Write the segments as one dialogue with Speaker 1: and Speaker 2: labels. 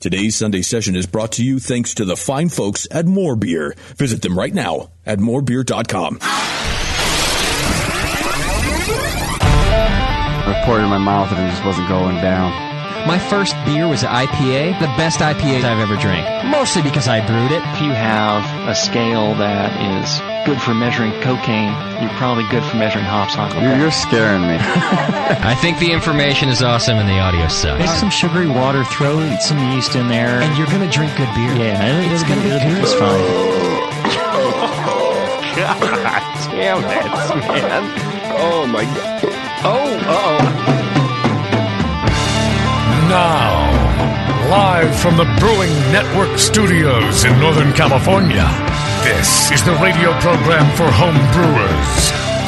Speaker 1: Today's Sunday session is brought to you thanks to the fine folks at More Beer. Visit them right now at morebeer.com.
Speaker 2: I poured it in my mouth and it just wasn't going down.
Speaker 3: My first beer was an IPA, the best IPA I've ever drank, mostly because I brewed it.
Speaker 4: If you have a scale that is good for measuring cocaine, you're probably good for measuring hops on
Speaker 2: You're,
Speaker 4: cocaine.
Speaker 2: you're scaring me.
Speaker 3: I think the information is awesome and the audio
Speaker 5: Make
Speaker 3: sucks.
Speaker 5: some sugary water, throw some yeast in there.
Speaker 3: And you're gonna drink good beer.
Speaker 5: yeah, it- it's gonna be good. It's fine.
Speaker 4: Oh,
Speaker 6: Now, live from the Brewing Network studios in Northern California, this is the radio program for home brewers,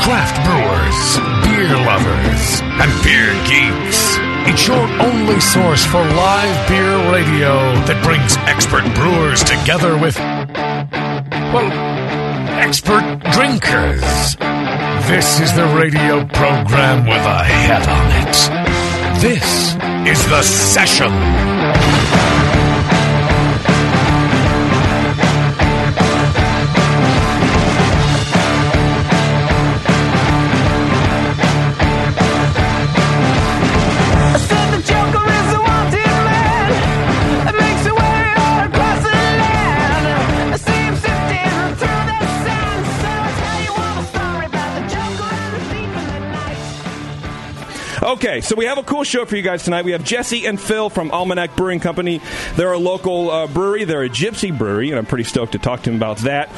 Speaker 6: craft brewers, beer lovers, and beer geeks. It's your only source for live beer radio that brings expert brewers together with, well, expert drinkers. This is the radio program with a head on it. This is The Session.
Speaker 7: Okay, so we have a cool show for you guys tonight. We have Jesse and Phil from Almanac Brewing Company. They're a local uh, brewery. They're a gypsy brewery, and I'm pretty stoked to talk to them about that.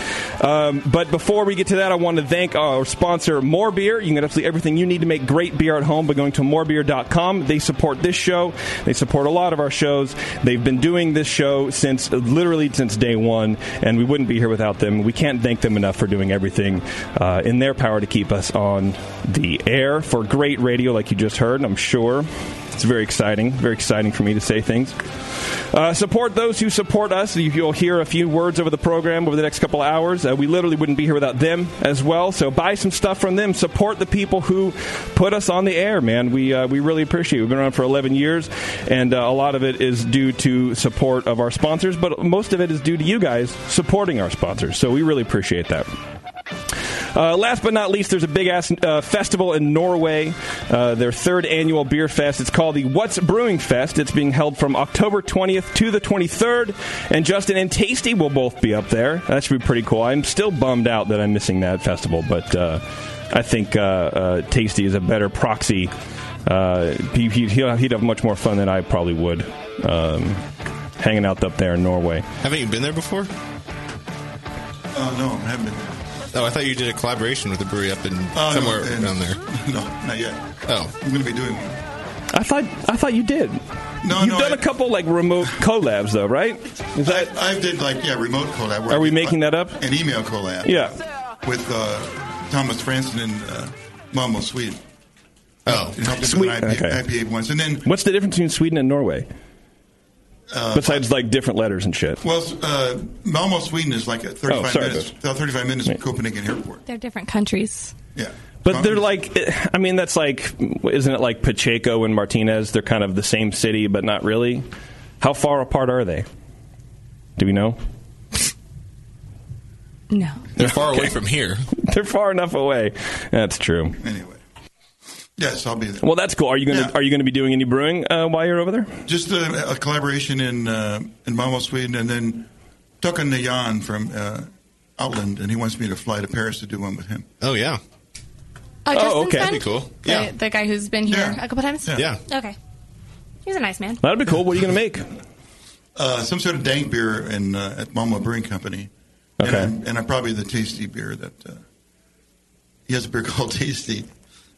Speaker 7: Um, but before we get to that, I want to thank our sponsor, More Beer. You can get absolutely everything you need to make great beer at home by going to morebeer.com. They support this show. They support a lot of our shows. They've been doing this show since literally since day one, and we wouldn't be here without them. We can't thank them enough for doing everything uh, in their power to keep us on the air for great radio, like you just heard. I'm sure it's very exciting. Very exciting for me to say things. Uh, support those who support us. You- You'll hear a few words over the program over the next couple hours. Uh, we literally wouldn't be here without them as well. So buy some stuff from them. Support the people who put us on the air, man. We uh, we really appreciate. it. We've been around for 11 years, and uh, a lot of it is due to support of our sponsors, but most of it is due to you guys supporting our sponsors. So we really appreciate that. Uh, last but not least, there's a big ass uh, festival in Norway. Uh, their third annual beer fest. It's called the What's Brewing Fest. It's being held from October 20th to the 23rd, and Justin and Tasty will both be up there. That should be pretty cool. I'm still bummed out that I'm missing that festival, but uh, I think uh, uh, Tasty is a better proxy. Uh, he, he, he'll- he'd have much more fun than I probably would. Um, hanging out up there in Norway.
Speaker 8: Haven't you been there before?
Speaker 9: Oh no, I haven't been there.
Speaker 8: Oh, I thought you did a collaboration with a brewery up in
Speaker 9: Oh,
Speaker 8: somewhere
Speaker 9: no,
Speaker 8: down there.
Speaker 9: No, not yet.
Speaker 8: Oh,
Speaker 9: I'm going to be doing one.
Speaker 7: I thought I thought you did.
Speaker 9: No,
Speaker 7: You've
Speaker 9: no,
Speaker 7: done
Speaker 9: I-
Speaker 7: a couple like remote collabs though, right? Is that
Speaker 9: I, I did like yeah, remote collab. where
Speaker 7: Are
Speaker 9: I
Speaker 7: we
Speaker 9: did,
Speaker 7: making
Speaker 9: like,
Speaker 7: that up?
Speaker 9: An email collab.
Speaker 7: Yeah.
Speaker 9: With uh, Thomas Franson and uh, Mambo Sweden.
Speaker 8: oh,
Speaker 9: And helped him
Speaker 7: Sweet.
Speaker 9: with an IPA,
Speaker 7: Okay.
Speaker 9: IPA once, and then
Speaker 7: What's the difference between Sweden and Norway?
Speaker 8: Uh,
Speaker 7: Besides, like different letters and shit.
Speaker 9: well, uh, Malmo, Sweden is like at 35
Speaker 7: Oh, sorry,
Speaker 9: minutes.
Speaker 7: Biff.
Speaker 9: About 35 minutes
Speaker 7: Wait.
Speaker 9: from Copenhagen Airport.
Speaker 10: They're different countries.
Speaker 9: Yeah.
Speaker 7: But they're
Speaker 9: Malmo-
Speaker 7: like, I mean, that's like, isn't it like Pacheco and Martinez? They're kind of the same city, but not really. How far apart are they? Do we know?
Speaker 10: No.
Speaker 8: they're far away from here.
Speaker 7: They're far enough away. That's true.
Speaker 9: anyway. Yes, I'll be there.
Speaker 7: Well, that's cool. Are you gonna
Speaker 9: Yeah.
Speaker 7: Are you gonna be doing any brewing uh, while you're over there?
Speaker 9: Just a, a collaboration in uh, in Malmo, Sweden, and then Tucken Nayan from uh, Outland, and he wants me to fly to Paris to do one with him.
Speaker 8: Oh yeah,
Speaker 10: Oh,
Speaker 7: Oh,
Speaker 10: Justin's
Speaker 7: okay.
Speaker 10: friend?
Speaker 8: That'd be cool.
Speaker 10: The,
Speaker 8: Yeah.
Speaker 10: the guy who's been here
Speaker 9: Yeah.
Speaker 10: a couple times.
Speaker 8: Yeah.
Speaker 10: Okay, he's a nice man.
Speaker 7: That'd be cool. What are you going to make?
Speaker 9: Uh, some sort of dank beer in, uh, at Mama Brewing Company.
Speaker 7: Okay.
Speaker 9: And, i and I'm probably the tasty beer that uh, he has a beer called Tasty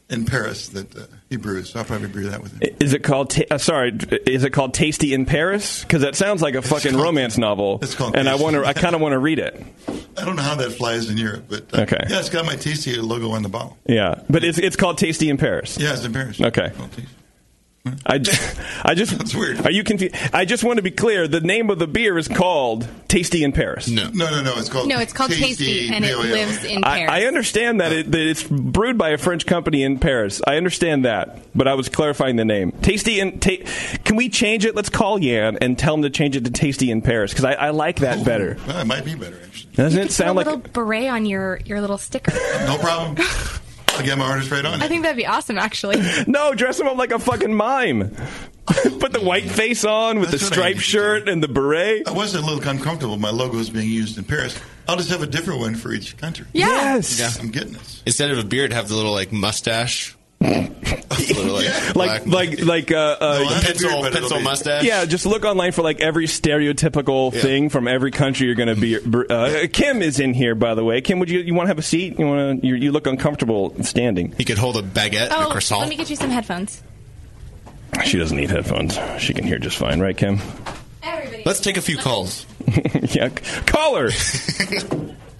Speaker 9: in Paris that uh, he brews. So I'll probably brew that with him.
Speaker 7: Is it called? Ta- uh, sorry, is it called Tasty in Paris? Because that sounds like a fucking
Speaker 9: called-
Speaker 7: romance novel.
Speaker 9: it's called
Speaker 7: and I
Speaker 9: Tasty.
Speaker 7: want to. I kind of want to read it.
Speaker 9: I don't know how that flies in Europe, but uh,
Speaker 7: Okay.
Speaker 9: yeah, it's got my Tasty logo on the bottle.
Speaker 7: Yeah, but it's it's called Tasty in Paris.
Speaker 9: Yeah, it's in Paris.
Speaker 7: Okay.
Speaker 9: Called Tasty.
Speaker 7: I ju- I just.
Speaker 9: That's weird.
Speaker 7: Are you confused? I just want to be clear. The name of the beer is called Tasty in Paris.
Speaker 8: no.
Speaker 9: No, no, no. It's
Speaker 8: Oh,
Speaker 9: called
Speaker 10: No, it's called Tasty, and it
Speaker 9: Pale Ale.
Speaker 10: lives in
Speaker 7: I,
Speaker 10: Paris.
Speaker 7: I understand that, it, that it's brewed by a French company in Paris. I understand that, but I was clarifying the name. Tasty and ta- can we change it? Let's call Yan and tell him to change it to Tasty in Paris because I, I like that better.
Speaker 9: Well, it might be better actually.
Speaker 7: Doesn't
Speaker 10: You
Speaker 7: it
Speaker 10: could
Speaker 7: sound
Speaker 10: put a
Speaker 7: like?
Speaker 10: little beret on your your little sticker.
Speaker 9: No problem. I'll get my artist right on
Speaker 10: I
Speaker 9: it.
Speaker 10: think that'd be awesome, actually.
Speaker 7: No, dress him up like a fucking mime. Put the white face on with
Speaker 9: That's
Speaker 7: the
Speaker 9: what I
Speaker 7: striped
Speaker 9: need to
Speaker 7: shirt
Speaker 9: do.
Speaker 7: and the beret.
Speaker 9: I was a little uncomfortable. My logo is being used in Paris. I'll just have a different one for each country.
Speaker 10: Yeah.
Speaker 7: Yes.
Speaker 9: I'm getting this.
Speaker 8: Instead of a beard, have the little like mustache. little, like,
Speaker 7: Like
Speaker 8: black-
Speaker 7: like like uh, uh
Speaker 9: No, I-
Speaker 8: pencil
Speaker 9: Beard, but it'll
Speaker 8: pencil
Speaker 9: be-
Speaker 8: mustache.
Speaker 7: yeah, just look online for like every stereotypical
Speaker 8: Yeah.
Speaker 7: thing from every country you're going to be. Uh, Kim is in here, by the way. Kim, would you you want to have a seat? You want to? You, you look uncomfortable standing.
Speaker 8: He could hold a baguette and a
Speaker 10: Oh,
Speaker 8: croissant.
Speaker 10: let me get you some headphones.
Speaker 7: She doesn't need headphones. She can hear just fine, right, Kim?
Speaker 10: Everybody.
Speaker 8: Let's take a few calls.
Speaker 7: yeah, call her.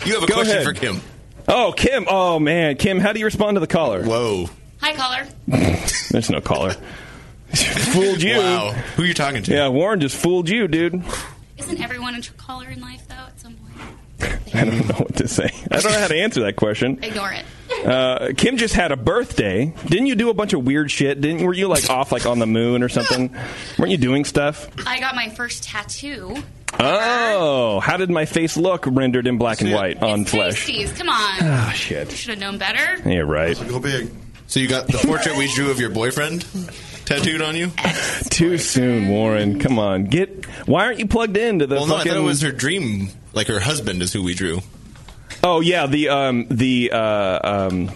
Speaker 8: You have a
Speaker 7: Go
Speaker 8: question
Speaker 7: ahead.
Speaker 8: for Kim.
Speaker 7: Oh, Kim. Oh man, Kim. How do you respond to the caller?
Speaker 8: Whoa.
Speaker 10: Hi, caller.
Speaker 7: There's no caller. Fooled you.
Speaker 8: Wow. Who are you talking to?
Speaker 7: Yeah, Warren just fooled you, dude.
Speaker 10: Isn't everyone a caller in life though? At some point,
Speaker 7: I don't know what to say. I don't know how to answer that question.
Speaker 10: ignore it.
Speaker 7: Uh, Kim just had a birthday. Didn't you do a bunch of weird shit? Didn't were you like off like on the moon or something? Weren't you doing stuff?
Speaker 10: I got my first tattoo.
Speaker 7: Oh, how did my face look rendered in black and white on flesh?
Speaker 10: Come on.
Speaker 7: Ah, shit.
Speaker 10: Should have known better.
Speaker 7: Yeah, right.
Speaker 9: Go big.
Speaker 8: So you got the portrait we drew of your boyfriend tattooed on you?
Speaker 7: Too soon, Warren. Come on, get. Why aren't you plugged into the
Speaker 8: Well, no, I
Speaker 7: fucking?
Speaker 8: thought it was her dream. Like her husband is who we drew.
Speaker 7: oh yeah, the um the uh um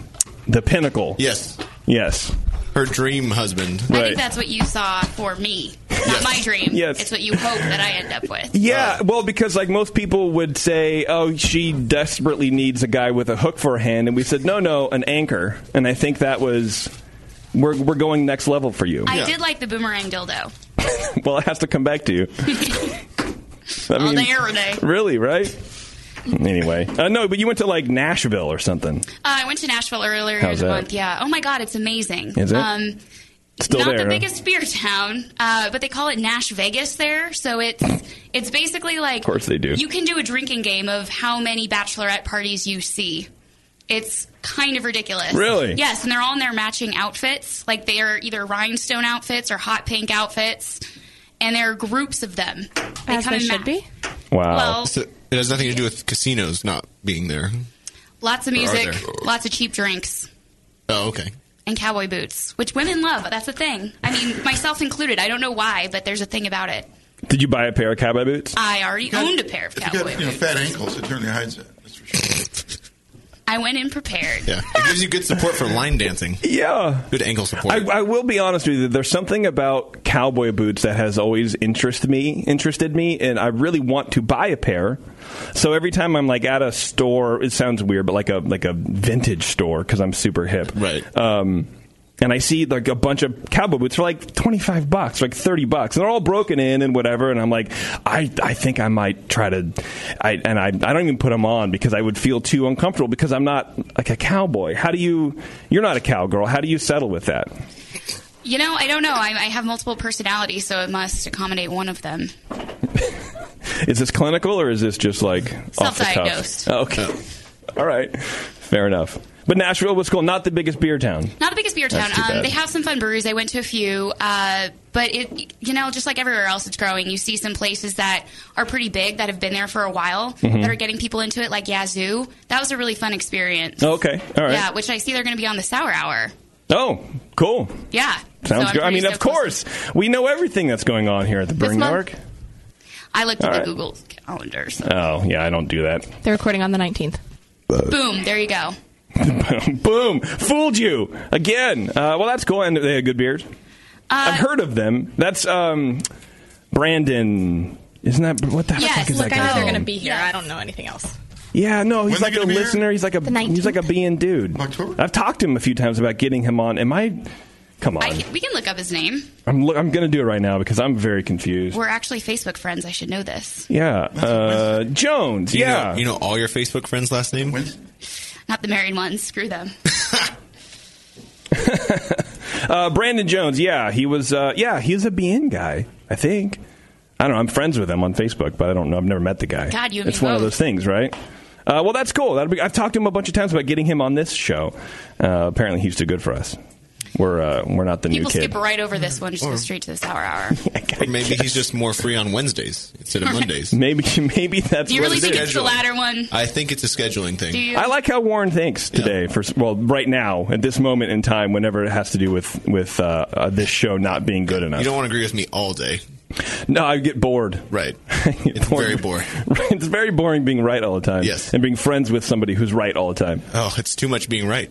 Speaker 7: the pinnacle.
Speaker 8: Yes,
Speaker 7: Yes.
Speaker 8: her dream husband.
Speaker 7: Right.
Speaker 10: that's what you saw for me. Not my dream.
Speaker 7: Yes. It's what
Speaker 10: you hope that I end up with.
Speaker 7: Yeah, well, because like most people would say, oh, she desperately needs a guy with a hook for a hand, and we said, no, no, an anchor, and I think that was we're we're going next level for you.
Speaker 8: Yeah. did
Speaker 10: like the boomerang dildo.
Speaker 7: well, it has to come back to you. I mean,
Speaker 10: day.
Speaker 7: really, right? Anyway, uh, no, but you went to like Nashville or something.
Speaker 10: Uh, I went to Nashville earlier this
Speaker 7: How's that?
Speaker 10: month. Yeah. Oh my God, it's amazing.
Speaker 7: Is it?
Speaker 10: Um,
Speaker 7: Still
Speaker 10: not
Speaker 7: there?
Speaker 10: the
Speaker 7: huh?
Speaker 10: biggest beer town, uh, but they call it Nash Vegas there. So it's it's basically like of
Speaker 7: course they do.
Speaker 10: You can do a drinking game of how many bachelorette parties you see. It's kind of ridiculous.
Speaker 7: Really?
Speaker 10: Yes, and they're all in their matching outfits. Like they are either rhinestone outfits or hot pink outfits, and there are groups of them. They
Speaker 11: As
Speaker 10: come
Speaker 11: they
Speaker 10: in
Speaker 11: should be.
Speaker 7: Wow.
Speaker 10: Well,
Speaker 8: So it has nothing to do with casinos not being there.
Speaker 10: lots of
Speaker 8: Or are
Speaker 10: music,
Speaker 8: there?
Speaker 10: lots of cheap drinks.
Speaker 8: Oh, okay.
Speaker 10: and cowboy boots, which women love. That's a thing. I mean, myself included. I don't know why, but there's a thing about it.
Speaker 7: Did you buy a pair of cowboy boots?
Speaker 10: I already owned a pair of
Speaker 9: If you
Speaker 10: cowboy
Speaker 9: got you know,
Speaker 10: boots.
Speaker 9: fat ankles, it certainly hides that. That's for sure.
Speaker 10: I went in prepared.
Speaker 8: Yeah, it gives you good support for line dancing.
Speaker 7: yeah.
Speaker 8: Good ankle support.
Speaker 7: I, I will be honest with you. There's something about cowboy boots that has always interested me, interested me, and I really want to buy a pair. So every time I'm like at a store, it sounds weird, but like a like a vintage store because I'm super hip,
Speaker 8: Right.
Speaker 7: Um, and I see like a bunch of cowboy boots for like twenty five bucks, like thirty bucks, and they're all broken in and whatever. And I'm like, I, I think I might try to, I and I, I don't even put them on because I would feel too uncomfortable because I'm not like a cowboy. How do you? You're not a cowgirl. How do you settle with that?
Speaker 10: You know, I don't know. I, I have multiple personalities, so it must accommodate one of them.
Speaker 7: Is this clinical or is this just like off the cuff?
Speaker 10: Self-diagnosed.
Speaker 7: Oh, okay, all right, fair enough. But Nashville was cool. Not the biggest beer town.
Speaker 10: Not the biggest beer town.
Speaker 7: That's too bad.
Speaker 10: Um, they have some fun breweries. I went to a few, uh, but it, you know, just like everywhere else, it's growing. You see some places that are pretty big that have been there for a while
Speaker 7: Mm-hmm.
Speaker 10: that are getting people into it, like Yazoo. That was a really fun experience.
Speaker 7: Okay, all right.
Speaker 10: Yeah, which I see they're going to be on the Sour Hour.
Speaker 7: Oh, cool.
Speaker 10: Yeah. So
Speaker 7: Sounds
Speaker 10: I'm
Speaker 7: good. I
Speaker 10: pretty
Speaker 7: mean, of
Speaker 10: stoked with-
Speaker 7: course, we know everything that's going on here at the Brewing
Speaker 10: month?
Speaker 7: Network.
Speaker 10: I looked
Speaker 7: All
Speaker 10: at
Speaker 7: right.
Speaker 10: the Google calendar. So.
Speaker 7: Oh, yeah, I don't do that.
Speaker 11: They're recording on the 19th.
Speaker 10: Boom, there you go.
Speaker 7: Boom! Fooled you again. Uh, well, that's cool. And they had good beers. I've heard of them. That's um, Brandon. Isn't that what the fuck
Speaker 11: Yes,
Speaker 7: is
Speaker 11: look,
Speaker 7: that guy
Speaker 11: I know they're
Speaker 7: called?
Speaker 11: going to be here. I don't know anything else.
Speaker 7: Yeah, no, he's
Speaker 11: When they
Speaker 7: like a
Speaker 11: gonna be here?
Speaker 7: listener. He's like a he's like a being dude. I've talked to him a few times about getting him on. Am I? Come on,
Speaker 10: I can, we can look up his name.
Speaker 7: I'm lo- I'm gonna do it right now because I'm very confused.
Speaker 10: We're actually Facebook friends. I should know this.
Speaker 7: Yeah, uh, Jones.
Speaker 8: You know-
Speaker 7: yeah,
Speaker 8: you know all your Facebook friends' last name.
Speaker 10: Not the married ones. Screw them.
Speaker 7: Uh, Brandon Jones. Yeah, he was. Uh, yeah, he's a BN guy. I think. I don't know. I'm friends with him on Facebook, but I don't know. I've never met the guy.
Speaker 10: God, you and me
Speaker 7: It's one of
Speaker 10: both.
Speaker 7: those things, right? Uh, well, that's cool. That'll be, I've talked to him a bunch of times about getting him on this show. Uh, apparently, he's too good for us. We're uh, we're not the
Speaker 10: People
Speaker 7: new kid.
Speaker 10: skip right over this one. Just go
Speaker 8: Or-
Speaker 10: straight to this hour hour.
Speaker 8: Or maybe he's just more free on Wednesdays instead of
Speaker 10: Right.
Speaker 8: Mondays.
Speaker 7: Maybe maybe that's
Speaker 10: Do you
Speaker 8: what
Speaker 10: really
Speaker 8: it is.
Speaker 10: think it's the
Speaker 8: Scheduling.
Speaker 10: latter one?
Speaker 8: I think it's a scheduling
Speaker 10: Do
Speaker 8: thing.
Speaker 10: you?
Speaker 7: I like how Warren thinks today. For well, right now at this moment in time, whenever it has to do with with uh, uh, this show not being good enough.
Speaker 8: You don't want to agree with me all day.
Speaker 7: No, I get bored.
Speaker 8: Right.
Speaker 7: it's
Speaker 8: very boring.
Speaker 7: it's very boring being right all the time. Yes. And being friends with somebody who's right all the time.
Speaker 8: Oh, it's too much being right.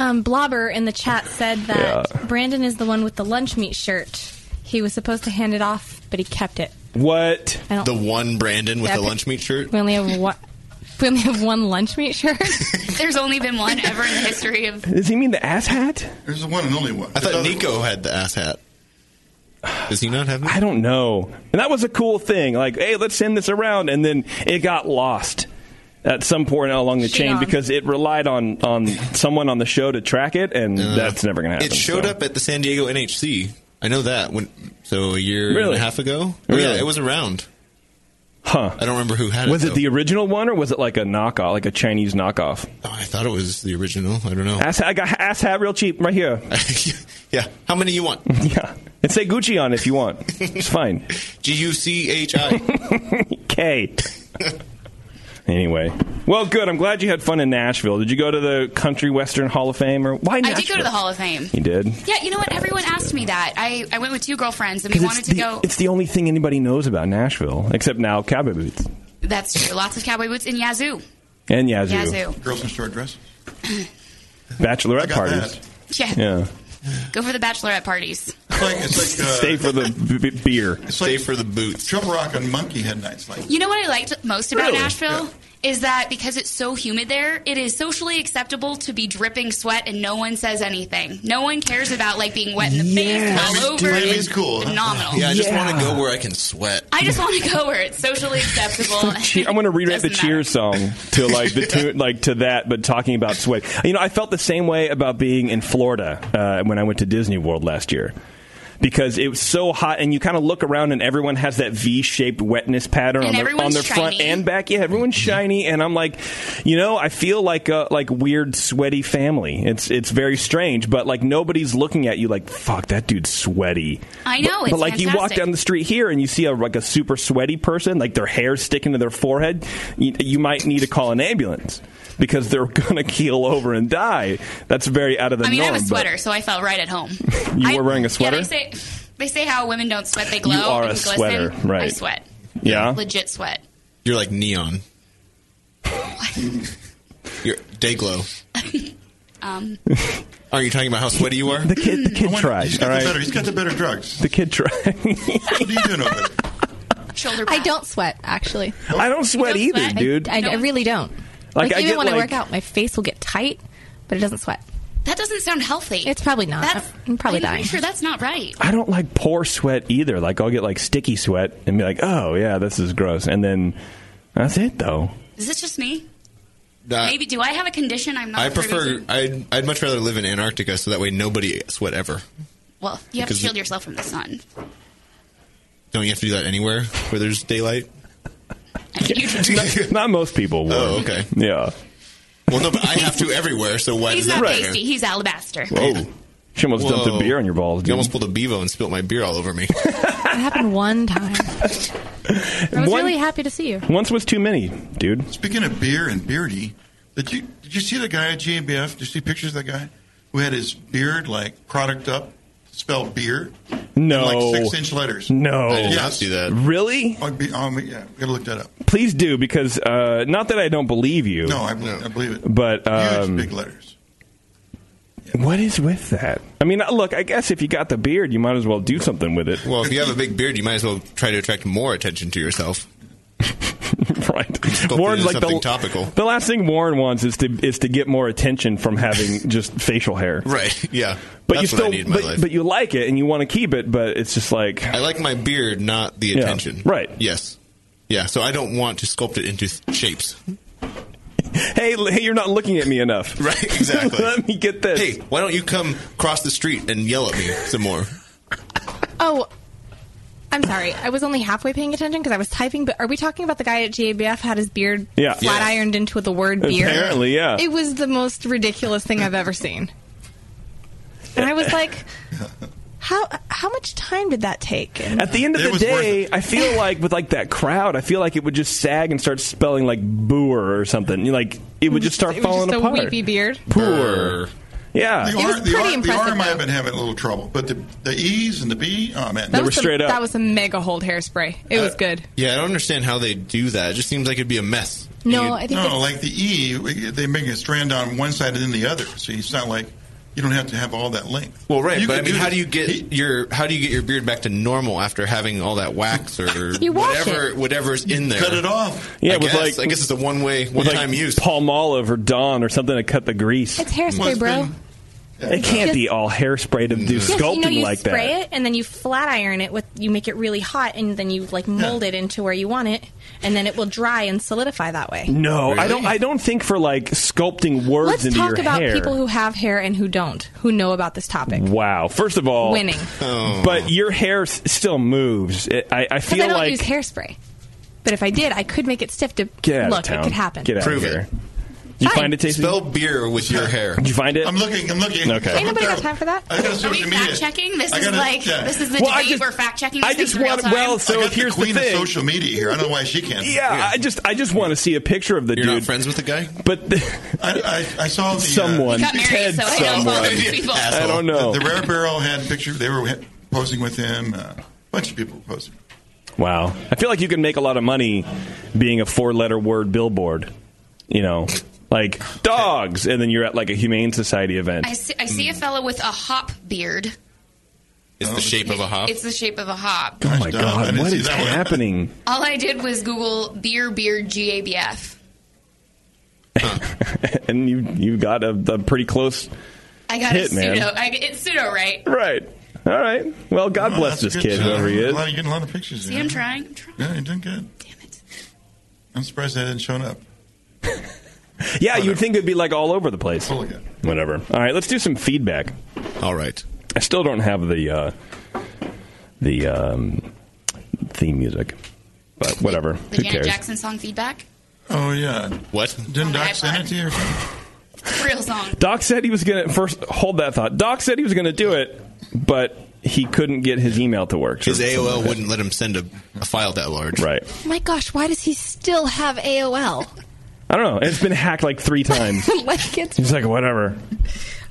Speaker 11: Um, Blobber in the chat said that
Speaker 7: Yeah.
Speaker 11: Brandon is the one with the lunch meat shirt. He was supposed to hand it off, but he kept it.
Speaker 7: What?
Speaker 11: I don't-
Speaker 8: The one Brandon with
Speaker 11: Yeah,
Speaker 8: the
Speaker 11: but-
Speaker 8: lunch meat shirt?
Speaker 11: We only have one. We only have one lunch meat shirt.
Speaker 10: There's only been one ever in the history of.
Speaker 7: Does he mean the ass hat?
Speaker 9: There's the one and only one.
Speaker 8: I thought Nico had the ass hat. Does he not have
Speaker 7: I don't know. And that was a cool thing. Like, hey, let's send this around, and then it got lost at some point along the
Speaker 8: She
Speaker 7: chain
Speaker 8: gone.
Speaker 7: because it relied on on someone on the show to track it, and that's never going to happen.
Speaker 8: Uh, It showed
Speaker 7: so.
Speaker 8: up at the San Diego NHC. I know that when so a year and
Speaker 7: Really?
Speaker 8: a half ago. Oh,
Speaker 7: Really?
Speaker 8: Yeah, it was around.
Speaker 7: Huh.
Speaker 8: I don't remember who had it.
Speaker 7: Was it
Speaker 8: though.
Speaker 7: the original one, or was it like a knockoff, like a Chinese knockoff?
Speaker 8: Oh, I thought it was the original. I don't know.
Speaker 7: Ass, I got ass hat real cheap right here.
Speaker 8: yeah. How many you want?
Speaker 7: yeah. And say Gucci on it if you want. It's fine.
Speaker 8: G U C H I.
Speaker 7: K. Anyway. Well, good. I'm glad you had fun in Nashville. Did you go to the Country Western Hall of Fame or why
Speaker 10: I
Speaker 7: Nashville?
Speaker 10: did go to the Hall of Fame.
Speaker 7: You did?
Speaker 10: Yeah, you know what? Everyone asked me that. I, I went with two girlfriends and we
Speaker 7: 'Cause
Speaker 10: wanted
Speaker 7: it's
Speaker 10: to
Speaker 7: the,
Speaker 10: go.
Speaker 7: It's the only thing anybody knows about Nashville, except now cowboy boots
Speaker 10: That's true. Lots of cowboy boots in Yazoo.
Speaker 7: and Yazoo.
Speaker 10: Yazoo.
Speaker 9: Girls in short dress.
Speaker 7: Bachelorette parties.
Speaker 10: Yeah.
Speaker 7: Yeah.
Speaker 10: Go for the bachelorette parties.
Speaker 9: uh,
Speaker 7: Stay for the b- b- beer.
Speaker 8: Stay for the boots.
Speaker 9: Trouble Rock and Monkey Head nights. Like
Speaker 10: You know what I liked most about
Speaker 9: Really?
Speaker 10: Nashville? Is that because it's so humid there, it is socially acceptable to be dripping sweat and no one says anything. No one cares about like being wet in the face, all over.
Speaker 8: Miami's
Speaker 10: It's
Speaker 8: cool.
Speaker 10: Phenomenal.
Speaker 8: Yeah, I just want to go where I can sweat.
Speaker 10: I just want to go where it's socially acceptable.
Speaker 7: Che- I'm going to rewrite the cheer song to like the tune, like to that, but talking about sweat. You know, I felt the same way about being in Florida uh, when I went to Disney World last year because it was so hot, and you kind of look around, and everyone has that V-shaped wetness pattern
Speaker 12: And
Speaker 7: on their, on
Speaker 12: everyone's
Speaker 7: their front
Speaker 12: shiny.
Speaker 7: and back. Yeah, everyone's
Speaker 10: Mm-hmm.
Speaker 7: shiny, and I'm like, you know, I feel like a like weird sweaty family. It's it's very strange, but like nobody's looking at you like, fuck, that dude's sweaty.
Speaker 10: I know,
Speaker 7: But,
Speaker 10: it's
Speaker 7: but like you walk
Speaker 10: fantastic.
Speaker 7: down the street here and you see a like a super sweaty person, like their hair sticking to their forehead, you, you might need to call an ambulance because they're gonna keel over and die. That's very out of the
Speaker 10: I mean, I
Speaker 7: norm.
Speaker 10: have a
Speaker 7: but
Speaker 10: sweater, so I felt right at home.
Speaker 7: You were wearing a sweater.
Speaker 10: Yeah, they say they say how women don't sweat, they glow.
Speaker 7: You are
Speaker 10: and
Speaker 7: a
Speaker 10: glisten.
Speaker 7: sweater, right.
Speaker 10: I sweat.
Speaker 7: yeah.
Speaker 10: Legit sweat.
Speaker 8: You're like neon. You're day glow.
Speaker 10: Um,
Speaker 8: Are you talking about how sweaty you are?
Speaker 7: The kid, the kid tried.
Speaker 8: got
Speaker 7: all
Speaker 8: the
Speaker 7: right,
Speaker 8: better- he's got
Speaker 9: the better drugs.
Speaker 7: The kid tried.
Speaker 9: what are you doing over there?
Speaker 10: shoulder.
Speaker 11: I don't sweat actually.
Speaker 7: I don't sweat either,
Speaker 11: I-
Speaker 7: dude.
Speaker 11: I, I really don't.
Speaker 7: Like,
Speaker 11: Like,
Speaker 7: I
Speaker 11: even
Speaker 7: get,
Speaker 11: when I
Speaker 7: like-
Speaker 11: work out, my face will get tight, but it doesn't sweat.
Speaker 10: That doesn't sound healthy.
Speaker 11: It's probably not.
Speaker 10: That's-
Speaker 11: I'm probably
Speaker 10: I'm
Speaker 11: dying.
Speaker 10: pretty sure that's not right.
Speaker 7: I don't like poor sweat either. Like I'll get like sticky sweat and be like, oh yeah, this is gross, and then that's it though.
Speaker 10: Is this just me?
Speaker 8: Uh,
Speaker 10: Maybe do I have a condition I'm not?
Speaker 8: I
Speaker 10: privy
Speaker 8: prefer.
Speaker 10: to?
Speaker 8: I'd, I'd much rather live in Antarctica, so that way nobody sweat ever.
Speaker 10: Well, you have to
Speaker 8: because-
Speaker 10: shield yourself from the sun.
Speaker 8: Don't you have to do that anywhere where there's daylight?
Speaker 7: not, not most people would.
Speaker 8: Oh, okay.
Speaker 7: Yeah.
Speaker 8: Well, no, but I have to everywhere. So why
Speaker 10: He's
Speaker 8: does
Speaker 10: not
Speaker 8: that matter?
Speaker 10: pasty. He's alabaster.
Speaker 8: Whoa.
Speaker 7: She almost dumped a
Speaker 8: Whoa.
Speaker 7: beer on your balls, dude.
Speaker 8: You almost pulled a bevo and spilt my beer all over me.
Speaker 11: It happened one time. I was
Speaker 7: One-
Speaker 11: really happy to see you.
Speaker 7: Once was too many, dude.
Speaker 9: Speaking of beer and beardy, did you did you see the guy at GABF? Did you see pictures of that guy who had his beard like product up, spelled beer?
Speaker 7: No.
Speaker 9: In like six inch letters.
Speaker 7: No.
Speaker 9: I did not
Speaker 7: see that.
Speaker 9: Uh,
Speaker 7: Really?
Speaker 9: I'd be, um, yeah, we gotta look that up.
Speaker 7: Please do because uh, not that I don't believe you.
Speaker 9: No, I, believe- I believe it.
Speaker 7: But
Speaker 9: Huge
Speaker 7: um,
Speaker 9: big letters.
Speaker 7: what is with that? I mean, uh, look. I guess if you got the beard, you might as well do something with it.
Speaker 8: Well, if you have a big beard, you might as well try to attract more attention to yourself.
Speaker 7: right.
Speaker 8: Warren's
Speaker 7: like the-
Speaker 8: something topical.
Speaker 7: The last thing Warren wants is to is to get more attention from having just facial hair.
Speaker 8: Right. Yeah.
Speaker 7: But
Speaker 8: That's
Speaker 7: you still,
Speaker 8: what I need in my
Speaker 7: but,
Speaker 8: life.
Speaker 7: but you like it and you want to keep it, but it's just like
Speaker 8: I like my beard, not the
Speaker 7: Yeah,
Speaker 8: attention.
Speaker 7: right.
Speaker 8: Yes. Yeah. So I don't want to sculpt it into th- shapes.
Speaker 7: hey, l- hey, you're not looking at me enough.
Speaker 8: Right. Exactly.
Speaker 7: Let me get this.
Speaker 8: Hey, why don't you come cross the street and yell at me some more?
Speaker 11: Oh, I'm sorry. I was only halfway paying attention because I was typing. But are we talking about the guy at GABF had his beard
Speaker 7: Yeah.
Speaker 11: flat
Speaker 7: Yes.
Speaker 11: ironed into the word beer?
Speaker 7: Apparently, yeah.
Speaker 11: It was the most ridiculous thing I've ever seen. And I was like, how how much time did that take? And
Speaker 7: At the end of the day, I feel like with like that crowd, I feel like it would just sag and start spelling like booer or something. You know, Like it would just start
Speaker 11: it was
Speaker 7: falling
Speaker 11: just
Speaker 7: apart.
Speaker 11: a weepy beard.
Speaker 7: Poor. Yeah.
Speaker 9: The
Speaker 11: It was
Speaker 9: R, the,
Speaker 11: pretty
Speaker 9: R, the R
Speaker 11: impressive,
Speaker 9: might have been having a little trouble, but the, the E's and the B, oh man,
Speaker 11: was the- That was a mega hold hairspray. It
Speaker 7: Uh,
Speaker 11: was good.
Speaker 8: Yeah, I don't understand how they do that. It just seems like it'd be a mess.
Speaker 11: No, I think
Speaker 9: no, like the E, we- they make a strand on one side and then the other, so it's not like you don't have to have all that length.
Speaker 8: Well, right,
Speaker 9: You
Speaker 8: but I
Speaker 9: could
Speaker 8: mean,
Speaker 9: do
Speaker 8: how
Speaker 9: this-
Speaker 8: do you get your how do you get your beard back to normal after having all that wax or
Speaker 9: You wash
Speaker 8: whatever
Speaker 9: it.
Speaker 8: whatever's in there?
Speaker 9: Cut it off.
Speaker 7: Yeah,
Speaker 8: I
Speaker 7: with like
Speaker 8: guess, I guess it's a one way,
Speaker 7: with,
Speaker 8: one
Speaker 7: like,
Speaker 8: time use.
Speaker 7: Palmolive or Dawn or something to cut the grease.
Speaker 11: It's hairspray, bro.
Speaker 7: It can't be all hairspray to do
Speaker 11: Yes,
Speaker 7: sculpting
Speaker 11: you know, you
Speaker 7: like
Speaker 11: spray
Speaker 7: that.
Speaker 11: it and then you flat iron it with you make it really hot and then you like mold it into where you want it and then it will dry and solidify that way.
Speaker 7: No, I don't. I don't think for like sculpting words
Speaker 11: Let's
Speaker 7: into
Speaker 11: talk
Speaker 7: your
Speaker 11: about
Speaker 7: hair. Mm.
Speaker 11: people who have hair and who don't, who know about this topic.
Speaker 7: wow. First of all,
Speaker 11: Winning.
Speaker 8: Oh.
Speaker 7: But your hair s- still moves. It, I, I
Speaker 11: Because
Speaker 7: feel
Speaker 11: I don't
Speaker 7: like
Speaker 11: use hairspray. But if I did, I could make it stiff to
Speaker 7: Get out
Speaker 11: look.
Speaker 7: of town.
Speaker 11: It could happen.
Speaker 7: Get out
Speaker 8: Prove
Speaker 7: of here.
Speaker 8: it.
Speaker 7: Did you find it tasty?
Speaker 8: Spell beer with your hair.
Speaker 7: Did you find it?
Speaker 9: I'm looking. I'm looking.
Speaker 7: Okay.
Speaker 11: Ain't nobody got time for that.
Speaker 10: Are we fact checking? This
Speaker 9: I
Speaker 10: is
Speaker 9: gotta-
Speaker 10: like
Speaker 9: yeah.
Speaker 10: this is the
Speaker 7: Well, I
Speaker 10: debate.
Speaker 7: just-
Speaker 10: We're fact checking.
Speaker 7: I just want. Well, so
Speaker 9: I got
Speaker 7: here's
Speaker 9: the queen
Speaker 7: thing.
Speaker 9: of social media here. I don't know why she can't.
Speaker 7: yeah, I just I just want to see a picture of the
Speaker 8: You're
Speaker 7: dude.
Speaker 8: not friends with the guy?
Speaker 7: but
Speaker 9: I, I, I saw the, uh,
Speaker 7: someone,
Speaker 10: He got married,
Speaker 7: Ted,
Speaker 10: so I know
Speaker 7: someone.
Speaker 10: all these people.
Speaker 7: I don't know.
Speaker 9: The, the Rare Barrel had picture. They were ha- posing with him. uh, A bunch of people posing.
Speaker 7: Wow. I feel like you can make a lot of money being a four letter word billboard. You know, like dogs, and then you're at like a humane society event.
Speaker 10: I see, I see a fellow with a hop beard.
Speaker 8: It's the shape of a hop.
Speaker 10: It's the shape of a hop.
Speaker 7: oh my God, what is happening?
Speaker 10: All I did was Google beer beard GABF.
Speaker 7: and you you got a, a pretty close
Speaker 10: I got
Speaker 7: hit,
Speaker 10: a
Speaker 7: man.
Speaker 10: pseudo. I, it's pseudo, right?
Speaker 7: Right. All right. Well,
Speaker 9: Oh,
Speaker 7: God bless this kid, whoever he
Speaker 9: A
Speaker 7: is.
Speaker 9: lot, you're getting a lot of pictures.
Speaker 10: See,
Speaker 9: there.
Speaker 10: I'm trying. I'm trying.
Speaker 9: Yeah, you're doing good. Damn it. I'm surprised I didn't show up.
Speaker 7: Yeah, you'd think it'd be like all over the place.
Speaker 9: Totally good.
Speaker 7: Whatever. All right, let's do some feedback.
Speaker 8: All right.
Speaker 7: I still don't have the uh, the um, theme music, but whatever.
Speaker 10: The
Speaker 7: Who
Speaker 10: Janet
Speaker 7: cares?
Speaker 10: Jackson song feedback.
Speaker 9: Oh yeah.
Speaker 8: What?
Speaker 9: Didn't Doc send it to you? Or something?
Speaker 10: It's a real song.
Speaker 7: Doc said he was gonna first hold that thought. Doc said he was gonna do it, but he couldn't get his email to work.
Speaker 8: His AOL wouldn't let him send a, a file that large.
Speaker 7: Right.
Speaker 11: Oh My gosh, why does he still have AOL?
Speaker 7: I don't know. It's been hacked like three times.
Speaker 11: like it's
Speaker 7: He's like whatever,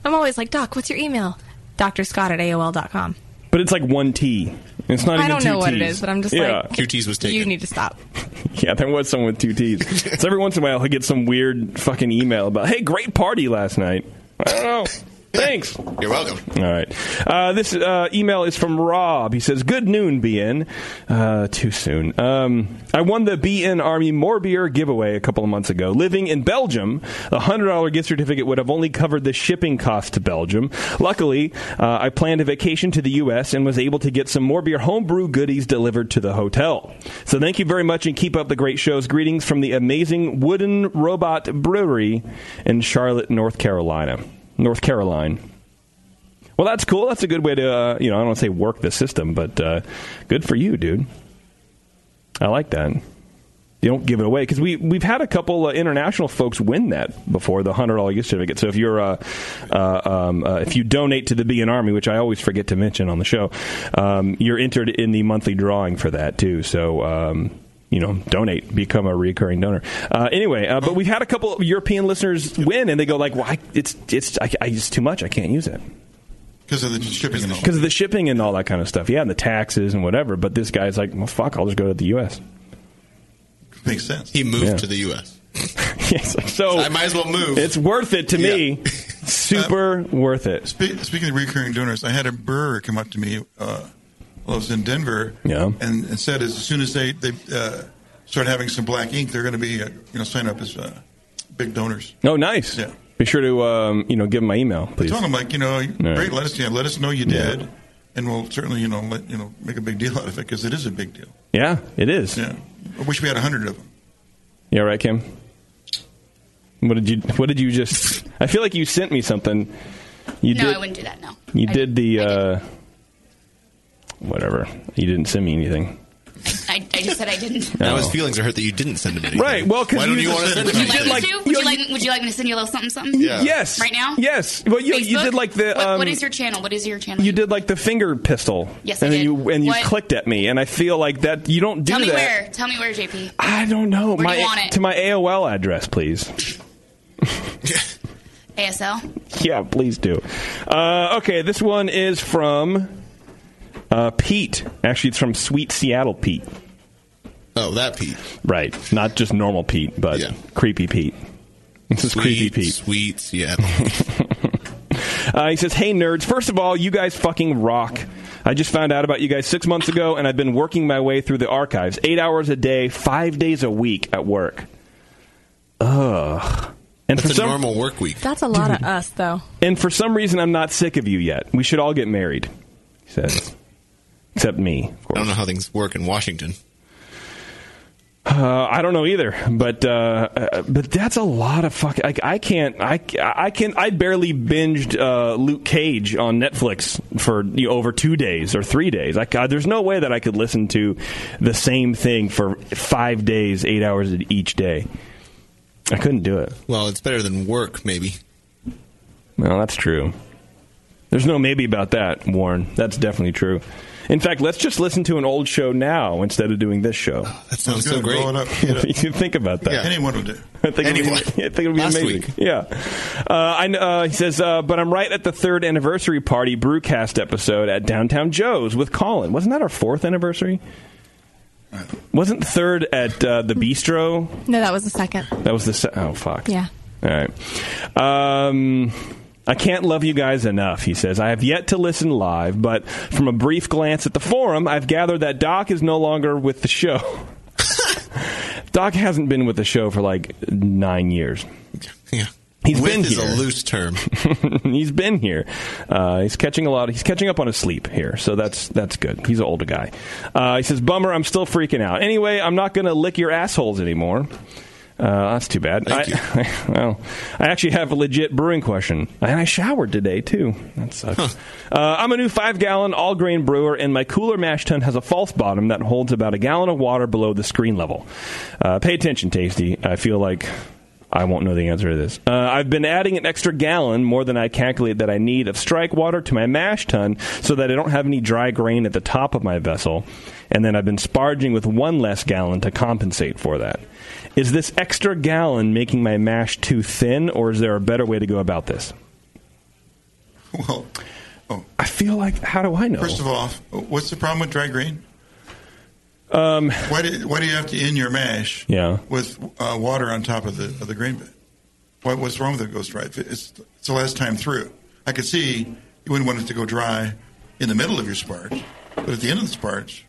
Speaker 11: I'm always like, Doc, what's your email? Dr. Scott at AOL.com.
Speaker 7: but it's like one T. It's not.
Speaker 11: I
Speaker 7: even
Speaker 11: don't
Speaker 7: two
Speaker 11: know what it
Speaker 7: Ts.
Speaker 11: is, but I'm just
Speaker 7: yeah.
Speaker 11: like
Speaker 8: QT's was
Speaker 11: You
Speaker 8: taken.
Speaker 11: need to stop.
Speaker 7: Yeah, there was someone with two T's. so every once in a while, he'll get some weird fucking email about, hey, great party last night. I don't know. Thanks. All
Speaker 8: You're welcome.
Speaker 7: right. Uh, this uh, email is from Rob. He says, Good noon, BN. Uh, too soon. Um, I won the BN Army More Beer giveaway a couple of months ago. Living in Belgium, a $100 gift certificate would have only covered the shipping cost to Belgium. Luckily, uh, I planned a vacation to the U.S. and was able to get some more beer homebrew goodies delivered to the hotel. So thank you very much and keep up the great shows. Greetings from the amazing Wooden Robot Brewery in Charlotte, North Carolina. North Carolina. Well, that's cool. That's a good way to, uh, you know, I don't want to say work the system, but uh, good for you, dude. I like that. You don't give it away because we we've had a couple uh, international folks win that before the hundred dollar gift certificate. So if you're uh, uh, um, uh, if you donate to the BN Army, which I always forget to mention on the show, um, you're entered in the monthly drawing for that too. So. Um, you know, donate, become a recurring donor. Uh, anyway, uh, but we've had a couple of European listeners win, and they go like, "Well, I, it's it's I, I, it's too much. I can't use it."
Speaker 9: because of the shipping. and all.
Speaker 7: because of the shipping and all that kind of stuff. Yeah, and the taxes and whatever. But this guy's like, well, fuck, I'll just go to the U.S.
Speaker 9: Makes sense.
Speaker 8: He moved
Speaker 7: Yeah.
Speaker 8: to the U.S.
Speaker 7: so
Speaker 8: I might as well move.
Speaker 7: It's worth it to me. Super worth it.
Speaker 9: Uh, Spe- speaking of recurring donors, I had a brewer come up to me uh, while I was in Denver,
Speaker 7: Yeah.
Speaker 9: and, and said as soon as they they uh, start having some black ink, they're going to be uh, you know sign up as uh, big donors.
Speaker 7: Oh, nice.
Speaker 9: Yeah.
Speaker 7: Be sure to um, you know give him my email, please.
Speaker 9: I told them like you know
Speaker 7: Yeah.
Speaker 9: great, let us yeah, let us know you did, and we'll certainly you know let you know make a big deal out of it because it is a big deal.
Speaker 7: Yeah, it is.
Speaker 9: Yeah, I wish we had a hundred of them.
Speaker 7: Yeah, right, Kim. What did you? What did you just? I feel like you sent me something. You
Speaker 10: no,
Speaker 7: did,
Speaker 10: I wouldn't do that. No.
Speaker 7: You did the uh, whatever. You didn't send me anything. Oh.
Speaker 10: I, I just said I didn't.
Speaker 8: Now his feelings are hurt that you didn't send him anything.
Speaker 7: Right, well, 'cause
Speaker 8: why don't
Speaker 7: you
Speaker 8: you,
Speaker 7: just-
Speaker 8: want to send
Speaker 7: Would
Speaker 8: him
Speaker 7: you
Speaker 8: anything?
Speaker 7: like-
Speaker 10: Like, you? Would you like? Would you like me to send you a little something? Something?
Speaker 7: Yeah. Yes.
Speaker 10: Right now?
Speaker 7: Yes. Well, you, you
Speaker 10: Facebook?
Speaker 7: did like the.
Speaker 10: What-
Speaker 7: Um,
Speaker 10: what is your channel? What is your channel?
Speaker 7: You did like the finger pistol.
Speaker 10: Yes,
Speaker 7: and
Speaker 10: I
Speaker 7: then
Speaker 10: did.
Speaker 7: you and you
Speaker 10: What-
Speaker 7: clicked at me, and I feel like that you don't do
Speaker 10: Tell me
Speaker 7: that.
Speaker 10: where. Tell me where, JP.
Speaker 7: I don't know.
Speaker 10: Where do
Speaker 7: my
Speaker 10: you want it?
Speaker 7: to my AOL address, please.
Speaker 10: ASL.
Speaker 7: Yeah, please do. Uh, okay, this one is from uh, Pete. Actually, it's from Sweet Seattle Pete.
Speaker 8: Oh, that Pete.
Speaker 7: Right, not just normal Pete, but creepy Pete. This is creepy Pete.
Speaker 8: Sweet Seattle.
Speaker 7: Uh, he says, "Hey nerds! First of all, you guys fucking rock. I just found out about you guys six months ago, and I've been working my way through the archives, eight hours a day, five days a week at work. Ugh. And
Speaker 8: That's
Speaker 7: for
Speaker 8: a
Speaker 7: some
Speaker 8: normal work week.
Speaker 11: That's a lot of us, though.
Speaker 7: And for some reason, I'm not sick of you yet. We should all get married," he says. Except me. Of course.
Speaker 8: I don't know how things work in Washington.
Speaker 7: Uh, I don't know either, but uh, uh, but that's a lot of fuck. Like I can't, I I can, I barely binged uh, Luke Cage on Netflix for you know, over two days or three days. I, ca- there's no way that I could listen to the same thing for five days, eight hours each day. I couldn't do it.
Speaker 8: Well, it's better than work, maybe.
Speaker 7: Well, that's true. There's no maybe about that, Warren. That's definitely true. In fact, let's just listen to an old show now instead of doing this show.
Speaker 8: Ah, That sounds so great.
Speaker 7: you can think about that.
Speaker 8: Yeah.
Speaker 9: Anyone will do.
Speaker 7: I think
Speaker 8: Anyone.
Speaker 7: It would be, I think it would be
Speaker 8: Last
Speaker 7: amazing.
Speaker 8: week.
Speaker 7: Yeah. Uh, I, kn- uh, he says, uh, but I'm right at the third anniversary party brewcast episode at Downtown Joe's with Colin. Wasn't that our fourth anniversary? Wasn't third at uh, the bistro?
Speaker 11: No, that was the second.
Speaker 7: That was the se- oh fuck.
Speaker 11: Yeah.
Speaker 7: All right. Um, I can't love you guys enough, he says. I have yet to listen live, but from a brief glance at the forum, I've gathered that Doc is no longer with the show. Doc hasn't been with the show for like nine years.
Speaker 8: Yeah.
Speaker 7: He's
Speaker 8: With
Speaker 7: been
Speaker 8: is
Speaker 7: here.
Speaker 8: a loose term.
Speaker 7: he's been here. Uh, he's catching a lot. He's catching up on his sleep here, so that's that's good. He's an older guy. Uh, he says, "Bummer, I'm still freaking out. Anyway, I'm not going to lick your assholes anymore." Uh, that's too bad. I, well, I actually have a legit brewing question, and I showered today too. That sucks. Uh, I'm a new five-gallon all-grain brewer, and my cooler mash tun has a false bottom that holds about a gallon of water below the screen level. Uh, pay attention, Tasty. I feel like I won't know the answer to this. Uh, I've been adding an extra gallon, more than I calculate that I need, of strike water to my mash tun so that I don't have any dry grain at the top of my vessel. And then I've been sparging with one less gallon to compensate for that. Is this extra gallon making my mash too thin, or is there a better way to go about this?
Speaker 9: Well, oh.
Speaker 7: I feel like, how do I know?
Speaker 9: First of all, what's the problem with dry grain?
Speaker 7: Um,
Speaker 9: Why do, why do you have to end your mash
Speaker 7: Yeah.
Speaker 9: with uh, water on top of the of the grain bed? What, what's wrong with it goes dry? If It's, it's the last time through. I could see you wouldn't want it to go dry in the middle of your sparge, but at the end of the sparge,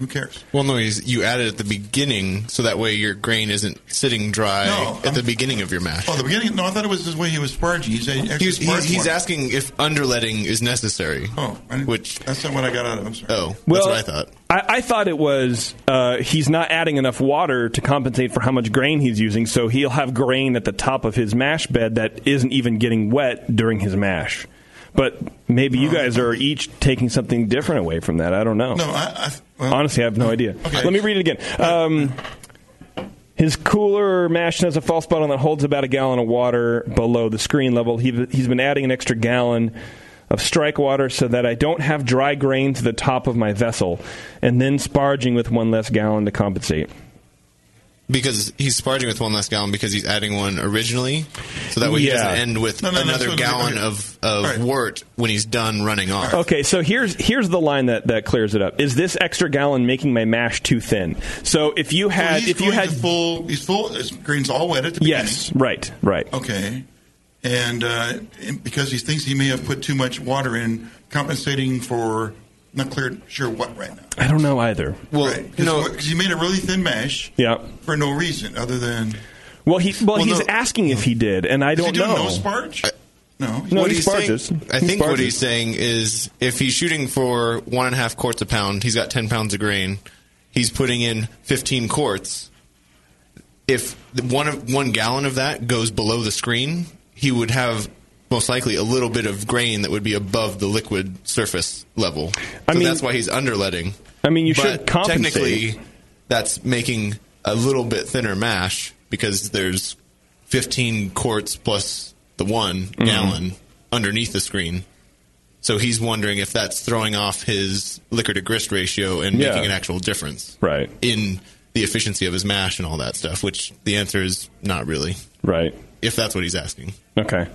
Speaker 9: who cares?
Speaker 8: Well, no, he's, you add it at the beginning, so that way your grain isn't sitting dry at the beginning of your mash.
Speaker 9: Oh, the beginning? No, I thought it was the way he was sparging. He's,
Speaker 8: He was- he's, he's asking if underletting is necessary.
Speaker 9: Oh,
Speaker 8: which
Speaker 9: that's not what I got out of. I'm sorry.
Speaker 8: Oh,
Speaker 7: Well,
Speaker 8: that's what I thought.
Speaker 7: I, I thought it was uh, he's not adding enough water to compensate for how much grain he's using, so he'll have grain at the top of his mash bed that isn't even getting wet during his mash. But maybe you guys are each taking something different away from that. I don't know.
Speaker 9: No, I, I
Speaker 7: honestly I have
Speaker 8: uh,
Speaker 7: no idea. Let me read it again. Um, his cooler mash has a false bottom that holds about a gallon of water below the screen level. He, he's been adding an extra gallon of strike water so that I don't have dry grain to the top of my vessel, and then sparging with one less gallon to compensate.
Speaker 8: because he's sparging with one less gallon because he's adding one originally, so that way he
Speaker 7: Yeah.
Speaker 8: doesn't end with
Speaker 7: No, no, no,
Speaker 8: another
Speaker 7: so-
Speaker 8: gallon
Speaker 7: okay.
Speaker 8: of
Speaker 7: All
Speaker 8: of
Speaker 7: right.
Speaker 8: wort when he's done running off.
Speaker 7: Okay, so here's here's the line that, that clears it up. Is this extra gallon making my mash too thin? So if you
Speaker 9: So
Speaker 7: had
Speaker 9: he's
Speaker 7: if you
Speaker 9: going
Speaker 7: had
Speaker 9: to full, he's full. His grain's all wet at the
Speaker 7: yes, right, right.
Speaker 9: Okay. And uh, and because he thinks he may have put too much water in, compensating for not clear sure what right now.
Speaker 7: I don't know either.
Speaker 8: Well,
Speaker 9: Because he made a really thin mash
Speaker 7: Yeah.
Speaker 9: for no reason other than
Speaker 7: Well, he well,
Speaker 9: Well,
Speaker 7: he's
Speaker 9: no.
Speaker 7: asking if he did, and I
Speaker 9: Is he
Speaker 7: don't
Speaker 9: doing
Speaker 7: know.
Speaker 9: no sparge. no,
Speaker 7: No,
Speaker 8: What
Speaker 7: he
Speaker 8: he's saying-
Speaker 7: sparges.
Speaker 8: I
Speaker 7: He
Speaker 8: think
Speaker 7: sparges.
Speaker 8: what he's saying is if he's shooting for one and a half quarts a pound, he's got 10 pounds of grain. He's putting in 15 quarts. If the- one of one gallon of that goes below the screen, he would have most likely a little bit of grain that would be above the liquid surface level.
Speaker 7: I
Speaker 8: so
Speaker 7: mean-
Speaker 8: that's why he's underletting.
Speaker 7: I mean, you
Speaker 8: But
Speaker 7: should compensate.
Speaker 8: Technically, that's making a little bit thinner mash because there's 15 quarts plus the one
Speaker 7: Mm-hmm.
Speaker 8: gallon underneath the screen. So he's wondering if that's throwing off his liquor to grist ratio and
Speaker 7: Yeah.
Speaker 8: making an actual difference
Speaker 7: right
Speaker 8: in the efficiency of his mash and all that stuff, which the answer is not really.
Speaker 7: Right.
Speaker 8: If that's what he's asking.
Speaker 7: Okay.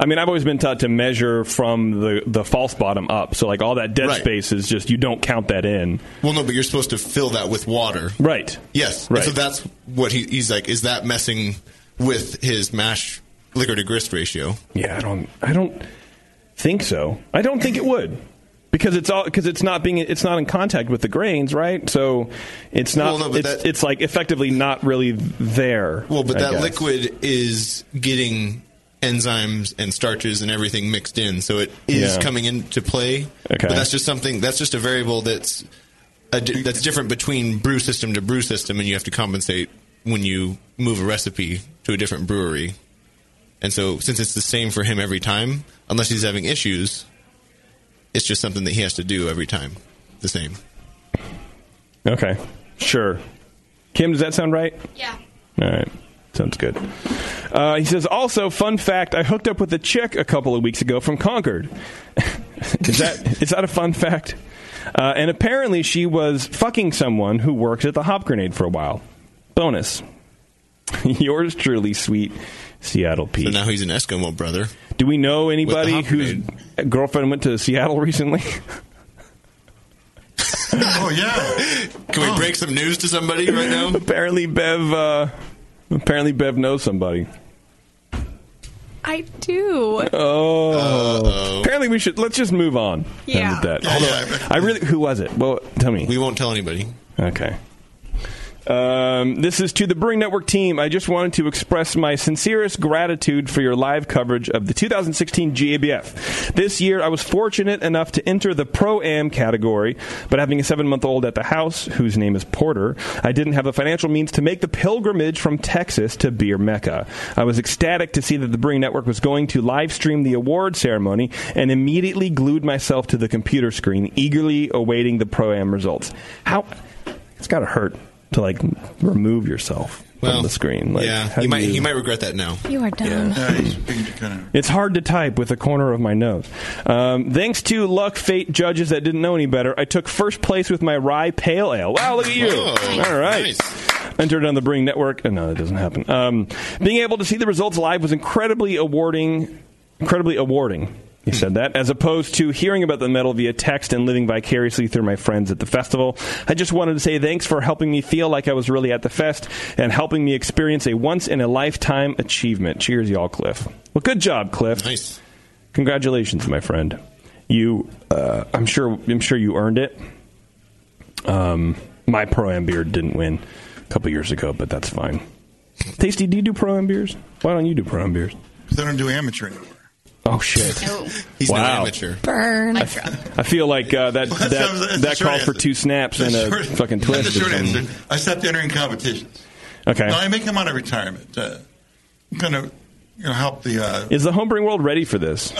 Speaker 7: I mean, I've always been taught to measure from the, the false bottom up. So, like, all that dead
Speaker 8: Right.
Speaker 7: space is just, you don't count that in.
Speaker 8: Well, no, but you're supposed to fill that with water.
Speaker 7: Right.
Speaker 8: Yes.
Speaker 7: Right.
Speaker 8: So that's what he, he's like. Is that messing with his mash liquor to grist ratio?
Speaker 7: Yeah, I don't, I don't think so. I don't think it would. Because it's all because it's not being it's not in contact with the grains, right? So it's not
Speaker 8: Well, no, but
Speaker 7: it's,
Speaker 8: that-
Speaker 7: it's like effectively not really there.
Speaker 8: Well, but
Speaker 7: I
Speaker 8: that
Speaker 7: guess.
Speaker 8: liquid is getting enzymes and starches and everything mixed in, so it is
Speaker 7: Yeah.
Speaker 8: coming into play.
Speaker 7: Okay.
Speaker 8: But that's just something. That's just a variable that's a di- that's different between brew system to brew system, and you have to compensate when you move a recipe to a different brewery. And so, since it's the same for him every time, unless he's having issues, it's just something that he has to do every time. The same.
Speaker 7: Okay. Sure. Kim, does that sound right?
Speaker 10: Yeah.
Speaker 7: All right. Sounds good. Uh, he says, also, fun fact, I hooked up with a chick a couple of weeks ago from Concord. is, that, is that a fun fact? Uh, and apparently she was fucking someone who worked at the Hop Grenade for a while. Bonus. Yours truly, sweet Seattle Pete.
Speaker 8: So now he's an Eskimo brother.
Speaker 7: Do we know anybody
Speaker 8: Hop
Speaker 7: whose girlfriend went to Seattle recently?
Speaker 9: Oh yeah. Oh.
Speaker 8: Can we break some news to somebody right now?
Speaker 7: apparently Bev. Uh, apparently Bev knows somebody.
Speaker 11: I do.
Speaker 7: Oh. Apparently, we should. Let's just move on. then
Speaker 11: Yeah.
Speaker 7: with that. Although, I really. Who was it? Well, tell me.
Speaker 8: We won't tell anybody.
Speaker 7: Okay. Um, this is to the Brewing Network team. I just wanted to express my sincerest gratitude for your live coverage of the 2016 GABF. This year, I was fortunate enough to enter the Pro Am category, but having a seven month old at the house, whose name is Porter, I didn't have the financial means to make the pilgrimage from Texas to Beer Mecca. I was ecstatic to see that the Brewing Network was going to live stream the award ceremony and immediately glued myself to the computer screen, eagerly awaiting the Pro Am results. How. It's got to hurt to like remove yourself
Speaker 8: Well,
Speaker 7: from the screen. Like,
Speaker 8: yeah,
Speaker 7: how
Speaker 8: he
Speaker 7: do
Speaker 8: might
Speaker 7: you-
Speaker 8: he might regret that now.
Speaker 11: You are dumb.
Speaker 7: It's hard to type with the corner of my nose. Um, thanks to luck, fate, judges that didn't know any better, I took first place with my rye pale ale. Wow, look at you!
Speaker 8: Whoa,
Speaker 7: All right.
Speaker 8: nice.
Speaker 7: Entered on the Brewing Network. Oh, no, that doesn't happen. Um, being able to see the results live was incredibly awarding. Incredibly awarding. He said that, as opposed to hearing about the medal via text and living vicariously through my friends at the festival. I just wanted to say thanks for helping me feel like I was really at the fest and helping me experience a once in a lifetime achievement. Cheers, y'all, Cliff. Well, good job, Cliff.
Speaker 8: Nice.
Speaker 7: Congratulations, my friend. You, uh, I'm sure, I'm sure you earned it. Um, my pro am beer didn't win a couple years ago, but that's fine. Tasty, do you do pro am beers? Why don't you do pro am beers?
Speaker 9: They don't do amateur anymore.
Speaker 7: Oh shit!
Speaker 8: He's
Speaker 7: Wow.
Speaker 8: no amateur.
Speaker 11: Burn.
Speaker 7: I feel like uh, that
Speaker 9: That's the- that's
Speaker 7: that
Speaker 9: the
Speaker 7: that
Speaker 9: short
Speaker 7: called for
Speaker 9: answer.
Speaker 7: two snaps
Speaker 9: That's
Speaker 7: and a
Speaker 9: the short-
Speaker 7: fucking
Speaker 9: that's
Speaker 7: twist.
Speaker 9: the
Speaker 7: or
Speaker 9: short
Speaker 7: something.
Speaker 9: answer. I stopped entering competitions.
Speaker 7: Okay.
Speaker 9: No, I may come out of retirement. Uh, I'm going to you know, help the. Uh,
Speaker 7: Is the homebrewing world ready for this?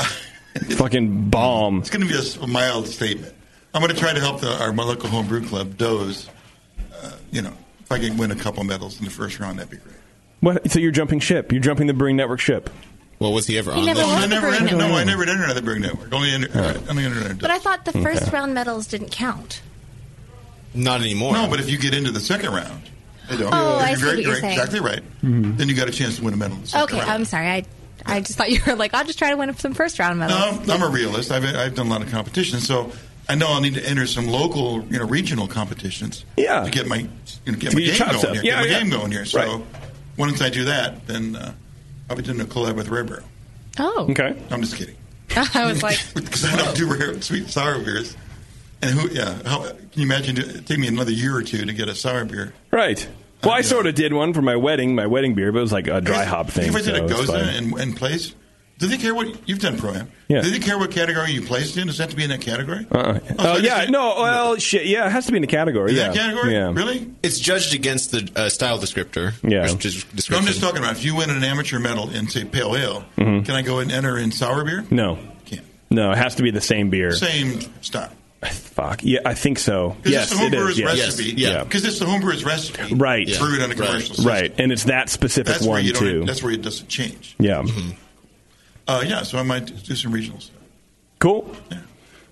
Speaker 7: fucking bomb.
Speaker 9: it's going to be a s- a mild statement. I'm going to try to help the, our my local homebrew club, Doe's. Uh, you know, if I can win a couple medals in the first round, that'd be great.
Speaker 7: What? So you're jumping ship? You're jumping the Brewing Network ship?
Speaker 8: Well, was he ever
Speaker 11: He
Speaker 8: on?
Speaker 11: never
Speaker 8: that?
Speaker 11: was.
Speaker 9: I
Speaker 11: the
Speaker 9: never
Speaker 11: Brewing
Speaker 9: entered, no,
Speaker 11: Network.
Speaker 9: I never entered another brewing network. Only entered, only entered another.
Speaker 12: But I thought the first round medals didn't count.
Speaker 8: Not anymore.
Speaker 9: no, but if you get into the second round, They don't.
Speaker 11: Oh, I
Speaker 9: You're
Speaker 11: see
Speaker 9: very-
Speaker 11: what you're
Speaker 9: you're
Speaker 11: saying.
Speaker 9: Exactly right. Then you got a chance to win a medal.
Speaker 11: Okay, I'm sorry. I I just thought you were like, I'll just try to win some first round
Speaker 9: No,
Speaker 11: medals.
Speaker 9: I'm, I'm a realist. I've, I've done a lot of competitions, so I know I'll need to enter some local, you know, regional competitions. Yeah. To get my, you know, get
Speaker 7: To get
Speaker 9: my
Speaker 7: your
Speaker 9: game
Speaker 7: chops
Speaker 9: going
Speaker 7: up.
Speaker 9: here.
Speaker 7: Yeah,
Speaker 9: get my
Speaker 7: yeah.
Speaker 9: game going here. So
Speaker 7: Right.
Speaker 9: once I do that, then uh, I'll be doing a collab with Rare Barrel.
Speaker 11: Oh.
Speaker 7: Okay.
Speaker 9: I'm just kidding
Speaker 11: I was like,
Speaker 9: because I don't do rare sweet sour beers. And who? Yeah. How, can you imagine? It take me another year or two to get a sour beer.
Speaker 7: Right. Well, I sort of did one for my wedding, my wedding beer, but it was like a dry hop thing.
Speaker 9: If I did
Speaker 7: so
Speaker 9: a
Speaker 7: it's
Speaker 9: Goza
Speaker 7: fine.
Speaker 9: and, and place, do they care what you've done pro am?
Speaker 7: Yeah.
Speaker 9: Do they care what category you placed in? Does that have to be in that category?
Speaker 7: Uh-uh. Oh, yeah, no, well, shit, yeah, it has to be in the category.
Speaker 9: In
Speaker 7: yeah.
Speaker 9: that category?
Speaker 7: Yeah.
Speaker 9: Really?
Speaker 8: It's judged against the uh, style descriptor.
Speaker 7: Yeah.
Speaker 8: Or just
Speaker 9: No, I'm
Speaker 8: description.
Speaker 9: just talking about if you win an amateur medal in say pale ale,
Speaker 7: Mhm.
Speaker 9: can I go and enter in sour beer?
Speaker 7: No.
Speaker 9: Can't.
Speaker 7: No, it has to be the same beer.
Speaker 9: Same style.
Speaker 7: Fuck. Yeah, I think so.
Speaker 9: Because
Speaker 7: Yes,
Speaker 9: it's the
Speaker 7: it
Speaker 9: homebrewer's
Speaker 7: is. Yes.
Speaker 9: recipe.
Speaker 7: Yeah.
Speaker 9: Because it's the homebrewer's recipe.
Speaker 7: Right.
Speaker 9: Brewed on a commercial system.
Speaker 7: Right, and it's that specific
Speaker 9: That's where
Speaker 7: one
Speaker 9: you don't.
Speaker 7: too.
Speaker 9: That's where Mm-hmm. it doesn't change.
Speaker 7: yeah.
Speaker 9: Uh, yeah. So I might do some regional stuff.
Speaker 7: Cool.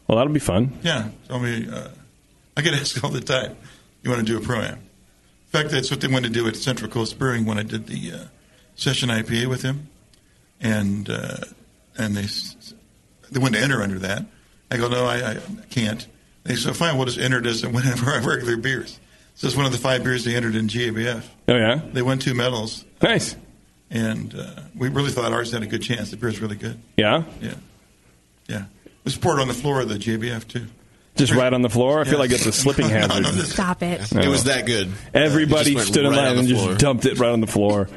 Speaker 7: Well, that'll be fun.
Speaker 9: Yeah. So I mean, uh, I get asked all the time, "You want to do a pro am?" In fact, that's what they wanted to do at Central Coast Brewing when I did the uh, session IPA with him, and uh, and they s- they wanted to enter under that. I go, "No, I, I can't." They said, "Fine, we'll just enter it as one of our regular beers." So it's one of the five beers they entered in GABF.
Speaker 7: Oh yeah.
Speaker 9: They won two medals.
Speaker 7: Nice.
Speaker 9: And uh, we really thought ours had a good chance. The beer's really good.
Speaker 7: Yeah.
Speaker 9: Yeah. Yeah. It was poured on the floor of the JBF, too.
Speaker 7: Just right on the floor. I feel
Speaker 9: Yeah.
Speaker 7: like it's a slipping
Speaker 9: No,
Speaker 7: hazard.
Speaker 9: no, this-
Speaker 11: stop it.
Speaker 7: No.
Speaker 8: good.
Speaker 7: Everybody
Speaker 9: It just went
Speaker 7: stood in
Speaker 9: right
Speaker 7: line
Speaker 9: on the
Speaker 7: and
Speaker 9: floor.
Speaker 7: just dumped it right on the floor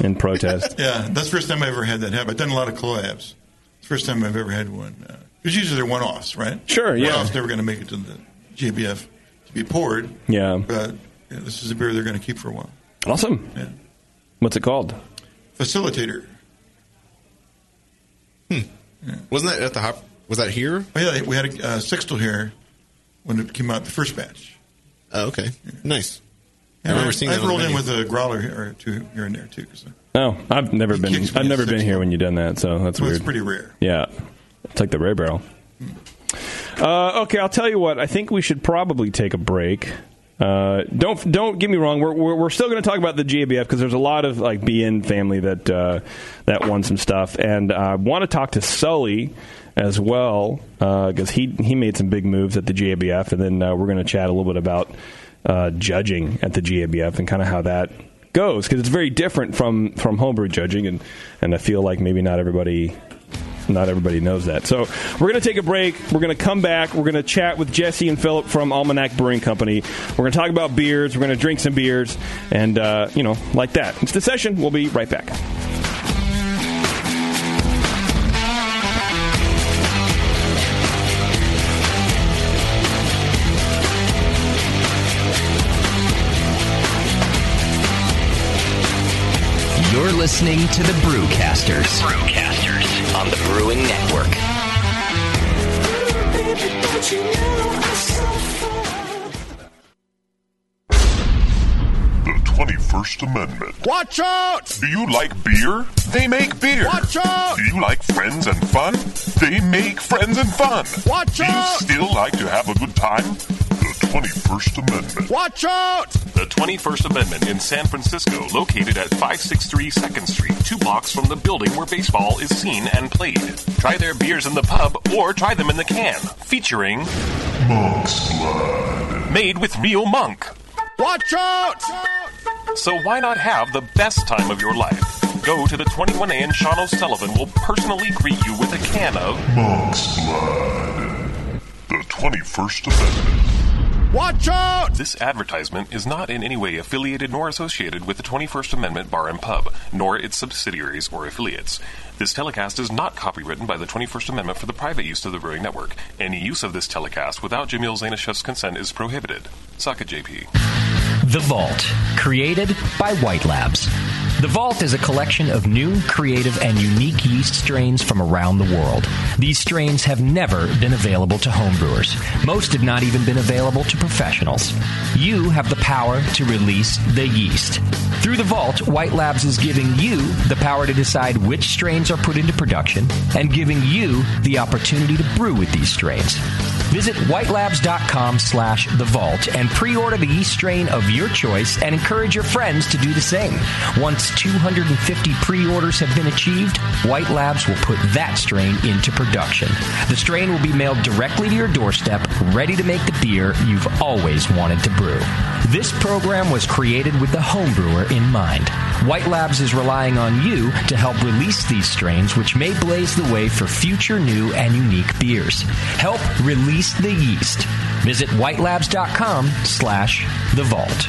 Speaker 7: in protest.
Speaker 9: Yeah. That's the first time I ever had that happen. I've done a lot of collabs. It's the first time I've ever had one. Because usually they're one offs, right?
Speaker 7: Sure, yeah.
Speaker 9: One offs never going to make it to the JBF to be poured.
Speaker 7: Yeah.
Speaker 9: But yeah, this is a beer they're going to keep for a while.
Speaker 7: Awesome.
Speaker 9: Yeah.
Speaker 7: What's it called?
Speaker 9: Facilitator.
Speaker 8: Hmm. Wasn't that at the hop? Was that here?
Speaker 9: Oh, yeah. We had a uh, Sextal here when it came out, the first batch.
Speaker 8: Oh, okay. Nice. I
Speaker 9: Yeah,
Speaker 8: remember
Speaker 9: I've-
Speaker 8: seeing that
Speaker 9: I've
Speaker 8: on the
Speaker 9: rolled in
Speaker 8: menu.
Speaker 9: with a growler here, or two here and there, too. 'cause
Speaker 7: Oh, I've never been. I've never been here when you've done that, so that's
Speaker 9: Well,
Speaker 7: weird.
Speaker 9: it's pretty rare.
Speaker 7: Yeah, it's like the rare barrel. Uh, okay, I'll tell you what. I think we should probably take a break. Uh, don't don't get me wrong. We're we're, we're still going to talk about the GABF because there's a lot of like BN family that uh, that won some stuff, and I want to talk to Sully as well because he he made some big moves at the GABF, and then uh, we're going to chat a little bit about uh, judging at the GABF and kind of how that goes because it's very different from from homebrew judging, and and I feel like maybe not everybody not everybody knows that. So we're going to take a break. We're going to come back. We're going to chat with Jesse and Philip from Almanac Brewing Company. We're going to talk about beers. We're going to drink some beers, and uh, you know, like that. It's the session. We'll be right back.
Speaker 3: You're listening to the Brewcasters. Brewcasters on the Brewing Network.
Speaker 12: The 21st Amendment. Watch out! Do you like beer? They make beer. Watch out! Do you like friends and fun? They make friends and fun. Watch Do out! you still like to have a good time? The 21st Amendment. Watch out!
Speaker 13: The 21st Amendment in San Francisco, located at 563 2nd Street, two blocks from the building where baseball is seen and played. Try their beers in the pub or try them in the can, featuring
Speaker 12: Monk's blood.
Speaker 13: Made with Real Monk. Watch out! So why not have the best time of your life? Go to the 21A and Sean O'Sullivan will personally greet you with a can of
Speaker 12: Monk's blood. The 21st Amendment.
Speaker 13: Watch out! This advertisement is not in any way affiliated nor associated with the 21st Amendment Bar and Pub, nor its subsidiaries or affiliates. This telecast is not copywritten by the 21st Amendment for the private use of the Brewing Network. Any use of this telecast without Jamil Zainashev's consent is prohibited. Suck it, JP.
Speaker 3: The Vault, created by White Labs. The Vault is a collection of new, creative, and unique yeast strains from around the world. These strains have never been available to homebrewers. Most have not even been available to professionals. You have the power to release the yeast. Through the Vault, White Labs is giving you the power to decide which strains are put into production and giving you the opportunity to brew with these strains. Visit whitelabs.com slash the vault and pre-order the yeast strain of your choice and encourage your friends to do the same. Once 250 pre-orders have been achieved, White Labs will put that strain into production. The strain will be mailed directly to your doorstep, ready to make the beer you've always wanted to brew. This program was created with the homebrewer in mind. White Labs is relying on you to help release these strains, which may blaze the way for future new and unique beers. Help release the yeast. Visit whitelabs.com slash the vault.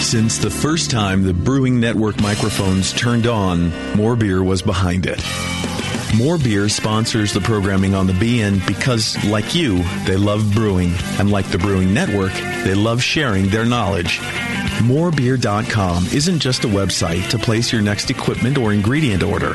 Speaker 1: Since the first time the Brewing Network microphones turned on, More Beer was behind it. More Beer sponsors the programming on the BN because, like you, they love brewing, and like the Brewing Network, they love sharing their knowledge. Morebeer.com isn't just a website to place your next equipment or ingredient order.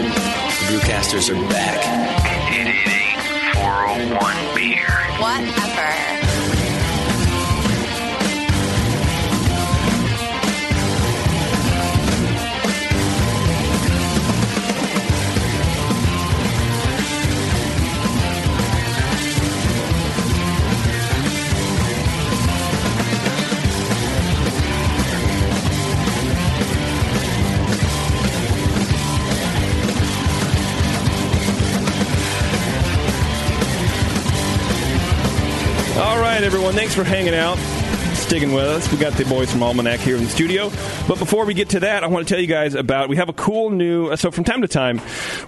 Speaker 14: Brewcasters are back. It ain't 401 beer.
Speaker 15: Uh,
Speaker 16: Whatever.
Speaker 7: All right, everyone. Thanks for hanging out, sticking with us. We got the boys from Almanac here in the studio. But before we get to that, I want to tell you guys about we have a cool new. uh, So from time to time,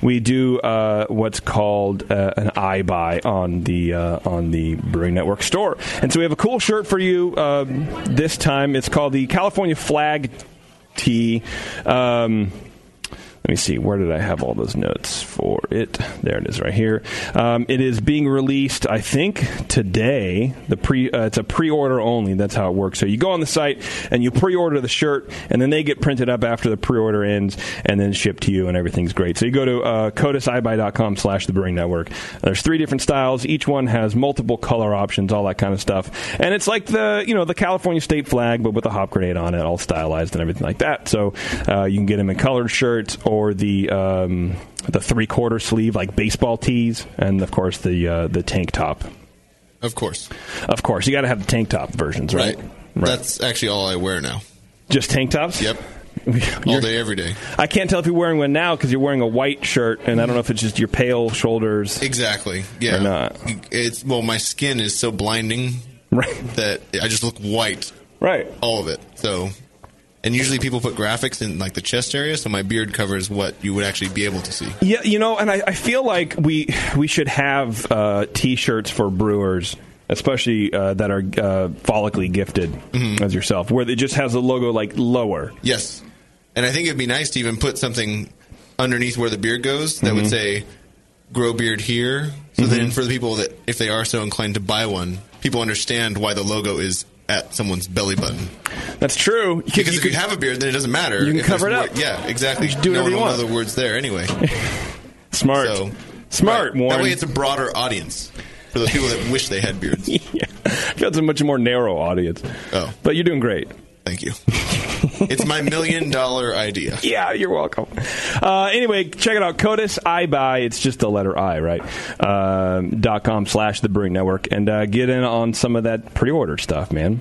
Speaker 7: we do uh, what's called uh, an I buy on the uh, on the Brewing Network store, and so we have a cool shirt for you uh, this time. It's called the California Flag Tee. Um, let Let me see. Where did I have all those notes for it? There it is, right here. Um, it is being released, I think, today. The pre uh, it's a pre-order only. That's how it works. So you go on the site and you pre-order the shirt, and then they get printed up after the pre-order ends, and then shipped to you, and everything's great. So you go to uh, codisibuy.com slash the Brewing Network. There's three different styles. Each one has multiple color options, all that kind of stuff. And it's like the you know the California state flag, but with a hop grenade on it, all stylized and everything like that. So uh, you can get them in colored shirts or the um, the three quarter sleeve like baseball tees, and of course the uh, the tank top.
Speaker 8: Of course,
Speaker 7: Of course, you got to have the tank top versions, right?
Speaker 8: Right. That's actually all I wear now.
Speaker 7: Just tank tops. Yep.
Speaker 8: all day, every day.
Speaker 7: I can't tell if you're wearing one now because you're wearing a white shirt, and I don't know if it's just your pale shoulders.
Speaker 8: Exactly. Yeah.
Speaker 7: Or not.
Speaker 8: It's well, my skin is so blinding that I just look white.
Speaker 7: Right.
Speaker 8: All of it. So, and usually people put graphics in like the chest area, so my beard covers what you would actually be able to see.
Speaker 7: Yeah, you know, and I, I feel like we we should have uh, t-shirts for brewers, especially uh, that are uh, follically gifted as yourself, where it just has the logo like lower.
Speaker 8: Yes. And I think it'd be nice to even put something underneath where the beard goes that would
Speaker 7: Mhm.
Speaker 8: say grow beard here. So then
Speaker 7: Mhm.
Speaker 8: for the people that if they are so inclined to buy one, people understand why the logo is at someone's belly button.
Speaker 7: That's true.
Speaker 8: Because if you have a beard, then it doesn't matter.
Speaker 7: You can
Speaker 8: if
Speaker 7: cover
Speaker 8: there's
Speaker 7: it up.
Speaker 8: more- Yeah, exactly.
Speaker 7: You should do whatever
Speaker 8: no one
Speaker 7: you
Speaker 8: will
Speaker 7: want.
Speaker 8: know the words there anyway.
Speaker 7: Smart. Smart, Warren.
Speaker 8: That way it's a broader audience for those people that wish they had beards.
Speaker 7: yeah. That's a much more narrow audience.
Speaker 8: Oh.
Speaker 7: But you're doing great.
Speaker 8: Thank you. it's my million dollar idea.
Speaker 7: Yeah, you're welcome. Uh, anyway, check it out. CODIS I buy. It's just the letter I, right? Um, dot com slash the Brewing Network, and uh, get in on some of that pre-order stuff, man.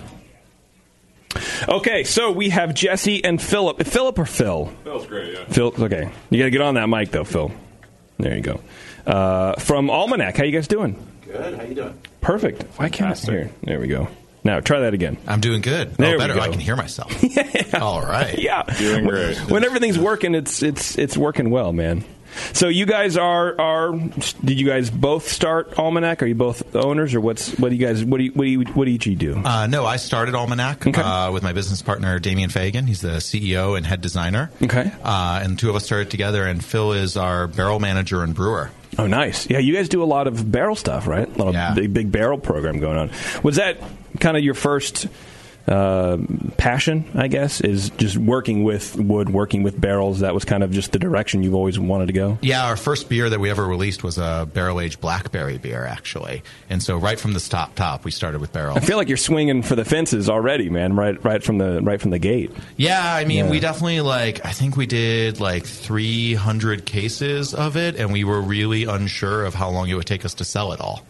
Speaker 7: Okay, so we have Jesse and Philip. Philip or Phil?
Speaker 13: Phil's great, yeah.
Speaker 7: Phil. Okay, you got to get on that mic though, Phil. There you go. Uh, from Almanac, how you guys doing?
Speaker 16: Good. How you doing?
Speaker 7: Perfect. Why can't I hear? There we go. Now try that again.
Speaker 16: I'm doing good.
Speaker 7: There
Speaker 16: oh,
Speaker 7: we
Speaker 16: better.
Speaker 7: go.
Speaker 16: I can hear myself. All right.
Speaker 7: Yeah. When everything's working, it's it's it's working well, man. So you guys are are did you guys both start Almanac? Are you both owners or what's what do you guys what do you, what do you, what each you do?
Speaker 16: Uh, no, I started Almanac uh, with my business partner Damian Fagan. He's the CEO and head designer.
Speaker 7: Okay.
Speaker 16: Uh, and the two of us started together, and Phil is our barrel manager and brewer.
Speaker 7: Oh, nice. Yeah, you guys do a lot of barrel stuff, right? A lot of big, big barrel program going on. Was that kind of your first uh, passion? I guess is just working with wood, working with barrels. That was kind of just the direction you've always wanted to go.
Speaker 16: Yeah, our first beer that we ever released was a barrel aged blackberry beer, actually. And so, right from the top, top, we started with barrel.
Speaker 7: I feel like you're swinging for the fences already, man. Right, right from the right from the gate.
Speaker 16: Yeah, I mean,
Speaker 7: Yeah.
Speaker 16: we definitely like. I think we did like 300 cases of it, and we were really unsure of how long it would take us to sell it all.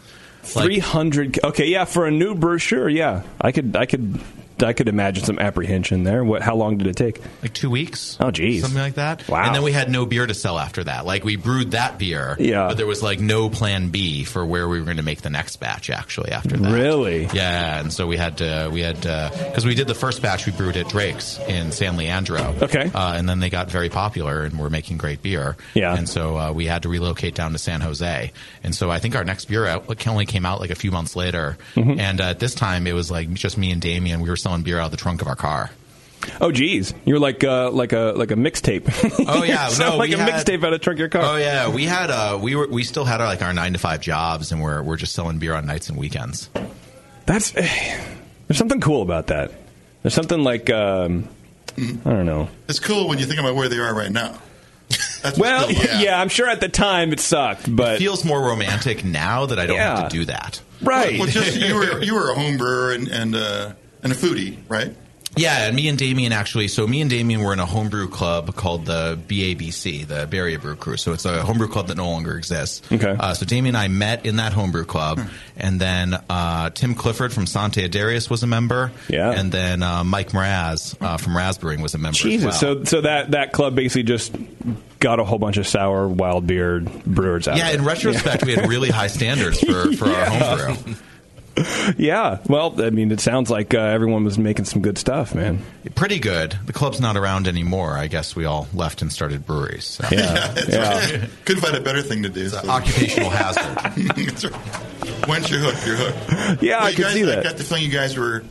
Speaker 16: Like-
Speaker 7: Three hundred. Okay, yeah, for a new brochure, yeah, I could, I could, I could imagine some apprehension there. What? How long did it take?
Speaker 16: Like two weeks.
Speaker 7: Oh, geez,
Speaker 16: something like that.
Speaker 7: Wow.
Speaker 16: And then we had no beer to sell after that. Like we brewed that beer,
Speaker 7: Yeah.
Speaker 16: But there was like no plan B for where we were going to make the next batch. Actually, after that,
Speaker 7: really,
Speaker 16: yeah. And so we had to, we had because we did the first batch we brewed at Drake's in San Leandro, okay, uh, and then they got very popular and were making great beer, yeah. And so uh, we had to relocate down to San Jose, and so I think our next beer out only came out like a few months later,
Speaker 7: Mhm.
Speaker 16: and uh, at this time it was like just me and Damien. We were selling beer out of the trunk of our car.
Speaker 7: Oh, geez, you're like, uh, like a, like a mixtape.
Speaker 16: Oh yeah,
Speaker 7: Sound
Speaker 16: no,
Speaker 7: like
Speaker 16: we
Speaker 7: a
Speaker 16: had-
Speaker 7: mixtape out of trunk of your car.
Speaker 16: Oh yeah, we had uh, we were we still had our, like our nine to five jobs, and we're we're just selling beer on nights and weekends.
Speaker 7: That's there's something cool about that. There's something like um, I don't know.
Speaker 9: It's cool when you think about where they are right now.
Speaker 7: well, yeah. I'm sure at the time it sucked, but it
Speaker 16: feels more romantic now that I don't have to do that.
Speaker 9: Well, just you were you were a home brewer and and, uh, and a foodie, right?
Speaker 16: Yeah, and me and Damien actually. So me and Damien were in a homebrew club called the BABC, the Barrier Brew Crew. So it's a homebrew club that no longer exists. Okay. Hmm. Uh, so Damien and I met in that homebrew club, and then uh, Tim Clifford from Sante Adarius was a member. Yeah. And then uh, Mike Mraz uh, from Raspberrying was a member. as
Speaker 7: Jesus.
Speaker 16: well.
Speaker 7: So, so that that club basically just got a whole bunch of sour wild beer brewers out.
Speaker 16: yeah,
Speaker 7: of it.
Speaker 16: in retrospect, we had really high standards for, for our homebrew.
Speaker 7: yeah. Well, I mean, it sounds like uh, everyone was making some good stuff, man.
Speaker 16: Pretty good. The club's not around anymore. I guess we all left and started breweries. so.
Speaker 7: Yeah,
Speaker 9: Couldn't find a better thing to do. so.
Speaker 16: occupational hazard.
Speaker 9: That's right. Once you're hooked, you're hooked.
Speaker 7: Yeah, I
Speaker 9: you
Speaker 7: can
Speaker 9: guys,
Speaker 7: see that.
Speaker 9: I got the feeling you guys were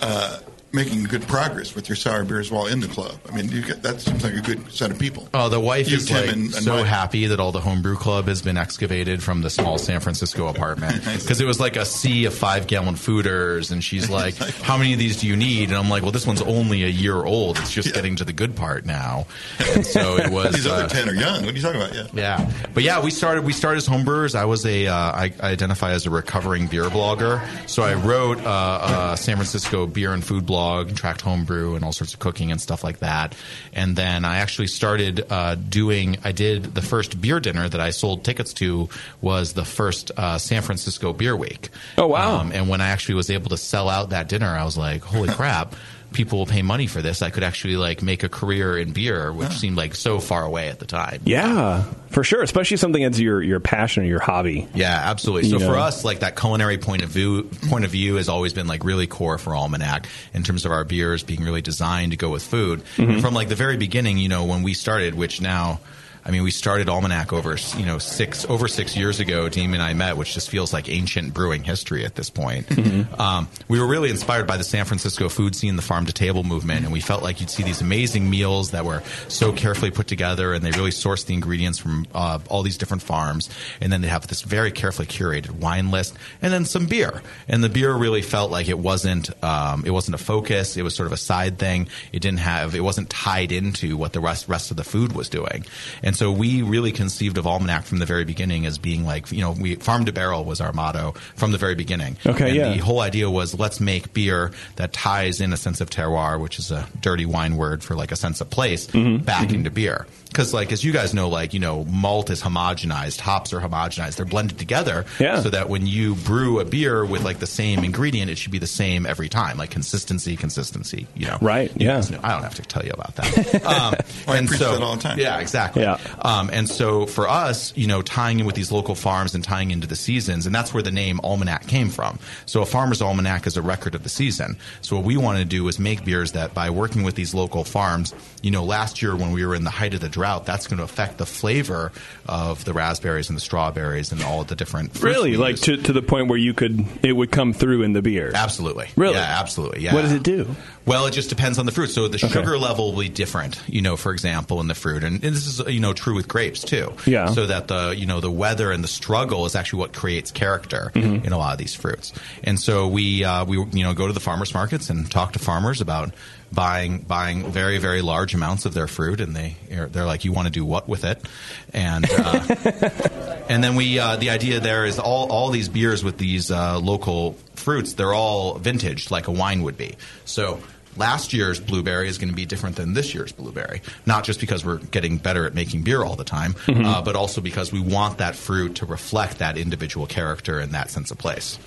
Speaker 9: uh, making good progress with your sour beers while in the club. I mean, you get, that seems like a good set of people.
Speaker 16: Oh, the wife
Speaker 9: You,
Speaker 16: is
Speaker 9: Tim,
Speaker 16: like
Speaker 9: and- and
Speaker 16: so
Speaker 9: Mike.
Speaker 16: happy that all the homebrew club has been excavated from the small San Francisco apartment because it was like a sea of five gallon fooders, and she's like, "How many of these do you need?" And I'm like, "Well, this one's only a year old. It's just getting to the good part now." And so it was.
Speaker 9: These other
Speaker 16: uh,
Speaker 9: ten are young. What are you talking about? Yeah.
Speaker 16: yeah, but yeah, we started. We started as homebrewers. I was a. Uh, I, I identify as a recovering beer blogger, so I wrote uh, a San Francisco beer and food blog, tracked homebrew and all sorts of cooking and stuff like that. And then I actually started uh, doing. I did the first beer dinner that I sold tickets to was the first uh, San Francisco Beer Week. Oh wow! Um, and when I actually was able to sell out that dinner, I was like, holy crap. People will pay money for this. I could actually like make a career in beer, which seemed like so far away at the time.
Speaker 7: Yeah, for sure. Especially something that's your your passion or your hobby.
Speaker 16: Yeah, absolutely. So
Speaker 7: You know?
Speaker 16: for us, like that culinary point of view point of view has always been like really core for Almanac in terms of our beers being really designed to go with food.
Speaker 17: Mhm.
Speaker 16: And from like the very beginning, you know, when we started, which now. I mean, we started Almanac over, you know, six over six years ago. Dean and I met, which just feels like ancient brewing history at this point.
Speaker 18: Mm-hmm.
Speaker 16: Um, we were really inspired by the San Francisco food scene, the farm to table movement, and we felt like you'd see these amazing meals that were so carefully put together, and they really sourced the ingredients from uh, all these different farms, and then they have this very carefully curated wine list, and then some beer. And the beer really felt like it wasn't um, it wasn't a focus; it was sort of a side thing. It didn't have it wasn't tied into what the rest rest of the food was doing. And so we really conceived of Almanac from the very beginning as being like you know we farm to barrel was our motto from the very beginning.
Speaker 7: Okay,
Speaker 16: And
Speaker 7: yeah.
Speaker 16: The whole idea was let's make beer that ties in a sense of terroir, which is a dirty wine word for like a sense of place, back into beer. Because like as you guys know, like you know, malt is homogenized, hops are homogenized, they're blended together,
Speaker 7: Yeah.
Speaker 16: so that when you brew a beer with like the same ingredient, it should be the same every time, like consistency, consistency. You know, right? Yeah. I don't have to tell you about that. Um,
Speaker 9: I
Speaker 16: and
Speaker 9: preach
Speaker 16: so
Speaker 9: that all the time.
Speaker 16: yeah, exactly. Yeah. Um, and so for us, you know, tying in with these local farms and tying into the seasons, and that's where the name Almanac came from. So a farmer's almanac is a record of the season. So what we wanted to do was make beers that by working with these local farms, you know, last year when we were in the height of the drought, that's going to affect the flavor of the raspberries and the strawberries and all the different fruits
Speaker 7: Really,
Speaker 16: we
Speaker 7: like to, to the point where you could it would come through in the beer.
Speaker 16: Absolutely.
Speaker 7: Really?
Speaker 16: Yeah, absolutely. Yeah.
Speaker 7: What does it do?
Speaker 16: Well, it just depends on the fruit. So the sugar level will be different, you know, for example, in the fruit. And, and this is, you know, true with grapes too.
Speaker 7: Yeah.
Speaker 16: So that the, you know, the weather and the struggle is actually what creates character
Speaker 7: Mm-hmm.
Speaker 16: in a lot of these fruits. And so we, uh, we, you know, go to the farmers markets and talk to farmers about buying, buying very, very large amounts of their fruit. And they, they're like, you want to do what with it? And, uh, and then we uh, the idea there is all all these beers with these uh, local fruits they're all vintage like a wine would be so last year's blueberry is going to be different than this year's blueberry not just because we're getting better at making beer all the time
Speaker 7: Mhm.
Speaker 16: uh, but also because we want that fruit to reflect that individual character and that sense of place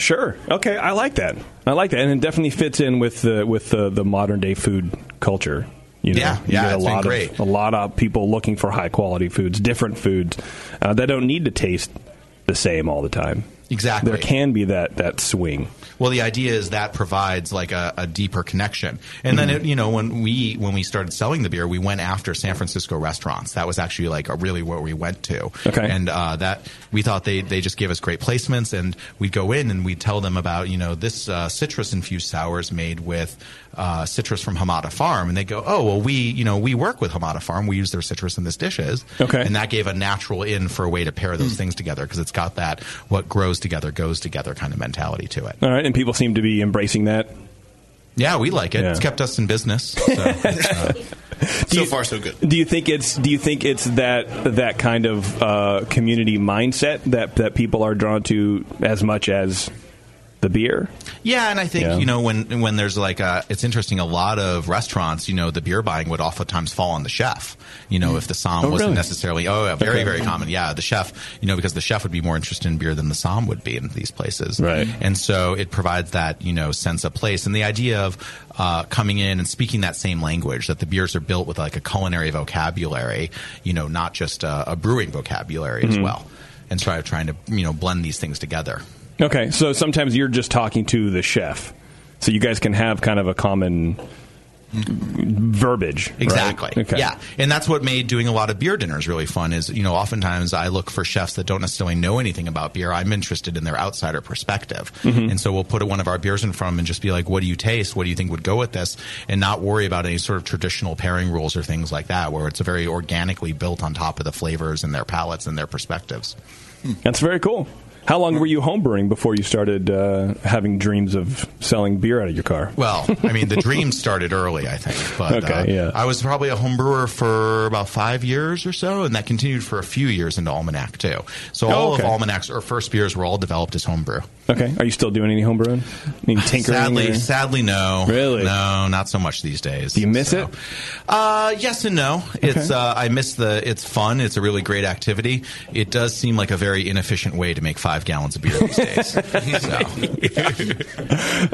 Speaker 7: Sure. Okay, I like that. I like that, and it definitely fits in with the with the, the modern day food culture. You know,
Speaker 16: Yeah,
Speaker 7: You
Speaker 16: yeah,
Speaker 7: get a
Speaker 16: it's been
Speaker 7: lot
Speaker 16: great.
Speaker 7: of a lot of people looking for high quality foods, different foods uh, that don't need to taste the same all the time.
Speaker 16: Exactly.
Speaker 7: There can be that that swing.
Speaker 16: Well, the idea is that provides like a, a deeper connection. And then, it, you know, when we when we started selling the beer, we went after San Francisco restaurants. That was actually like a really where we went to. Okay. And uh, that we thought they they just gave us great placements, and we'd go in and we'd tell them about you know this uh, citrus infused sour is made with uh, citrus from Hamada Farm, and they go, oh well, we you know we work with Hamada Farm, we use their citrus in this dishes. Okay. Mm. And that gave a natural in for a way to pair those things together because it's got that what grows together goes together kind of mentality to it.
Speaker 7: All right, and people seem to be embracing that.
Speaker 16: Yeah, we like it. It's kept us in business. So, uh,
Speaker 7: so far,
Speaker 8: so good.
Speaker 7: Do you think it's Do you think it's that that kind of uh, community mindset that that people are drawn to as much as the beer?
Speaker 16: yeah, and I think
Speaker 7: Yeah.
Speaker 16: you know when when there's like a, it's interesting. A lot of restaurants, you know, the beer buying would oftentimes fall on the chef. You know, if the som
Speaker 7: Oh,
Speaker 16: wasn't
Speaker 7: really?
Speaker 16: necessarily oh, yeah, very
Speaker 7: Okay.
Speaker 16: very common. Yeah, the chef, you know, because the chef would be more interested in beer than the som would be in these places. Right, and so it provides that you know sense of place and the idea of uh, coming in and speaking that same language that the beers are built with like a culinary vocabulary, you know, not just a, a brewing vocabulary as
Speaker 7: Mhm.
Speaker 16: well. And so I'm trying to you know blend these things together.
Speaker 7: Okay, so sometimes you're just talking to the chef, so you guys can have kind of a common verbiage. right?
Speaker 16: Exactly.
Speaker 7: Okay.
Speaker 16: Yeah, and that's what made doing a lot of beer dinners really fun. Is you know, oftentimes I look for chefs that don't necessarily know anything about beer. I'm interested in their outsider perspective,
Speaker 7: Mm-hmm.
Speaker 17: Mhm.
Speaker 16: and so we'll put one of our beers in front of 'em and just be like, "What do you taste? What do you think would go with this?" And not worry about any sort of traditional pairing rules or things like that, where it's very organically built on top of the flavors and their palates and their perspectives.
Speaker 7: That's very cool. How long were you homebrewing before you started uh, having dreams of selling beer out of your car?
Speaker 16: Well, I mean, the dream started early, I think. But
Speaker 7: Okay,
Speaker 16: uh,
Speaker 7: yeah.
Speaker 16: I was probably a home brewer for about five years or so, and that continued for a few years into Almanac too. So
Speaker 7: Oh,
Speaker 16: all
Speaker 7: okay.
Speaker 16: of Almanac's or first beers were all developed as homebrew.
Speaker 7: Okay. Are you still doing any homebrewing? I mean, tinkering?
Speaker 16: Sadly,
Speaker 7: or-
Speaker 16: sadly, no. Really? No, not so much these days. Do you miss it? Uh, yes and no. It's uh, I miss the. It's fun. It's a really great activity. It does seem like a very inefficient way to make five gallons of beer these days. so.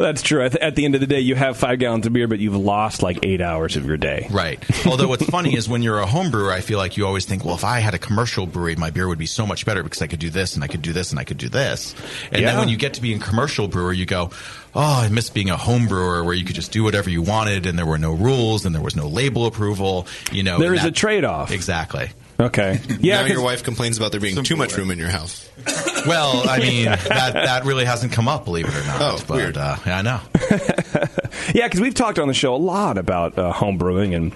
Speaker 7: That's true. At the, at the end of the day, you have five gallons of beer, but you've lost like eight hours of your day.
Speaker 16: Right. Although what's funny is when you're a home brewer, I feel like you always think, well, if I had a commercial brewery, my beer would be so much better because I could do this and I could do this and I could do this. And
Speaker 7: Yeah.
Speaker 16: then when you get to be a commercial brewer, you go, oh, I miss being a home brewer where you could just do whatever you wanted and there were no rules and there was no label approval. You know,
Speaker 7: There
Speaker 16: and
Speaker 7: is a trade-off.
Speaker 16: Exactly.
Speaker 7: Okay. Yeah.
Speaker 8: now
Speaker 7: 'cause-
Speaker 8: your wife complains about there being too much room in your house.
Speaker 16: Well, I mean, that, that really hasn't come up, believe it or not.
Speaker 8: Oh,
Speaker 16: but,
Speaker 8: weird.
Speaker 16: Uh, yeah, I know.
Speaker 7: Yeah, because we've talked on the show a lot about uh, home brewing and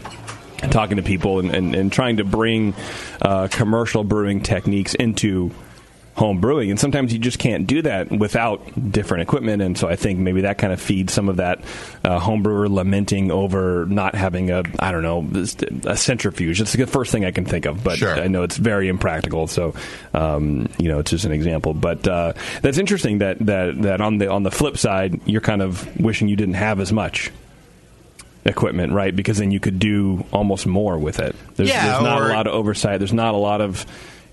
Speaker 7: and talking to people and, and, and trying to bring uh, commercial brewing techniques into home brewing. And sometimes you just can't do that without different equipment. And so I think maybe that kind of feeds some of that uh, home brewer lamenting over not having a, I don't know, this- a centrifuge. It's the first thing I can think of, but I know it's very impractical. So, um, you know, it's just an example. But uh, that's interesting that, that, that on, the, on the flip side, you're kind of wishing you didn't have as much equipment, right? Because then you could do almost more with it. There's,
Speaker 16: Yeah,
Speaker 7: there's not
Speaker 16: or-
Speaker 7: a lot of oversight. There's not a lot of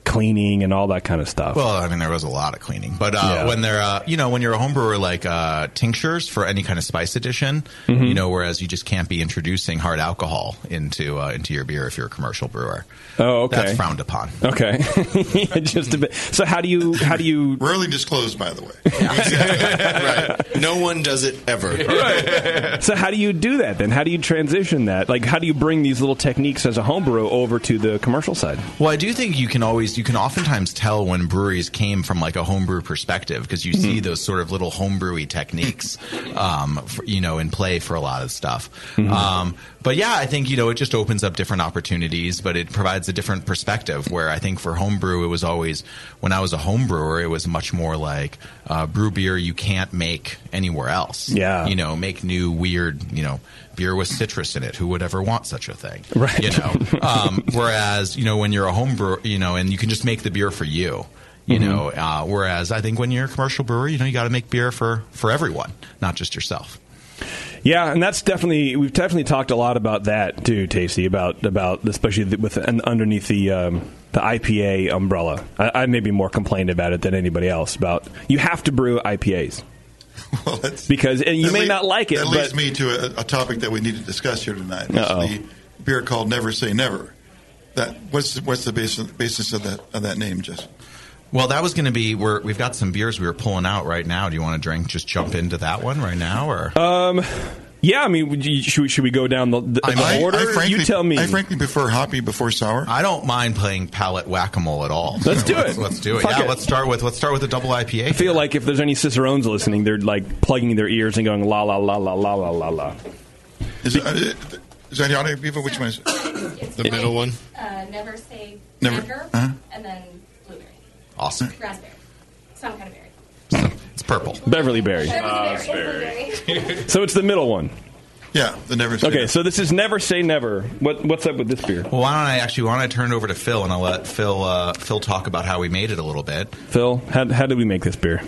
Speaker 7: cleaning and all that kind of stuff.
Speaker 16: Well, I mean, there was a lot of cleaning, but uh,
Speaker 7: Yeah.
Speaker 16: when they're uh, you know when you're a home brewer, like uh, tinctures for any kind of spice addition,
Speaker 7: Mhm.
Speaker 16: you know, whereas you just can't be introducing hard alcohol into uh, into your beer if you're a commercial brewer.
Speaker 7: Oh, okay.
Speaker 16: That's frowned upon.
Speaker 7: Okay, just a bit. So how do you how do you
Speaker 9: rarely disclosed, by the way.
Speaker 8: No one does it ever.
Speaker 7: so how do you do that then? How do you transition that? Like how do you bring these little techniques as a homebrew over to the commercial side?
Speaker 16: Well, I do think you can always, you can oftentimes tell when breweries came from like a homebrew perspective because you see those sort of little homebrewy techniques, um, f you know, in play for a lot of stuff.
Speaker 17: Mhm.
Speaker 16: Um, but yeah, I think, you know, it just opens up different opportunities, but it provides a different perspective where I think for homebrew, it was always, when I was a homebrewer, it was much more like, uh, brew beer you can't make anywhere else.
Speaker 7: Yeah.
Speaker 16: You know, make new weird, you know, beer with citrus in it. Who would ever want such a thing? Right. You know, um, whereas you know when you're a home brewer, you know, and you can just make the beer for you. You
Speaker 17: Mhm.
Speaker 7: Mm-hmm.
Speaker 16: know, uh, whereas I think when you're a commercial brewer, you know, you got to make beer for for everyone, not just yourself.
Speaker 7: Yeah, and that's definitely we've definitely talked a lot about that too, Tasty. About about especially the- with and underneath the um, the IPA umbrella. I, I maybe more complained about it than anybody else. About you have to brew IPAs because and you
Speaker 9: That
Speaker 7: may
Speaker 9: lea-
Speaker 7: not like it,
Speaker 9: That
Speaker 7: but
Speaker 9: leads me to a, a topic that we need to discuss here tonight. It's
Speaker 7: Uh-oh.
Speaker 9: the beer called Never Say Never. That what's what's the basis basis of that of that name, Jess?
Speaker 16: Well, that was going to be we're, we've got some beers we were pulling out right now. Do you want to drink? Just jump into that one right now, or
Speaker 7: um, yeah. I mean, would you- should, we- should we go down the, the, the order? you tell me.
Speaker 9: I frankly prefer hoppy before sour.
Speaker 16: I don't mind playing palate whack a mole at all.
Speaker 7: Let's do
Speaker 16: Let's-
Speaker 7: it.
Speaker 16: Let's do it.
Speaker 7: Fuck
Speaker 16: yeah,
Speaker 7: it.
Speaker 16: let's start with let's start with a double IPA.
Speaker 7: I feel like if there's any cicerones listening, they're like plugging their ears and going la la la la la la la la.
Speaker 9: Is, it, uh, is that the audio people? Which one is it?
Speaker 8: The middle one.
Speaker 15: Uh, never say
Speaker 9: Never-
Speaker 15: never,
Speaker 9: uh-huh.
Speaker 15: and then blueberry,
Speaker 16: Awesome.
Speaker 15: raspberry, some kind of berry.
Speaker 16: It's purple.
Speaker 7: Beverly Berry. Uh, So it's the middle one.
Speaker 9: Yeah, the never.
Speaker 7: okay, so this is never say never. What what's up with this beer?
Speaker 16: Well, why don't I actually why don't I turn it over to Phil and I'll let Phil uh, Phil talk about how we made it a little bit.
Speaker 7: Phil, how, how did we make this beer?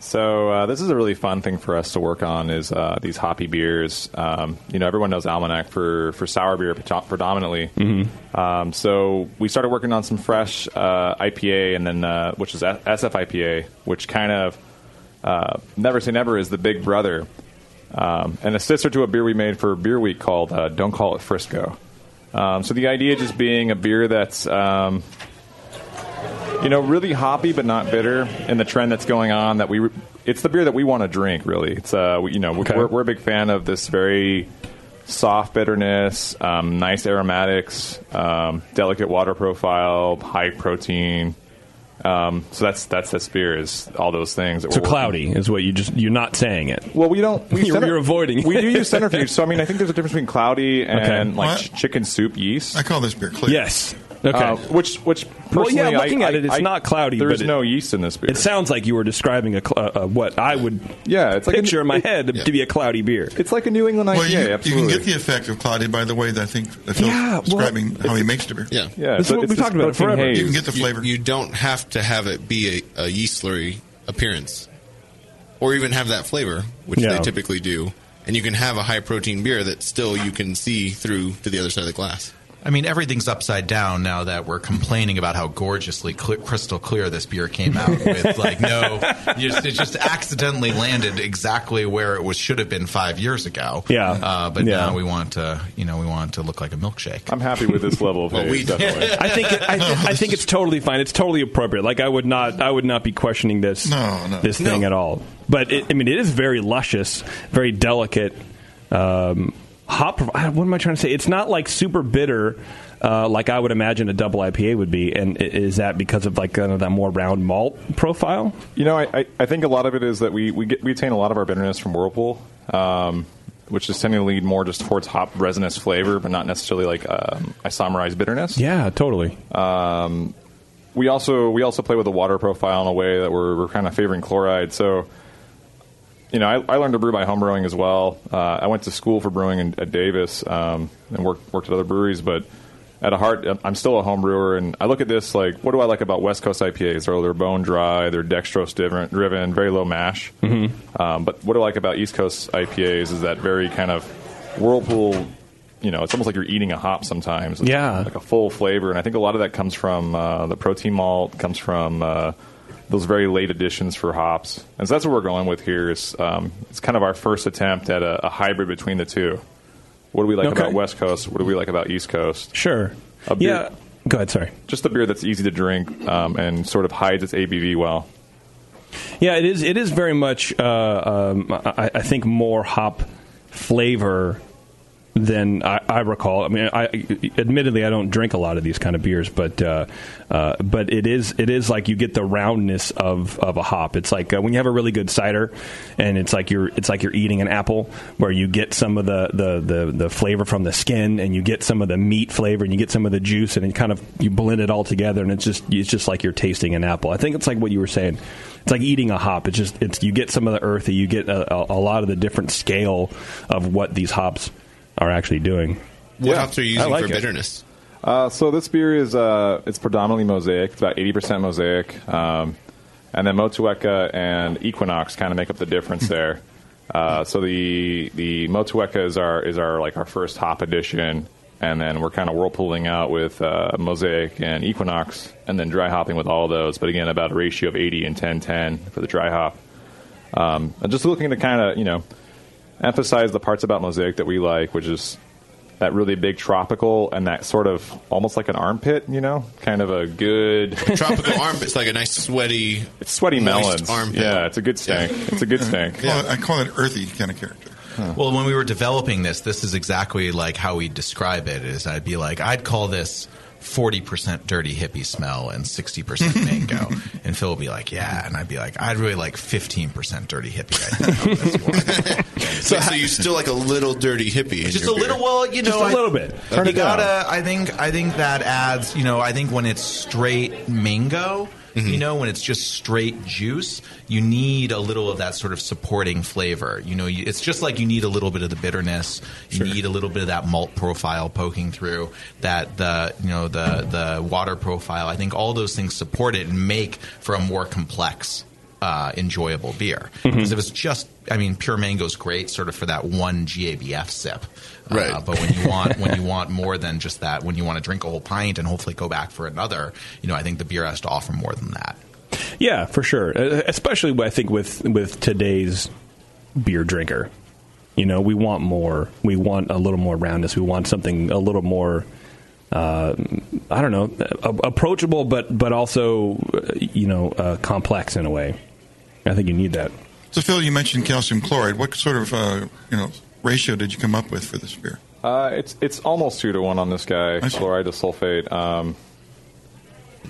Speaker 19: So uh, this is a really fun thing for us to work on is uh, these hoppy beers. Um, you know, everyone knows Almanac for for sour beer predo- predominantly.
Speaker 8: Mm-hmm.
Speaker 19: Um, so we started working on some fresh uh, IPA, and then uh, which is SF IPA, which kind of uh, never say never is the big brother, um, and a sister to a beer we made for Beer Week called uh, Don't Call It Frisco. Um, so the idea just being a beer that's um, you know, really hoppy but not bitter, and the trend that's going on that we it's the beer that we want to drink. Really, it's uh, we- you know, we're we're, we're a big fan of this very soft bitterness, um, nice aromatics, um, delicate water profile, high protein. Um, so that's that's this beer is all those things. That
Speaker 7: So
Speaker 19: we're working-
Speaker 7: cloudy is what you just you're not saying it.
Speaker 19: Well, we don't. We
Speaker 7: you're,
Speaker 19: center-
Speaker 7: you're avoiding.
Speaker 19: We do use centrifuge, so I mean, I think there's a difference between cloudy and
Speaker 7: Okay.
Speaker 19: like
Speaker 7: What?
Speaker 19: ch- chicken soup yeast.
Speaker 9: I call this beer clear.
Speaker 7: Yes. Okay.
Speaker 19: which which
Speaker 7: well, yeah.
Speaker 19: personally, I-
Speaker 7: Looking at
Speaker 19: I-
Speaker 7: it, it's
Speaker 19: I-
Speaker 7: not cloudy.
Speaker 19: there's
Speaker 7: but it-
Speaker 19: no yeast in this beer.
Speaker 7: It sounds like you were describing a cl- uh, uh, what I would
Speaker 19: yeah it's
Speaker 9: like a-
Speaker 7: picture in my
Speaker 9: it-
Speaker 7: head
Speaker 9: yeah.
Speaker 7: to be a cloudy beer.
Speaker 19: It's like a New England
Speaker 9: Well,
Speaker 19: IPA.
Speaker 9: you, you can
Speaker 19: absolutely.
Speaker 9: get the effect of cloudy by the way that I think that Phil's
Speaker 19: Yeah, well,
Speaker 9: describing how he makes the beer.
Speaker 8: Yeah,
Speaker 9: You can get the flavor.
Speaker 8: You, you don't have to have it be a, a yeastlery appearance, or even have that flavor, which
Speaker 7: Yeah.
Speaker 8: they typically do. And you can have a high protein beer that still you can see through to the other side of the glass.
Speaker 16: I mean, everything's upside down now that we're complaining about how gorgeously cl- crystal clear this beer came out with. Like, no, just, it just accidentally landed exactly where it was should have been five years ago.
Speaker 7: Yeah.
Speaker 16: uh, but
Speaker 7: Yeah.
Speaker 16: now we want to, you know, we want it to look like a milkshake.
Speaker 19: I'm happy with this level of Well, haze, we- definitely.
Speaker 7: I think it, I, I think it's totally fine. It's totally appropriate. Like I would not I would not be questioning this
Speaker 9: No, no.
Speaker 7: this thing
Speaker 9: No.
Speaker 7: at all. But it, I mean, it is very luscious, very delicate. Um, hop. I- What am I trying to say? It's not like super bitter. Uh, like I would imagine a double IPA would be, and i- is that because of like kind of that more round malt profile?
Speaker 19: You know, I, I, I think a lot of it is that we we, get, we attain a lot of our bitterness from Whirlpool, um, which is tending to lead more just towards hop resinous flavor, but not necessarily like um, isomerized bitterness.
Speaker 7: Yeah, totally.
Speaker 19: Um, we also we also play with the water profile in a way that we're, we're kind of favoring chloride. So, you know, I, I learned to brew by homebrewing as well. Uh, I went to school for brewing in, at Davis um, and worked worked at other breweries, but at a heart, I'm- I'm still a home brewer, and I look at this like, what do I like about West Coast IPAs? They're, they're bone dry, they're dextrose driven, driven very low mash. Um, but what I like about East Coast IPAs is that very kind of whirlpool. You know, it's almost like you're eating a hop sometimes. It's
Speaker 7: Yeah.
Speaker 19: like a full flavor, and I think a lot of that comes from uh, the protein malt, comes from uh, those very late additions for hops, and so that's what we're going with here. Is um, it's kind of our first attempt at a, a hybrid between the two. What do we like
Speaker 7: Okay.
Speaker 19: about West Coast? What do we like about East Coast?
Speaker 7: Sure.
Speaker 19: A beer-
Speaker 7: Yeah. Go ahead. Sorry.
Speaker 19: Just a beer that's easy to drink um, and sort of hides its ABV well.
Speaker 7: Yeah, it is. It is very much. Uh, um, I, I think more hop flavor than I, I recall. I mean, I admittedly I don't drink a lot of these kind of beers, but uh, uh, but it is it is like you get the roundness of, of a hop. It's like uh, when you have a really good cider, and it's like you're it's like you're eating an apple, where you get some of the, the, the, the flavor from the skin, and you get some of the meat flavor, and you get some of the juice, and you kind of you blend it all together, and it's just it's just like you're tasting an apple. I think it's like what you were saying. It's like eating a hop. It's just it's you get some of the earthy, you get a, a, a lot of the different scale of what these hops are actually doing.
Speaker 8: What
Speaker 19: Yeah,
Speaker 8: hops are you
Speaker 19: I
Speaker 8: using
Speaker 19: like
Speaker 8: for
Speaker 19: it.
Speaker 8: bitterness?
Speaker 19: Uh, so this beer is uh, it's predominantly mosaic. It's about eighty percent mosaic, um, and then Motueka and Equinox kind of make up the difference there. Uh, so the the Motueka is our is our like our first hop edition, and then we're kind of whirlpooling out with uh, mosaic and Equinox, and then dry hopping with all those. But again, about a ratio of eighty and 10-10 for the dry hop. Um, I'm just looking to kind of you know emphasize the parts about mosaic that we like, which is that really big tropical and that sort of almost like an armpit, you know, kind of a good
Speaker 8: tropical armpit. It's like a nice sweaty,
Speaker 19: it's sweaty
Speaker 8: moist
Speaker 19: melons.
Speaker 8: armpit.
Speaker 19: Yeah, it's a good stink. It's a good stink.
Speaker 9: Call it- I call it earthy kind of character.
Speaker 16: Well, when we were developing this, this is exactly like how we describe it. Is I'd be like, I'd call this forty percent dirty hippie smell and sixty percent mango, and Phil would be like, yeah, and I'd be like, I'd really like fifteen percent dirty hippie. I think.
Speaker 8: So, so you still like a little dirty hippie? In
Speaker 16: just a
Speaker 8: your beer.
Speaker 16: little well you know I- you gotta i think i think that adds you know i think when it's straight mango you know when it's just straight juice you need a little of that sort of supporting flavor you know you, it's just like you need a little bit of the bitterness you need a little bit of that malt profile poking through that the you know the the water profile i think all those things support it and make for a more complex uh, enjoyable beer because if it's just I mean pure mango's great sort of for that one GABF sip right uh, but when you want when you want more than just that when you want to drink a whole pint and hopefully go back for another you know I think the beer has to offer more than that
Speaker 7: Yeah, for sure. Uh, Especially I think with with today's beer drinker, you know, we want more. We want a little more roundness. We want something a little more. Uh, I don't know, a- approachable, but but also uh, you know uh, complex in a way. I think you need that.
Speaker 9: So, Phil, you mentioned calcium chloride. What sort of uh, you know ratio did you come up with for this beer?
Speaker 19: Uh, it's it's almost two to one on this guy, chloride to sulfate. Um,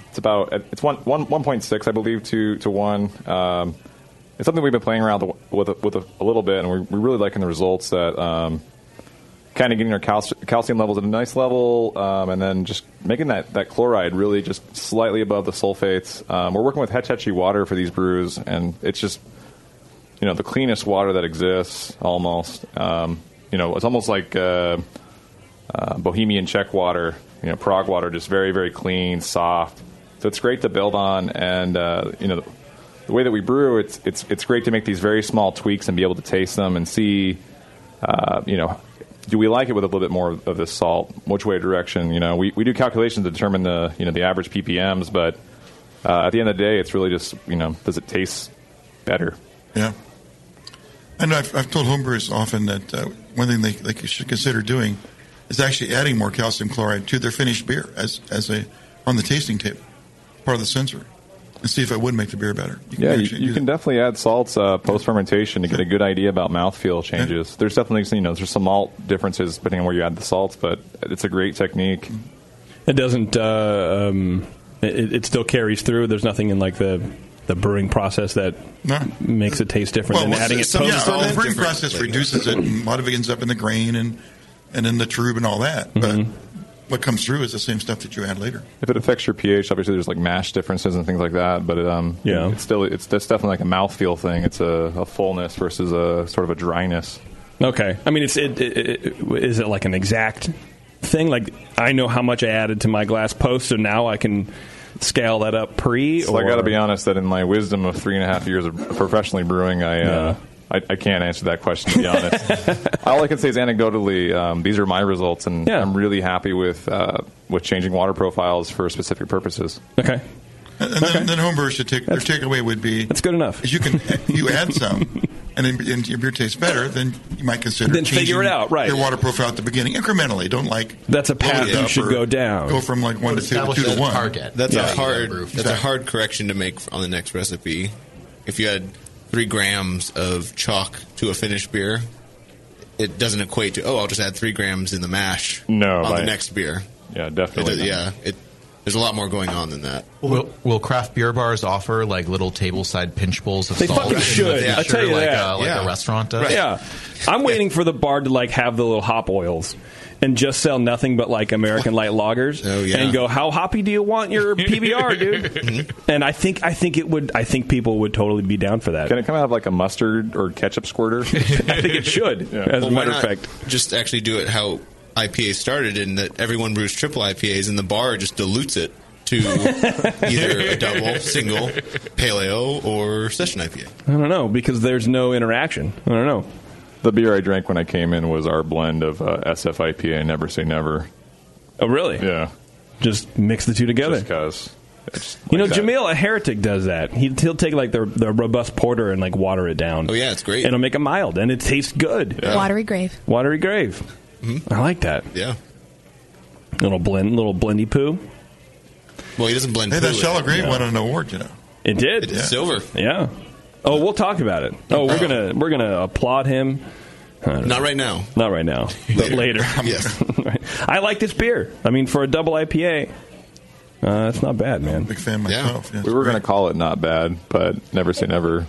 Speaker 19: it's about it's one one one point six, I believe, to to one. Um, it's something we've been playing around the, with a, with a, a little bit, and we're, we're really liking the results. That um, kind of getting our calci- calcium levels at a nice level, um, and then just making that, that chloride really just slightly above the sulfates. Um, we're working with Hetch Hetchy water for these brews, and it's just you know the cleanest water that exists almost um, you know it's almost like uh, uh, bohemian czech water you know prague water just very very clean soft so it's great to build on and uh, you know the way that we brew it's it's it's great to make these very small tweaks and be able to taste them and see uh, you know do we like it with a little bit more of this salt which way direction you know we, we do calculations to determine the you know the average ppms but uh, at the end of the day it's really just you know does it taste better
Speaker 9: Yeah. And I've, I've told homebrewers often that uh, one thing they, they should consider doing is actually adding more calcium chloride to their finished beer as, as a on the tasting table, part of the sensor, and see if it would make the beer better. You can
Speaker 19: yeah, you,
Speaker 9: actually
Speaker 19: you
Speaker 9: do
Speaker 19: can definitely add salts uh, post fermentation to get a good idea about mouthfeel changes. There's definitely you know there's some malt differences depending on where you add the salts, but it's a great technique.
Speaker 7: Mm-hmm. It doesn't. Uh, um, it, it still carries through. There's nothing in like the the brewing process that makes it taste different than
Speaker 9: what's
Speaker 7: adding
Speaker 9: the-
Speaker 7: it
Speaker 9: some-
Speaker 7: post.
Speaker 9: yeah, the brewing process reduces it, and a lot of it ends up in the grain and and in the trube and all that.
Speaker 7: Mm-hmm.
Speaker 9: But what comes through is the same stuff that you add later.
Speaker 19: If it affects your pH, obviously there's like mash differences and things like that, but um, yeah, it's still it's that's definitely like a mouthfeel thing. It's a, a fullness versus a sort of a dryness.
Speaker 7: Okay, I mean, it's it, it, it, is it like an exact thing? Like I know how much I added to my glass post, so now I can scale that up pre.
Speaker 19: So
Speaker 7: or
Speaker 19: I got to be honest that in my wisdom of three and a half years of professionally brewing, I. Uh, I, I can't answer that question to be honest. All I can say is anecdotally, um, these are my results, and I'm really happy with uh, with changing water profiles for specific purposes.
Speaker 7: Okay,
Speaker 9: And then, then homebrewers should take their takeaway would be that's
Speaker 7: good enough.
Speaker 9: Is you can you add some, and then and your beer tastes better, then you might consider
Speaker 7: Then
Speaker 9: changing
Speaker 7: figure it out, right.
Speaker 9: Your water profile at the beginning incrementally. Don't like
Speaker 7: That's a path
Speaker 9: load it
Speaker 7: you
Speaker 9: up
Speaker 7: should
Speaker 9: or
Speaker 7: go down.
Speaker 9: Go from like one to two, to two to one.
Speaker 8: That's
Speaker 9: Yeah.
Speaker 8: a hard.
Speaker 9: Exactly.
Speaker 8: That's a hard correction to make on the next recipe. If you had three grams of chalk to a finished beer, it doesn't equate to oh, I'll just add three grams in the mash.
Speaker 19: No,
Speaker 8: on
Speaker 19: right.
Speaker 8: the next beer.
Speaker 19: Yeah,
Speaker 16: definitely
Speaker 8: It does- yeah, it, there's a lot more going on than that.
Speaker 16: Will, will craft beer bars offer like little table side pinch bowls of
Speaker 8: They
Speaker 16: salt?
Speaker 8: fucking
Speaker 16: in the
Speaker 8: should.
Speaker 16: future,
Speaker 8: I tell you
Speaker 16: like
Speaker 7: that.
Speaker 16: A, like
Speaker 7: Yeah.
Speaker 16: a restaurant does.
Speaker 7: Yeah, I'm waiting for the bar to like have the little hop oils and just sell nothing but like American light lagers. Oh
Speaker 8: yeah.
Speaker 7: and go how hoppy do you want your PBR, dude? and I think I think it would. I think people would totally be down for that.
Speaker 19: Can it come out of like a mustard or ketchup squirter?
Speaker 7: I think it should. As a
Speaker 8: Well, why
Speaker 7: matter of
Speaker 8: not
Speaker 7: fact,
Speaker 8: just actually do it how IPA started, in that everyone brews triple IPAs, and the bar just dilutes it to either a double, single, paleo, or session IPA.
Speaker 7: I don't know because there's no interaction. I don't know.
Speaker 19: The beer I drank when I came in was our blend of uh, SF IPA and Never Say Never.
Speaker 7: Oh, really?
Speaker 19: Yeah.
Speaker 7: Just mix the two together.
Speaker 19: because.
Speaker 7: You know, Jamil, a heretic, does that. He, he'll take like the, the robust porter and like water it down. Oh
Speaker 8: yeah, it's great.
Speaker 7: And it'll make it mild, and it tastes good.
Speaker 11: Watery grave.
Speaker 7: Watery grave. I like that.
Speaker 8: Mm-hmm. Yeah.
Speaker 7: Little blend, little blendy poo.
Speaker 8: Well, he doesn't blend.
Speaker 9: Hey, that
Speaker 8: fluid.
Speaker 9: Shallow Grave won an award, you know.
Speaker 7: It did.
Speaker 8: It did silver.
Speaker 7: Yeah. Oh, we'll talk about it. Oh, we're gonna we're gonna applaud him. I don't
Speaker 8: Not
Speaker 7: know.
Speaker 8: right now.
Speaker 7: Not right now. But later.
Speaker 8: Yes.
Speaker 7: I like this beer. I mean, for a double IPA, uh, it's not bad, man.
Speaker 9: big fan myself.
Speaker 19: we were going to call it not bad, but Never Say Never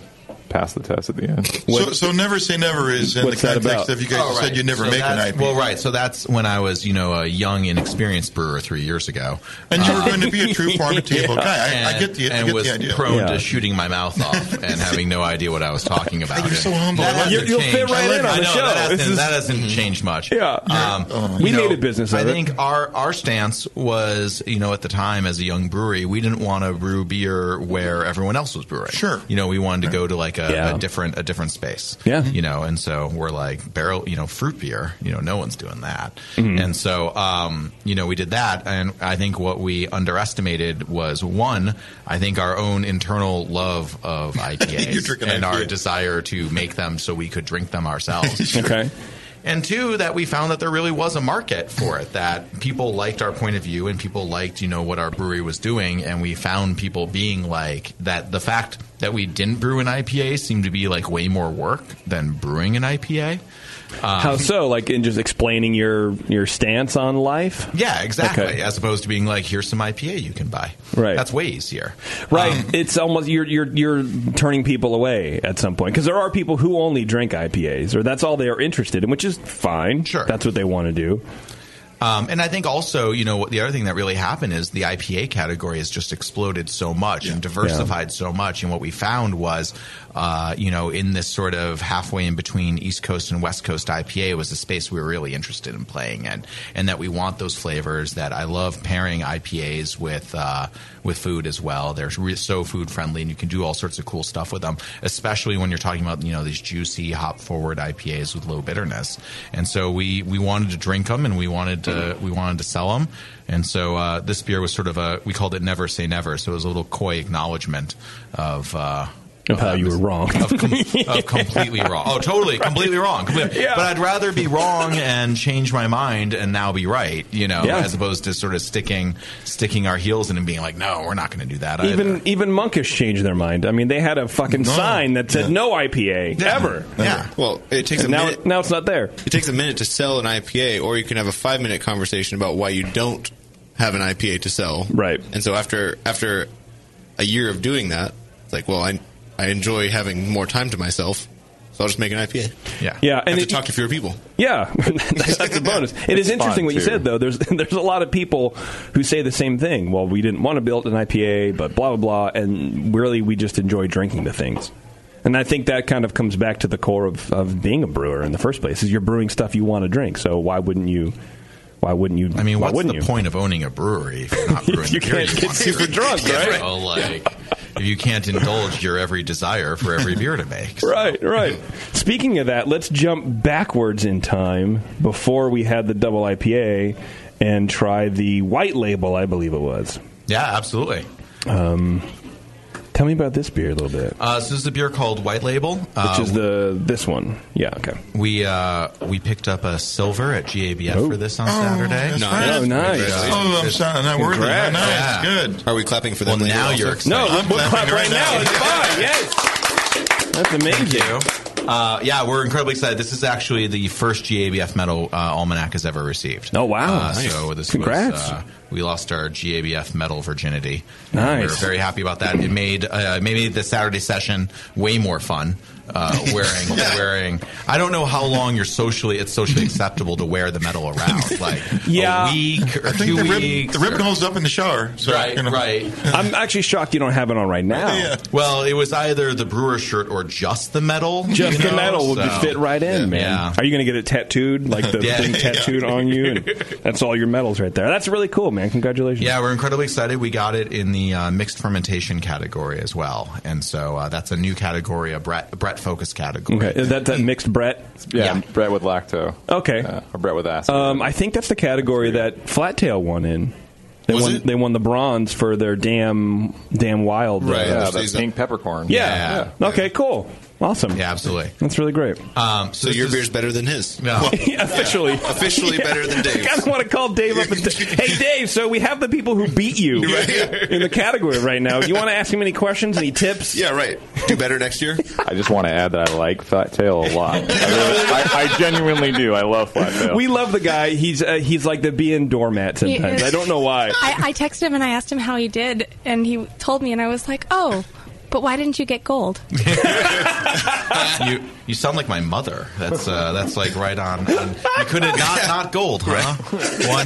Speaker 19: passed the test at the end.
Speaker 9: So, so never say never is in the context of you guys
Speaker 16: Oh,
Speaker 9: said
Speaker 16: right.
Speaker 9: you never
Speaker 16: So
Speaker 9: make an
Speaker 16: that's-
Speaker 9: IPA.
Speaker 16: Well, right. So that's when I was, you know, a young, inexperienced brewer three years ago.
Speaker 9: And you were
Speaker 16: Uh,
Speaker 9: going to be a true farm to table
Speaker 16: yeah.
Speaker 9: guy. I, I
Speaker 16: And-
Speaker 9: get the, I
Speaker 16: and
Speaker 9: get
Speaker 16: was
Speaker 9: the idea.
Speaker 16: prone
Speaker 9: Yeah.
Speaker 16: to shooting my mouth off and having no idea what I was talking about.
Speaker 9: You're so humble. I love
Speaker 16: hasn't
Speaker 9: it. You'll
Speaker 16: changed.
Speaker 9: fit right
Speaker 16: I love
Speaker 9: in
Speaker 16: it.
Speaker 9: on
Speaker 16: I
Speaker 9: the
Speaker 16: know,
Speaker 9: show.
Speaker 16: That
Speaker 9: This
Speaker 16: hasn't,
Speaker 9: is-
Speaker 16: that hasn't changed much.
Speaker 7: Yeah.
Speaker 16: Um,
Speaker 7: We
Speaker 16: you know,
Speaker 7: made a business of
Speaker 16: I
Speaker 7: it.
Speaker 16: think our, our stance was, you know, at the time as a young brewery, we didn't want to brew beer where everyone else was brewing. Sure. You know, we wanted to go to like a,
Speaker 7: Yeah.
Speaker 16: a different a different space.
Speaker 7: Yeah.
Speaker 16: You know, and so we're like barrel, you know, fruit beer. You know, no one's doing that. And so, um, you know, we did that, and I think what we underestimated was one, I think our own internal love of IPAs
Speaker 9: drinking
Speaker 16: and our
Speaker 9: IPA.
Speaker 16: desire to make them so we could drink them ourselves.
Speaker 7: okay.
Speaker 16: And two, that we found that there really was a market for it, that people liked our point of view and people liked, you know, what our brewery was doing. And we found people being like, that the fact that we didn't brew an IPA seemed to be like way more work than brewing an IPA. Um,
Speaker 7: How so? Like in just explaining your your stance on life?
Speaker 16: Yeah, exactly.
Speaker 7: Okay.
Speaker 16: As opposed to being like, here's some IPA you can buy.
Speaker 7: Right.
Speaker 16: That's way easier.
Speaker 7: Right. it's almost you're you're you're turning people away at some point because there are people who only drink IPAs or that's all they are interested in, which is fine. Sure. That's what they want to do.
Speaker 16: Um, and I think also, you know, what the other thing that really happened is the IPA category has just exploded so much and diversified so much. And what we found was, uh, you know, in this sort of halfway in between East Coast and West Coast IPA was the space we were really interested in playing in, and that we want those flavors. That I love pairing IPAs with uh, with food as well. They're re- so food friendly, and you can do all sorts of cool stuff with them, especially when you're talking about you know these juicy hop forward IPAs with low bitterness. And so we we wanted to drink them, and we wanted to we wanted to sell them. And so uh, this beer was sort of a we called it never say never. So it was a little coy acknowledgement of. Uh,
Speaker 7: Of how you were wrong.
Speaker 16: of, com- of completely wrong. Oh, totally, completely wrong. Completely-
Speaker 7: Yeah.
Speaker 16: But I'd rather be wrong and change my mind and now be right, you know,
Speaker 7: Yeah.
Speaker 16: as opposed to sort of sticking sticking our heels in and being like, no, we're not going to do that. either."
Speaker 7: Even even monkish changed their mind. I mean, they had a fucking sign that said no IPA ever.
Speaker 8: Yeah. Well, it takes
Speaker 7: And
Speaker 8: a
Speaker 7: now-
Speaker 8: minute.
Speaker 7: Now it's not there.
Speaker 8: It takes a minute to sell an IPA, or you can have a five minute conversation about why you don't have an IPA to sell. Right. And so after after a year of doing that, it's like, well, I I enjoy having more time to myself, so I'll just make an IPA.
Speaker 16: Yeah.
Speaker 7: Yeah,
Speaker 8: and to talk to fewer people.
Speaker 7: Yeah, that's, that's a bonus. It is
Speaker 8: It's
Speaker 7: interesting
Speaker 8: fun,
Speaker 7: what you
Speaker 8: too.
Speaker 7: said though. There's there's a lot of people who say the same thing. Well, we didn't want to build an IPA, but blah blah blah, and really we just enjoy drinking the things. And I think that kind of comes back to the core of, of being a brewer in the first place. Is you're brewing stuff you want to drink, so why wouldn't you? Why wouldn't you?
Speaker 16: I mean,
Speaker 7: why
Speaker 16: what's
Speaker 7: wouldn't
Speaker 16: the
Speaker 7: you?
Speaker 16: point of owning a brewery if you're not brewing
Speaker 7: You
Speaker 16: the beer
Speaker 7: can't
Speaker 16: you
Speaker 7: get
Speaker 16: want
Speaker 7: super
Speaker 16: to-
Speaker 7: drunk,
Speaker 16: Yeah,
Speaker 7: right?
Speaker 16: so, like, if you can't indulge your every desire for every beer to make.
Speaker 7: Right, right. Speaking of that, let's jump backwards in time before we had the double IPA and try the white label, I believe it was.
Speaker 16: Yeah, absolutely.
Speaker 7: Um, tell me about this beer a little bit,
Speaker 16: Uh, so this is a beer called White Label, which
Speaker 7: which is the this one. Yeah, okay.
Speaker 16: We uh, we picked up a silver at GABF for this on
Speaker 9: Oh,
Speaker 16: Saturday.
Speaker 9: that's Nice. right. Oh, nice. Oh, I'm sorry, I'm not worthy. Congrats. Nice,
Speaker 16: good.
Speaker 8: Are we clapping for them?
Speaker 16: Well,
Speaker 8: later
Speaker 16: now
Speaker 8: also?
Speaker 16: you're excited.
Speaker 7: That's amazing.
Speaker 16: Uh, yeah, we're incredibly excited. This is actually the first GABF medal uh, Almanac has ever received.
Speaker 7: Oh, wow.
Speaker 16: Uh,
Speaker 7: Nice.
Speaker 16: So this
Speaker 7: Congrats.
Speaker 16: was, uh, we lost our GABF medal virginity.
Speaker 7: Nice.
Speaker 16: We were very happy about that. It made uh, maybe the Saturday session way more fun. Uh, wearing, wearing. I don't know how long you're socially. It's socially acceptable to wear the medal around, like
Speaker 7: Yeah.
Speaker 16: a week or
Speaker 9: I think
Speaker 16: two
Speaker 9: the ribbon,
Speaker 16: weeks.
Speaker 9: the ribbon
Speaker 16: or-
Speaker 9: holds up in the shower. So,
Speaker 16: right,
Speaker 9: you know.
Speaker 16: right.
Speaker 7: I'm actually shocked you don't have it on right now.
Speaker 16: Well, it was either the brewer shirt or just the medal.
Speaker 7: Just
Speaker 16: you
Speaker 7: the
Speaker 16: know,
Speaker 7: metal would
Speaker 16: so-
Speaker 7: fit right in, man.
Speaker 16: Yeah.
Speaker 7: Are you going to get it tattooed, like the
Speaker 16: Yeah.
Speaker 7: thing tattooed on you? And that's all your medals right there. That's really cool, man. Congratulations.
Speaker 16: Yeah, we're incredibly excited. We got it in the uh, mixed fermentation category as well, and so uh, that's a new category, a Brett Brett focus category.
Speaker 7: Okay, is that that mixed Brett?
Speaker 16: Yeah,
Speaker 7: Brett with lacto. Okay,
Speaker 19: or Brett with acid.
Speaker 7: Um, I think that's the category that Flattail won in. They won. They won the bronze for their damn damn wild. uh,
Speaker 19: Yeah, that's pink peppercorn.
Speaker 7: Yeah. Okay. Cool. Awesome.
Speaker 16: Yeah. Absolutely.
Speaker 7: That's really great.
Speaker 16: Um,
Speaker 8: so your beer's better than his.
Speaker 7: officially,
Speaker 8: officially better than
Speaker 7: I
Speaker 8: Dave.
Speaker 7: kind of want to call Dave up and say, hey, Dave, so we have the people who beat you in the category right now. Do you want to ask him any questions, any tips?
Speaker 8: Yeah, right. Do better next year.
Speaker 19: I just want to add that I like Flat Tail a lot. I, really, I, I genuinely do. I love Flat Tail.
Speaker 7: We love the guy. He's uh, he's like the being doormat
Speaker 11: He
Speaker 7: sometimes.
Speaker 11: is.
Speaker 7: I don't know why.
Speaker 11: I, I texted him and I asked him how he did, and he told me, and I was like, oh, but why didn't you get gold?
Speaker 16: you you sound like my mother. That's uh, that's like right on. on you could have not not gold, huh?
Speaker 7: Well,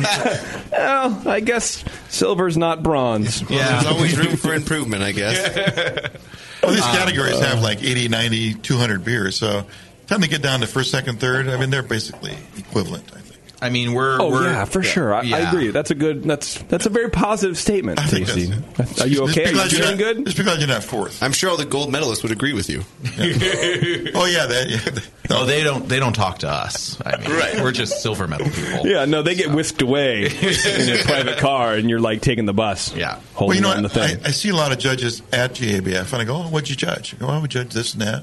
Speaker 7: Oh, I guess silver's not bronze.
Speaker 8: Yeah. There's always room for improvement, I guess.
Speaker 9: Well, these
Speaker 8: Um,
Speaker 9: categories have like 80, 90, 200 beers. So time to get down to first, second, third. I mean, they're basically equivalent.
Speaker 16: I mean, we're
Speaker 7: Oh
Speaker 16: we're,
Speaker 7: yeah, for sure. I, I
Speaker 16: Yeah.
Speaker 7: agree. That's a good. That's that's a very positive statement, Stacey. Are you okay? Are you feeling good?
Speaker 9: Just because you're not fourth.
Speaker 8: I'm sure all the gold medalists would agree with you.
Speaker 9: oh yeah, that. Yeah.
Speaker 16: No, they don't. They don't talk to us. I mean, we're just silver medal people.
Speaker 7: Yeah, no, they get whisked away in a private car, and you're like taking the bus. Yeah, holding
Speaker 9: well, you know,
Speaker 7: on the
Speaker 9: what?
Speaker 7: thing.
Speaker 9: I, I see a lot of judges at GABF, and I go, "Oh, what'd you judge?" I go, "Oh, we judged this and that."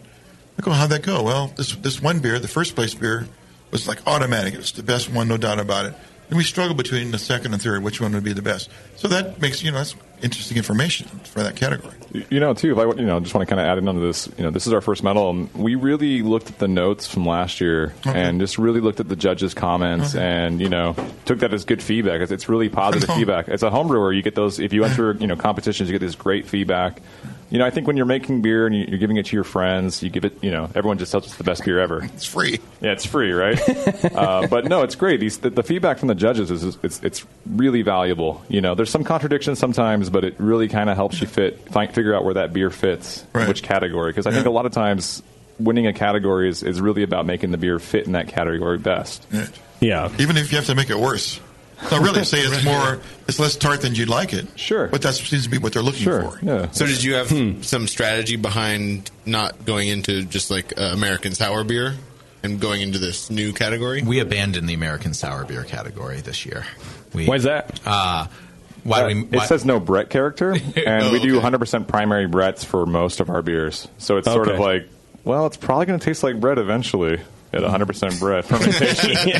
Speaker 9: I go, "How'd that go?" Well, this this one beer, the first place beer, was like automatic. It was the best one, no doubt about it. And we struggle between the second and third, which one would be the best. So that makes, you know, that's interesting information for that category.
Speaker 19: You know, too, if I you know, just want to kind of add in onto this, you know, this is our first medal. And we really looked at the notes from last year
Speaker 9: Okay.
Speaker 19: and just really looked at the judges' comments
Speaker 9: Okay.
Speaker 19: and, you know, took that as good feedback. It's, it's really positive feedback. As a homebrewer, you get those, if you enter, you know, competitions, you get this great feedback. You know, I think when you're making beer and you- you're giving it to your friends, you give it, you know, everyone just tells us the best beer ever. It's
Speaker 9: free.
Speaker 19: Yeah, it's free, right? uh, but no, it's great. These, the, the feedback from the judges is, is it's, it's really valuable. You know, there's some contradictions sometimes, but it really kind of helps you fit find, figure out where that beer fits, which category. Because I think a lot of times winning a category is, is really about making the beer fit in that category best.
Speaker 9: Yeah.
Speaker 19: Yeah.
Speaker 9: Even if you have to make it worse. No, really, say it's more, it's less tart than you'd like it. Sure. But that seems to be what they're looking for.
Speaker 8: So did you have some strategy behind not going into just like uh, American sour beer and going into this new category?
Speaker 16: We abandoned the American sour beer category this year. We,
Speaker 19: Why is that?
Speaker 16: Uh, why do we?
Speaker 19: it
Speaker 16: Why,
Speaker 19: says no Brett character, and
Speaker 16: Oh,
Speaker 19: we do 100% primary Bretts for most of our beers. So it's sort of
Speaker 16: Okay.
Speaker 19: like, well, it's probably going to taste like Brett eventually at 100% Brett fermentation.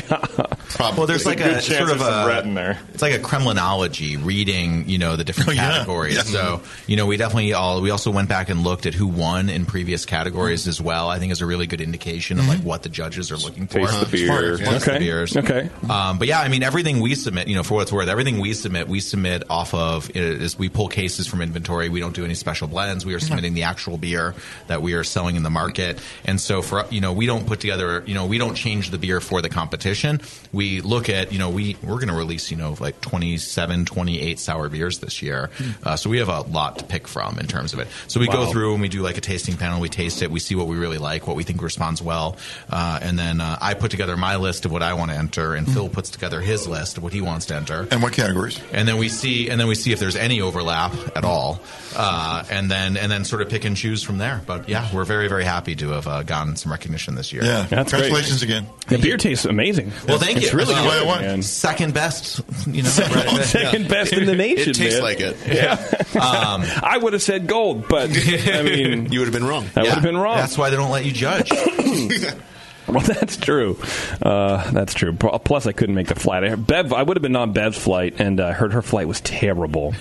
Speaker 8: Probably.
Speaker 16: Well, there's like
Speaker 19: good
Speaker 16: a
Speaker 19: chance
Speaker 16: sort of
Speaker 19: there's some
Speaker 16: a
Speaker 19: Brett in there. Oh,
Speaker 16: It's like a Kremlinology reading, you know, the different
Speaker 19: yeah.
Speaker 16: categories.
Speaker 19: Yeah.
Speaker 16: So, you know, we definitely all we also went back and looked at who won in previous
Speaker 19: Mm-hmm.
Speaker 16: categories as well. I think is a really good indication of like what the judges are looking for.
Speaker 19: Taste the beer.
Speaker 16: Smart, smart. Taste the
Speaker 19: Okay.
Speaker 16: beers.
Speaker 19: Okay.
Speaker 16: Um, but yeah, I mean, everything we submit, you know, for what it's worth, everything we submit, we submit off of is we pull cases from inventory. We don't do any special blends. We are submitting the actual beer that we are selling in the market. And so for you know, we don't put together, you know, we don't change the beer for the competition. We look at, you know, we we're going to release, you know, like 27, 28 sour beers this year. Uh, so we have a lot to pick from in terms of it. So we
Speaker 19: Hmm. Wow.
Speaker 16: go through and we do like a tasting panel. We taste it. We see what we really like, what we think responds well, uh, and then uh, I put together my list of what I want to enter, and Phil puts together his list of what he wants to enter,
Speaker 9: and what categories.
Speaker 16: And then we see, and then we see if there's any overlap at all, uh, and then and then sort of pick and choose from there. But yeah, we're very very happy to have uh, gotten some recognition this year.
Speaker 9: Yeah. Congratulations again.
Speaker 7: The beer tastes amazing.
Speaker 16: Well, thank
Speaker 7: It's
Speaker 16: you.
Speaker 7: really
Speaker 16: Well,
Speaker 7: good,
Speaker 16: I want
Speaker 7: man.
Speaker 16: Second best, you know,
Speaker 7: Second best in the nation. man. Yeah.
Speaker 16: Um,
Speaker 7: I would have said gold, but I mean, oh.
Speaker 8: you would have been wrong.
Speaker 7: I would have been wrong.
Speaker 16: That's why they don't let you judge.
Speaker 7: Well, that's true. Uh, that's true. P- Plus, I couldn't make the flight. I, Bev, I would have been on Bev's flight, and uh, I heard her flight was terrible.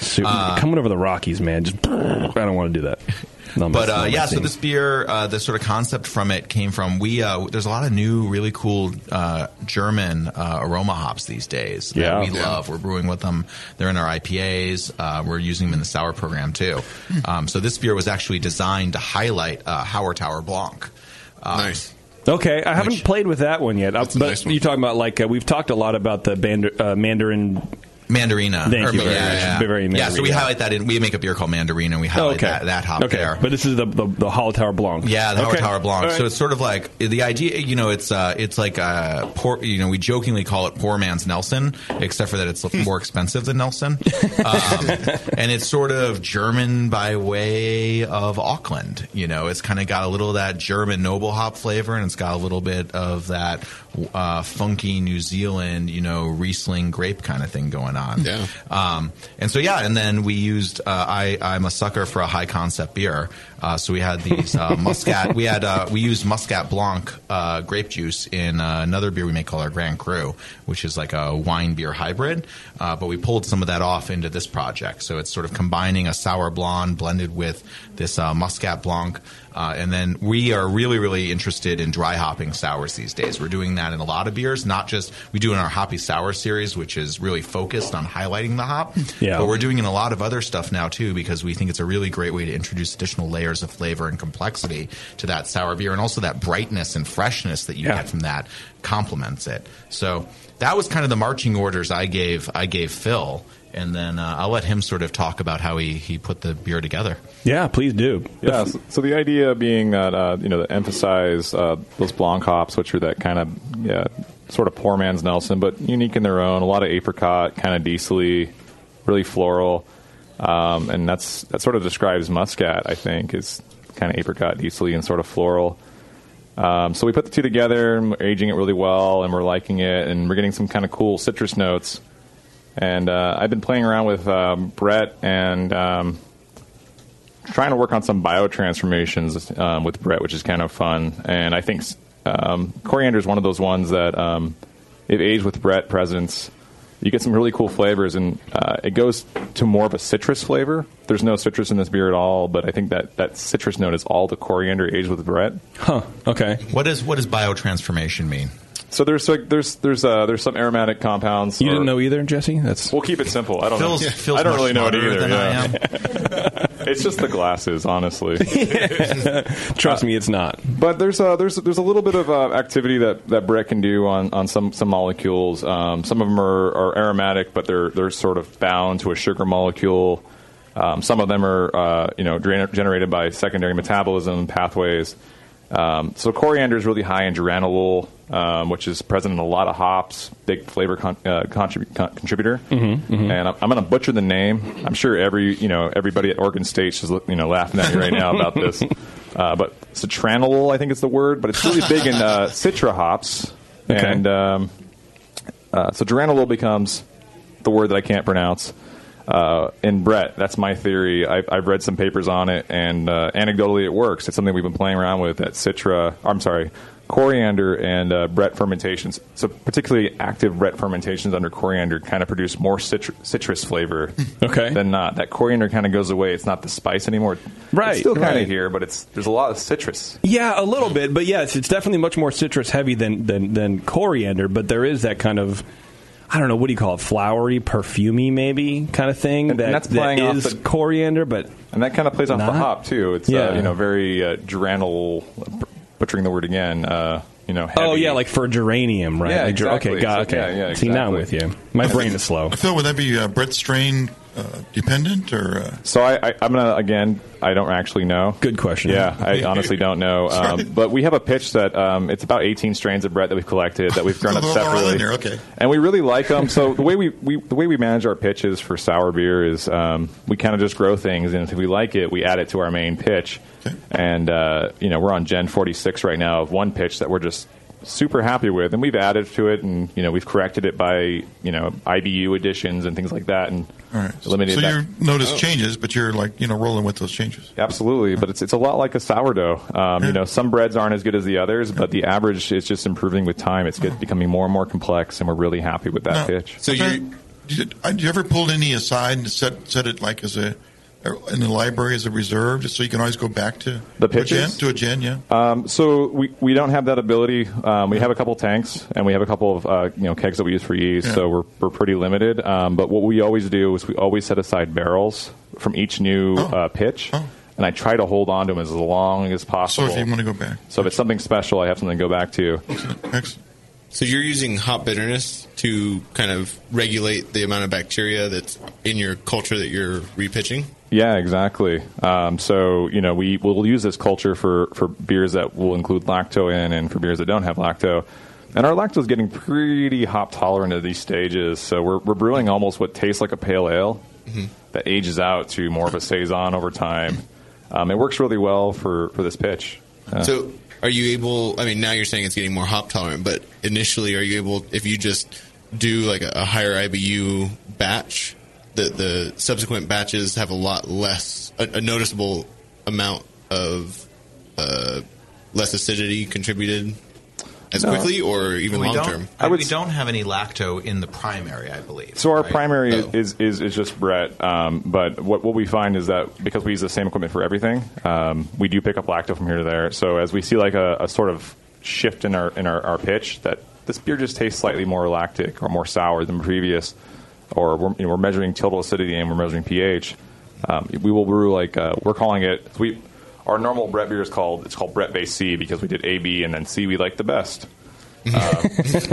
Speaker 7: So,
Speaker 16: Uh,
Speaker 7: coming over the Rockies, man. Just I don't want to do that. Not my-
Speaker 16: But
Speaker 7: not
Speaker 16: uh,
Speaker 7: my
Speaker 16: yeah, so
Speaker 7: thing.
Speaker 16: this beer, uh, the sort of concept from it came from we. Uh, there's a lot of new, really cool uh, German uh, aroma hops these days
Speaker 19: Yeah.
Speaker 16: that we
Speaker 19: Yeah.
Speaker 16: love. We're brewing with them. They're in our IPAs. Uh, we're using them in the sour program too. Um, so this beer was actually designed to highlight uh, Howard Tower Blanc. Um,
Speaker 8: nice.
Speaker 7: Okay, I haven't played with that one yet. Uh, but you're talking about like uh, we've talked a lot about the Bander, uh, Mandarin.
Speaker 16: Mandarina.
Speaker 7: Thank
Speaker 16: Or-
Speaker 7: you very
Speaker 16: yeah,
Speaker 7: much.
Speaker 16: yeah.
Speaker 7: Very
Speaker 16: Yeah, so we
Speaker 7: Mandarina.
Speaker 16: highlight that in. We make a beer called Mandarina. and We highlight
Speaker 7: okay,
Speaker 16: that, that hop
Speaker 7: okay.
Speaker 16: there.
Speaker 7: But this is the the, the Hollow Tower Blanc.
Speaker 16: Yeah, the Howard
Speaker 7: Okay.
Speaker 16: Tower Blanc.
Speaker 7: All right.
Speaker 16: So it's sort of like the idea. You know, it's uh, it's like uh, poor. You know, we jokingly call it poor man's Nelson, except for that it's more expensive than Nelson, um, and it's sort of German by way of Auckland. You know, it's kind of got a little of that German noble hop flavor, and it's got a little bit of that uh, funky New Zealand, you know, Riesling grape kind of thing going on. Yeah. Um, and so yeah, and then we used. Uh, I I'm a sucker for a high concept beer, uh, so we had these uh, muscat. We had uh, we used muscat blanc uh, grape juice in uh, another beer we make called our Grand Cru, which is like a wine beer hybrid. Uh, but we pulled some of that off into this project, so it's sort of combining a sour blonde blended with this uh, muscat blanc. Uh, and then we are really, really interested in dry hopping sours these days. We're doing that in a lot of beers, not just we do it in our hoppy sour series, which is really focused on highlighting the hop.
Speaker 7: Yeah.
Speaker 16: But we're doing it in a lot of other stuff now too, because we think it's a really great way to introduce additional layers of flavor and complexity to that sour beer, and also that brightness and freshness that you get from that complements it. So that was kind of the marching orders I gave. I gave Phil. And then uh, I'll let him sort of talk about how he, he put the beer together.
Speaker 7: Yeah, please do.
Speaker 19: Yeah. So, so the idea being that uh, you know to emphasize uh, those blanc hops, which are that kind of yeah, sort of poor man's Nelson, but unique in their own. A lot of apricot, kind of diesely, really floral, um, and that's that sort of describes muscat. I think is kind of apricot, diesely, and sort of floral. Um, so we put the two together, and we're aging it really well, and we're liking it, and we're getting some kind of cool citrus notes. And uh, I've been playing around with um, Brett and um, trying to work on some bio transformations um, with Brett, which is kind of fun. And I think um, coriander is one of those ones that um, if aged with Brett presidents, you get some really cool flavors, and uh, it goes to more of a citrus flavor. There's no citrus in this beer at all, but I think that that citrus note is all the coriander aged with Brett.
Speaker 7: Huh. Okay.
Speaker 16: What does what does biotransformation mean?
Speaker 19: So there's like there's there's uh, there's some aromatic compounds.
Speaker 7: You
Speaker 19: or-
Speaker 7: didn't know either, Jesse? That's
Speaker 19: We'll keep it simple. I don't
Speaker 7: Phil's-
Speaker 19: know.
Speaker 7: Phil's
Speaker 19: I don't
Speaker 7: much
Speaker 19: really know it
Speaker 7: smarter
Speaker 19: either.
Speaker 7: than I
Speaker 19: yeah. it's just the glasses, honestly.
Speaker 7: Trust me, it's not.
Speaker 19: But there's a, there's there's a little bit of uh, activity that, that Brett can do on, on some some molecules. Um, some of them are, are aromatic, but they're they're sort of bound to a sugar molecule. Um, some of them are uh, you know dra- generated by secondary metabolism pathways. Um, so coriander is really high in geranol, um, which is present in a lot of hops, big flavor con- uh, contrib- con- contributor.
Speaker 14: Mm-hmm, mhm.
Speaker 19: And I'm, I'm going to butcher the name. I'm sure every you know everybody at Oregon State is you know laughing at me right now about this. Uh, but citranolol, I think is the word, but it's really big in uh, citra hops.
Speaker 7: Okay.
Speaker 19: And um, uh, so geranol becomes the word that I can't pronounce. Uh, in Brett, that's my theory. I've, I've read some papers on it, and uh, anecdotally, it works. It's something we've been playing around with at Citra. I'm sorry, coriander and uh, Brett fermentations. So particularly active Brett fermentations under coriander kind of produce more citru- citrus flavor
Speaker 7: okay.
Speaker 19: than not. That coriander kind of goes away. It's not the spice anymore.
Speaker 7: Right,
Speaker 19: it's still kind
Speaker 7: right.
Speaker 19: of here, but it's there's a lot of citrus.
Speaker 7: Yeah, a little bit, but yes, it's definitely much more citrus heavy than than than coriander. But there is that kind of. I don't know what do you call it, flowery, perfumey, maybe kind of thing.
Speaker 19: And-
Speaker 7: that
Speaker 19: and that's
Speaker 7: that
Speaker 19: playing off
Speaker 7: is
Speaker 19: the-
Speaker 7: coriander, but
Speaker 19: and that kind of plays off the
Speaker 7: Not-
Speaker 19: hop too. It's
Speaker 7: Yeah.
Speaker 19: uh, you know very uh, geranol, butchering the word again. Uh, you know,
Speaker 7: Oh
Speaker 19: heavy.
Speaker 7: yeah, like for geranium, right?
Speaker 19: Yeah,
Speaker 7: Like ger-
Speaker 19: exactly.
Speaker 7: Okay, got
Speaker 19: So,
Speaker 7: okay.
Speaker 19: yeah, yeah,
Speaker 7: See, now I'm with
Speaker 19: exactly.
Speaker 7: you. My brain is slow.
Speaker 9: Phil, would that be uh, Brett strain uh, dependent or? Uh,
Speaker 19: So I, I, I'm gonna again. I don't actually know.
Speaker 7: Good question.
Speaker 19: Yeah, I honestly don't know.
Speaker 9: Sorry.
Speaker 19: Um, but we have a pitch that um, it's about 18 strains of Brett that we've collected that we've grown up
Speaker 9: They're all in
Speaker 19: separately.
Speaker 9: there, okay.
Speaker 19: And we really like them. So the way we, we the way we manage our pitches for sour beer is um, we kind of just grow things, and if we like it, we add it to our main pitch. And uh, you know, we're on Gen 46 right now of one pitch that we're just super happy with, and we've added to it, and you know, we've corrected it by you know IBU additions and things like that, and
Speaker 9: all right.
Speaker 19: eliminated.
Speaker 9: so
Speaker 19: that.
Speaker 9: you notice
Speaker 19: Oh.
Speaker 9: changes, but you're like you know rolling with those changes.
Speaker 19: Absolutely, but it's it's a lot like a sourdough. Um, you know, some breads aren't as good as the others, but the average is just improving with time. It's
Speaker 9: Uh-huh.
Speaker 19: get, becoming more and more complex, and we're really happy with that pitch.
Speaker 9: So you did, uh, did you ever pull any aside and set set it like as a er, in the library as a reserve, just so you can always go back to
Speaker 19: The
Speaker 9: to a gen-
Speaker 19: pitches?
Speaker 9: to a gen, yeah.
Speaker 19: Um, so we, we don't have that ability. Um, we have a couple tanks and we have a couple of uh, you know kegs that we use for yeast, so we're, we're pretty limited. Um, but what we always do is we always set aside barrels from each new uh, pitch, and I try to hold on to them as long as
Speaker 9: Oh. So
Speaker 19: possible.
Speaker 9: if you want to go back,
Speaker 19: So if it's something special, I have something to go back to.
Speaker 8: So you're using hop bitterness to kind of regulate the amount of bacteria that's in your culture that you're repitching.
Speaker 19: Yeah, exactly. Um, so you know, we will use this culture for for beers that will include lacto in, and for beers that don't have lacto. And our lacto is getting pretty hop tolerant at these stages. So we're we're brewing almost what tastes like a pale ale that ages out to more of a saison over time. Um, it works really well for for this pitch. Uh,
Speaker 8: So are you able? I mean, now you're saying it's getting more hop tolerant, but initially, are you able if you just do like a, a higher IBU batch, the the subsequent batches have a lot less, a, a noticeable amount of uh, less acidity contributed as
Speaker 16: No.
Speaker 8: quickly or even
Speaker 16: We
Speaker 8: long
Speaker 16: don't-
Speaker 8: term?
Speaker 16: we don't have any lacto in the primary, I believe.
Speaker 19: So our primary is, is is just Brett, um, but what what we find is that because we use the same equipment for everything, um, we do pick up lacto from here to there. So as we see like a, a sort of shift in our in our, our pitch, that this beer just tastes slightly more lactic or more sour than previous, or we're, you know, we're measuring total acidity and we're measuring pH. Um, we will brew like uh, we're calling it we. Our normal Brett beer is called it's called Brett Base C because we did A B and then C we like the best. Um,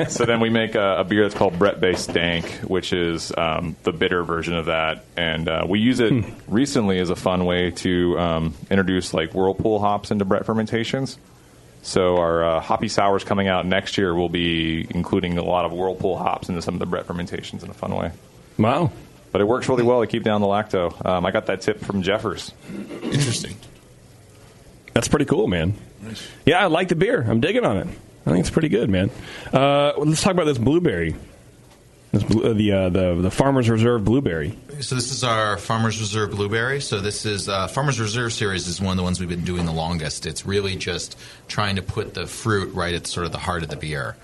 Speaker 19: so then we make a, a beer that's called Brett Based Dank, which is um, the bitter version of that, and uh, we use it recently as a fun way to um, introduce like whirlpool hops into Brett fermentations. So our uh, hoppy sours coming out next year will be including a lot of whirlpool hops into some of the Brett fermentations in a fun way.
Speaker 7: Wow.
Speaker 19: But it works really well to keep down the lacto. Um, I got that tip from Jeffers.
Speaker 8: Interesting.
Speaker 7: That's pretty cool, man. Yeah, I like the beer. I'm digging on it. I think it's pretty good, man. Uh, well, let's talk about this blueberry. This blue, uh, the uh, the the Farmers Reserve blueberry.
Speaker 16: So this is our Farmers Reserve blueberry. So this is uh, Farmers Reserve series is one of the ones we've been doing the longest. It's really just trying to put the fruit right at sort of the heart of the beer.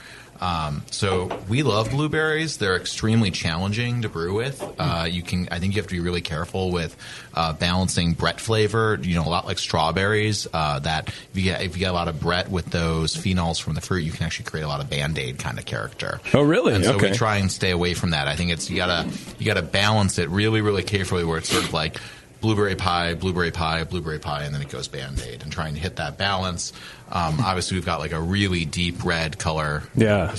Speaker 16: Um, so we love blueberries. They're extremely challenging to brew with. Uh, you can, I think, you have to be really careful with uh, balancing Brett flavor. You know, a lot like strawberries. Uh, that if you get if you get a lot of Brett with those phenols from the fruit, you can actually create a lot of Band Aid kind of character.
Speaker 7: Oh, really?
Speaker 16: And so
Speaker 7: okay.
Speaker 16: we try and stay away from that. I think it's you gotta you gotta balance it really really carefully where it's sort of like blueberry pie, blueberry pie, blueberry pie, and then it goes Band Aid, and trying to hit that balance. Um, obviously, we've got like a really deep red color.
Speaker 7: Yeah,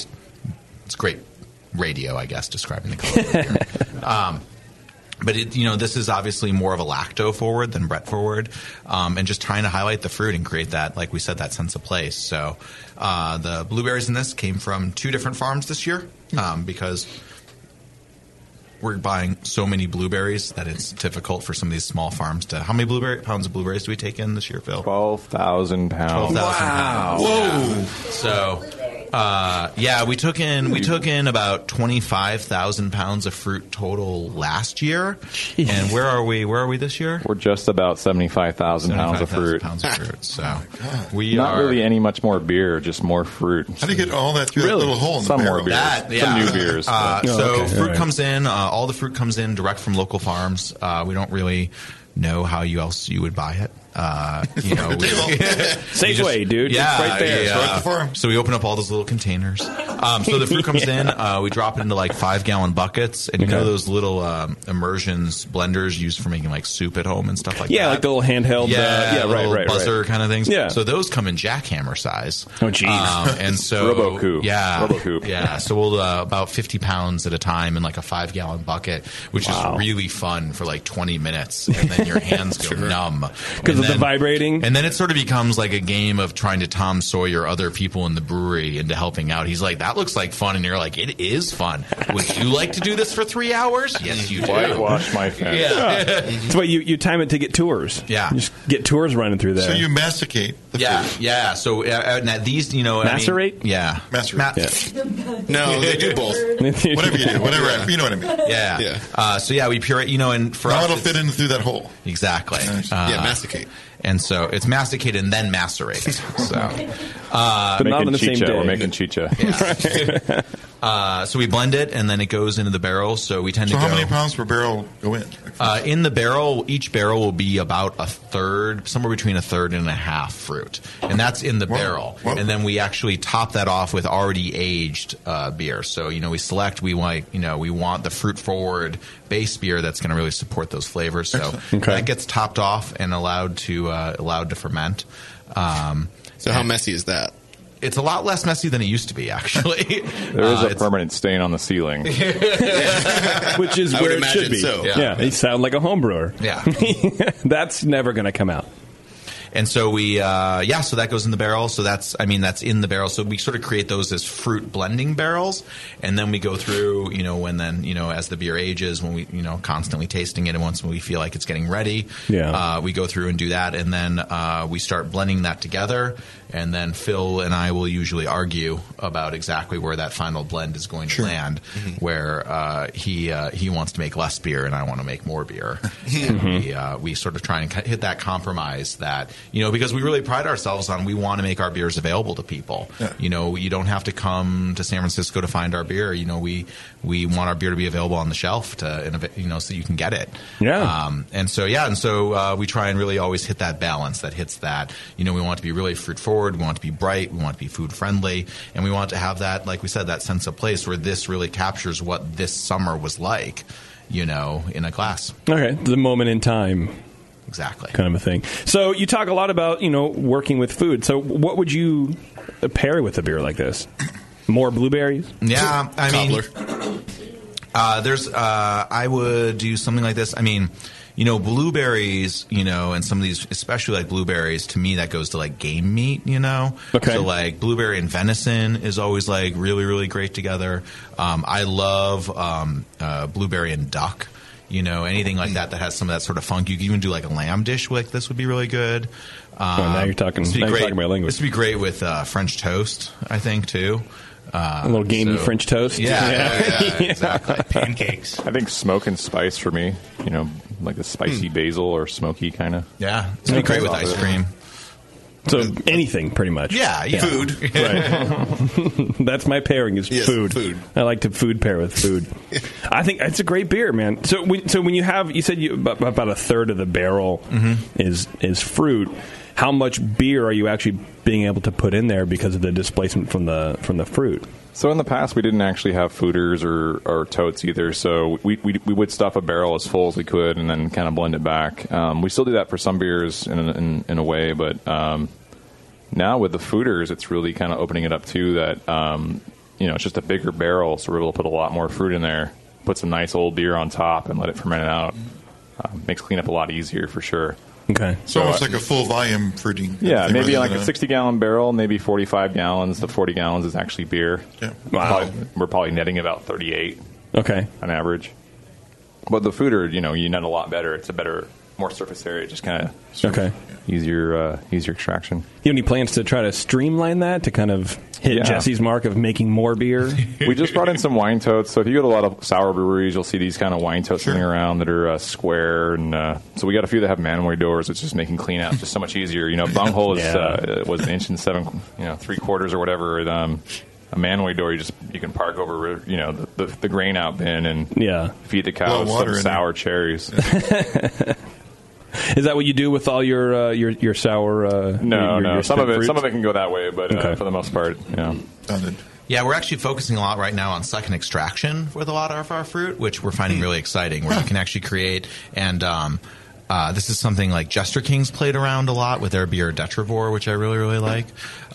Speaker 16: it's great radio, I guess, describing the color. of the beer. um, but it, you know, this is obviously more of a lacto forward than Brett forward, um, and just trying to highlight the fruit and create that, like we said, that sense of place. So uh, the blueberries in this came from two different farms this year um, because we're buying so many blueberries that it's difficult for some of these small farms to. How many blueberry pounds of blueberries do we take in this year, Phil?
Speaker 19: Twelve thousand pounds.
Speaker 16: 12,000 pounds.
Speaker 19: Whoa.
Speaker 16: Yeah. So, uh, yeah, we took in we took in about twenty five thousand pounds of fruit total last year. And where are we? Where are we this year?
Speaker 19: We're just about seventy-five thousand pounds of
Speaker 16: 75,000
Speaker 19: fruit.
Speaker 16: pounds of fruit. So we
Speaker 19: Not
Speaker 16: are
Speaker 19: really any much more beer, just more fruit.
Speaker 9: How do you get all that through
Speaker 19: Really?
Speaker 9: that little hole in
Speaker 19: Some
Speaker 9: the
Speaker 19: more
Speaker 9: barrel?
Speaker 19: beers.
Speaker 16: That, yeah.
Speaker 19: Some new beers.
Speaker 16: Uh,
Speaker 19: but- Oh,
Speaker 16: so fruit
Speaker 19: Right.
Speaker 16: comes in. Uh, all the fruit comes in direct from local farms. Uh, we don't really know how you else you would buy it. Uh, you know, we-
Speaker 9: Deal.
Speaker 16: we
Speaker 9: Safeway, dude. It's
Speaker 16: Yeah,
Speaker 9: right there. It's
Speaker 16: yeah.
Speaker 9: right at the farm.
Speaker 16: So we open up all those little containers. Um, so the fruit comes in. Uh, we drop it into like five gallon buckets, and you know
Speaker 7: Okay.
Speaker 16: those little um, immersions blenders used for making like soup at home and stuff like
Speaker 7: yeah,
Speaker 16: that
Speaker 7: like the little handheld.
Speaker 16: yeah,
Speaker 7: uh, yeah,
Speaker 16: the
Speaker 7: right,
Speaker 16: little
Speaker 7: right,
Speaker 16: buzzer
Speaker 7: right.
Speaker 16: kind of things.
Speaker 7: Yeah.
Speaker 16: So those come in jackhammer size. Um,
Speaker 7: Oh, jeez.
Speaker 16: and so
Speaker 19: Robocoup.
Speaker 16: Yeah,
Speaker 19: Robocoup.
Speaker 16: Yeah. So we'll uh, about fifty pounds at a time in like a five gallon bucket, which is really fun for like twenty minutes, and then your hands go numb
Speaker 7: Because of the
Speaker 16: vibrating. And then it sort of becomes like a game of trying to Tom Sawyer other people in the brewery into helping out. He's like, "That looks like fun," and you're like, "It is fun." Would you like to do this for three hours? Yes, you do.
Speaker 19: Whitewash my fence.
Speaker 16: Yeah.
Speaker 7: That's why you, you time it to get tours.
Speaker 16: Yeah.
Speaker 7: Just get tours running through there.
Speaker 16: So you
Speaker 9: masticate.
Speaker 16: yeah, yeah. So uh, uh, now these, you know, I
Speaker 7: Macerate?
Speaker 16: mean, yeah, macerate.
Speaker 9: No, they do both. Whatever you do, whatever, you know what I mean.
Speaker 16: Yeah,
Speaker 9: Yeah.
Speaker 16: Uh, so yeah, we puree. You know, and for
Speaker 9: Now
Speaker 16: us,
Speaker 9: it'll
Speaker 16: it's-
Speaker 9: fit in through that hole.
Speaker 16: Exactly.
Speaker 9: Yeah,
Speaker 16: Uh,
Speaker 9: masticate.
Speaker 16: And so it's masticate and then macerate. So, uh,
Speaker 19: But not Making on the same chicha. day. We're making chicha.
Speaker 16: Yeah. uh, so we blend it and then it goes into the barrel. So we tend
Speaker 9: So
Speaker 16: to
Speaker 9: how
Speaker 16: go.
Speaker 9: many pounds per barrel go in?
Speaker 16: Uh, in the barrel, each barrel will be about a third, somewhere between a third and a half fruit, and that's in the barrel. And then we actually top that off with already aged uh, beer. So you know, we select we want you know we want the fruit forward base beer that's going to really support those flavors. So
Speaker 8: Okay.
Speaker 16: that gets topped off and allowed to uh, allowed to ferment. Um,
Speaker 8: So how messy is that?
Speaker 16: It's a lot less messy than it used to be, actually.
Speaker 19: There is
Speaker 16: Uh,
Speaker 19: a permanent stain on the ceiling.
Speaker 7: Which is
Speaker 19: I would
Speaker 7: where it should
Speaker 19: imagine
Speaker 7: be.
Speaker 19: so.
Speaker 7: Yeah.
Speaker 16: Yeah.
Speaker 7: they sound like a home brewer.
Speaker 16: Yeah.
Speaker 7: That's never going to come out.
Speaker 16: And so we, uh, yeah, so that goes in the barrel. So that's, I mean, that's in the barrel. So we sort of create those as fruit blending barrels. And then we go through, you know, when then, you know, as the beer ages, when we, you know, constantly tasting it and once we feel like it's getting ready,
Speaker 7: Yeah.
Speaker 16: uh, we go through and do that. And then, uh, we start blending that together. And then Phil and I will usually argue about exactly where that final blend is going to land,
Speaker 7: Mm-hmm.
Speaker 16: where, uh, he, uh, he wants to make less beer and I want to make more beer. And
Speaker 19: Mhm.
Speaker 16: we, uh, we sort of try and hit that compromise that you know because we really pride ourselves on we want to make our beers available to people. You know, you don't have to come to San Francisco to find our beer. You know, we we want our beer to be available on the shelf to and av- you know so you can get it.
Speaker 7: Yeah.
Speaker 16: Um, and so yeah, and so uh, we try and really always hit that balance that hits that. You know, we want to be really fruit forward. We want to be bright. We want to be food friendly, and we want to have that, like we said, that sense of place where this really captures what this summer was like. You know, in a glass.
Speaker 7: Okay. The moment in time.
Speaker 16: Exactly.
Speaker 7: Kind of a thing. So you talk a lot about, you know, working with food. So what would you pair with a beer like this? More blueberries?
Speaker 16: Yeah, I mean, uh, there's. Uh, I would do something like this. I mean, you know, blueberries. You know, and some of these, especially like blueberries, to me that goes to like game meat. You know, okay. So like blueberry and venison is always like really, really great together. Um, I love um, uh, blueberry and duck. You know, anything like that that has some of that sort of funk. You can even do like a lamb dish with this would be really good. Um,
Speaker 7: Oh, now you're talking-
Speaker 16: this would be
Speaker 7: now you're
Speaker 16: great-
Speaker 7: talking my language.
Speaker 16: This would be great with uh, French toast, I think, too. Uh,
Speaker 7: A little gamey French toast?
Speaker 16: Yeah,
Speaker 7: Yeah.
Speaker 16: yeah, yeah, exactly. Pancakes.
Speaker 19: I think smoke and spice for me. You
Speaker 16: Hmm.
Speaker 19: know, like the spicy basil or smoky kind of.
Speaker 16: Yeah, it's gonna be great with ice cream.
Speaker 7: So anything, pretty much.
Speaker 16: Yeah, yeah. Food.
Speaker 7: right. That's my pairing is
Speaker 16: Yes,
Speaker 7: food.
Speaker 16: food.
Speaker 7: I like to food pair with food. I think it's a great beer, man. So when, so when you have, you said you about, about a third of the barrel
Speaker 16: Mhm.
Speaker 7: is is fruit. How much beer are you actually being able to put in there because of the displacement from the from the fruit?
Speaker 19: So in the past, we didn't actually have fooders or, or totes either. So we, we, we would stuff a barrel as full as we could and then kind of blend it back. Um, we still do that for some beers in, in, in a way, but um, now with the fooders, it's really kind of opening it up too. That um, you know, it's just a bigger barrel, so we're able to put a lot more fruit in there, put some nice old beer on top, and let it ferment it out. Uh, makes cleanup a lot easier for sure.
Speaker 7: Okay,
Speaker 9: So it's like a full volume fruiting.
Speaker 19: Yeah,
Speaker 9: thing Uh,
Speaker 19: maybe
Speaker 9: rather
Speaker 19: like
Speaker 9: than
Speaker 19: a 60 gallon barrel, maybe 45 gallons. The 40 gallons is actually beer.
Speaker 9: Yeah.
Speaker 19: Wow. we're probably netting about 38
Speaker 7: Okay.
Speaker 19: on average. But the fooder, you know, you net a lot better. It's a better, more surface area, just kind of
Speaker 7: Okay.
Speaker 19: easier, uh, easier extraction.
Speaker 7: You have any plans to try to streamline that to kind of hit
Speaker 19: Yeah.
Speaker 7: Jesse's mark of making more beer?
Speaker 19: we just brought in some wine totes. So if you go to a lot of sour breweries, you'll see these kind of wine totes sitting around that are uh, square. And uh, so we got a few that have manway doors. It's just making clean out just so much easier. You know, bunghole is
Speaker 7: Yeah.
Speaker 19: uh, was an inch and seven, you know, three quarters or whatever. And, um, a manway door, you just you can park over, you know, the, the, the grain out bin and
Speaker 7: yeah,
Speaker 19: feed the
Speaker 7: Blow
Speaker 19: cows
Speaker 7: water
Speaker 19: some
Speaker 7: in
Speaker 19: sour cherries.
Speaker 7: Is that what you do with all your uh, your your sour? Uh, your-
Speaker 19: No,
Speaker 7: your-
Speaker 19: no,
Speaker 7: your
Speaker 19: some of
Speaker 7: spit
Speaker 19: it,
Speaker 7: fruits?
Speaker 19: some of it can go that way, but uh,
Speaker 7: Okay.
Speaker 19: for the most part, you know.
Speaker 16: Yeah, we're actually focusing a lot right now on second extraction with a lot of our fruit, which we're finding really exciting, where you can actually create and. Um, uh, this is something like Jester Kings played around a lot with their beer Detrivore, which I really, really like.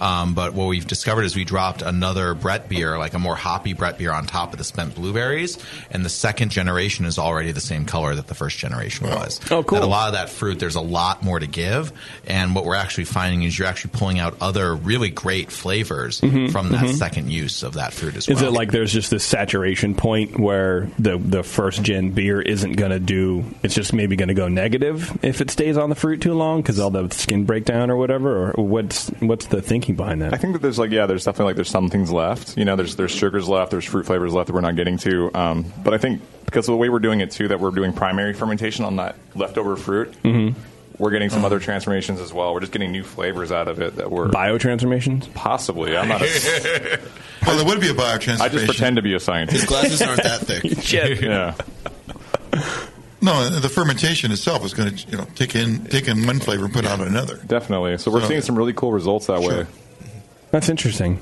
Speaker 16: Um, but what we've discovered is we dropped another Brett beer, like a more hoppy Brett beer, on top of the spent blueberries, and the second generation is already the same color that the first generation was. Oh, cool! a lot of that fruit, there's a lot more to give, and what we're actually finding is you're actually pulling out other really great flavors
Speaker 7: Mhm,
Speaker 16: from that
Speaker 7: mhm.
Speaker 16: second use of that fruit as well.
Speaker 7: Is it like there's just this saturation point where the the first gen beer isn't going to do? It's just maybe going to go negative if it stays on the fruit too long because all the skin breakdown or whatever. Or what's what's the thinking behind that?
Speaker 19: I think that there's like yeah, there's definitely like there's some things left. You know, there's there's sugars left, there's fruit flavors left that we're not getting to. Um, but I think because of the way we're doing it too, that we're doing primary fermentation on that leftover fruit,
Speaker 7: Mhm.
Speaker 19: we're getting some other transformations as well. We're just getting new flavors out of it that were
Speaker 7: Biotransformations?
Speaker 19: possibly. I'm not. A,
Speaker 9: well, it would be a biotransformation.
Speaker 19: I just pretend to be a scientist.
Speaker 9: His glasses aren't that thick. Shit.
Speaker 19: yeah.
Speaker 9: No, the fermentation itself is going to you know take in take in one flavor and put out another.
Speaker 19: Definitely. So we're
Speaker 9: So-
Speaker 19: seeing some really cool results that way.
Speaker 7: That's interesting.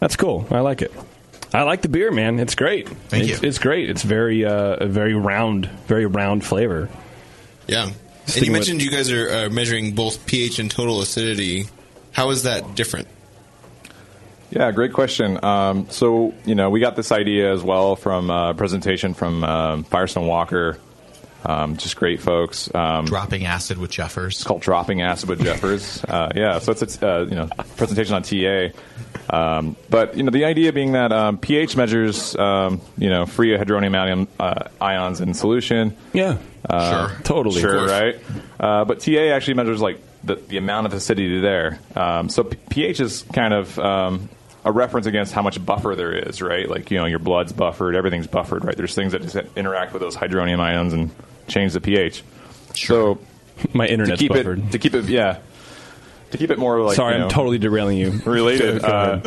Speaker 7: That's cool. I like it. I like the beer, man. It's great.
Speaker 9: Thank
Speaker 7: it's, you. It's great. It's very uh, a very round, very round flavor.
Speaker 8: Yeah. And
Speaker 7: Sticking
Speaker 8: you
Speaker 7: with-
Speaker 8: mentioned you guys are uh, measuring both pH and total acidity. How is that different?
Speaker 19: Yeah, great question. Um, so you know, we got this idea as well from uh, a presentation from um, Firestone Walker. Um, just great folks. Um,
Speaker 16: dropping acid with Jeffers. It's
Speaker 19: called dropping acid with Jeffers. Uh, yeah, so it's a uh, you know presentation on TA. Um, but you know, the idea being that um, pH measures um, you know free hydronium ion, uh, ions in solution.
Speaker 7: Yeah.
Speaker 19: Uh,
Speaker 7: Sure. Totally. Of
Speaker 19: Sure,
Speaker 7: course.
Speaker 19: right? Uh, but TA actually measures like the, the amount of acidity there. Um, so p- pH is kind of um, a reference against how much buffer there is, right? Like you know, your blood's buffered, everything's buffered, right? There's things that just interact with those hydronium ions and change the pH. Sure. So
Speaker 7: my internet's
Speaker 19: to keep
Speaker 7: buffered.
Speaker 19: It, to keep it, yeah. To keep it more like
Speaker 7: Sorry,
Speaker 19: you know,
Speaker 7: I'm totally derailing you.
Speaker 19: related.
Speaker 7: Go ahead.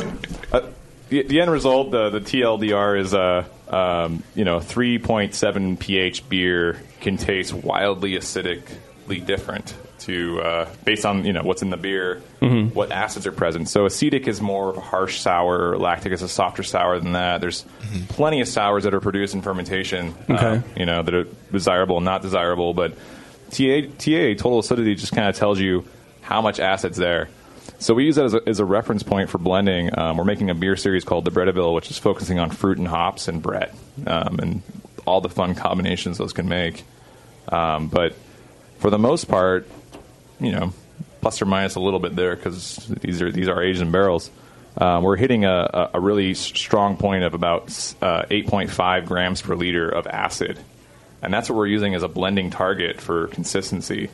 Speaker 19: Uh, uh, the, the end result, the, the TLDR is uh, um, you know 3.7 pH beer can taste wildly acidically different to uh, based on you know what's in the beer,
Speaker 7: Mhm.
Speaker 19: what acids are present. So acetic is more of a harsh sour, lactic is a softer sour than that. There's plenty of sours that are produced in fermentation, uh,
Speaker 7: Okay.
Speaker 19: you know that are desirable and not desirable, but TA, TA total acidity just kind of tells you how much acid's there. So we use that as a, as a reference point for blending. Um, we're making a beer series called the Breadaville, which is focusing on fruit and hops and bread um, and all the fun combinations those can make. Um, but for the most part, you know, plus or minus a little bit there because these are these are aged in barrels. Uh, we're hitting a, a, a really s- strong point of about uh, 8.5 grams per liter of acid, and that's what we're using as a blending target for consistency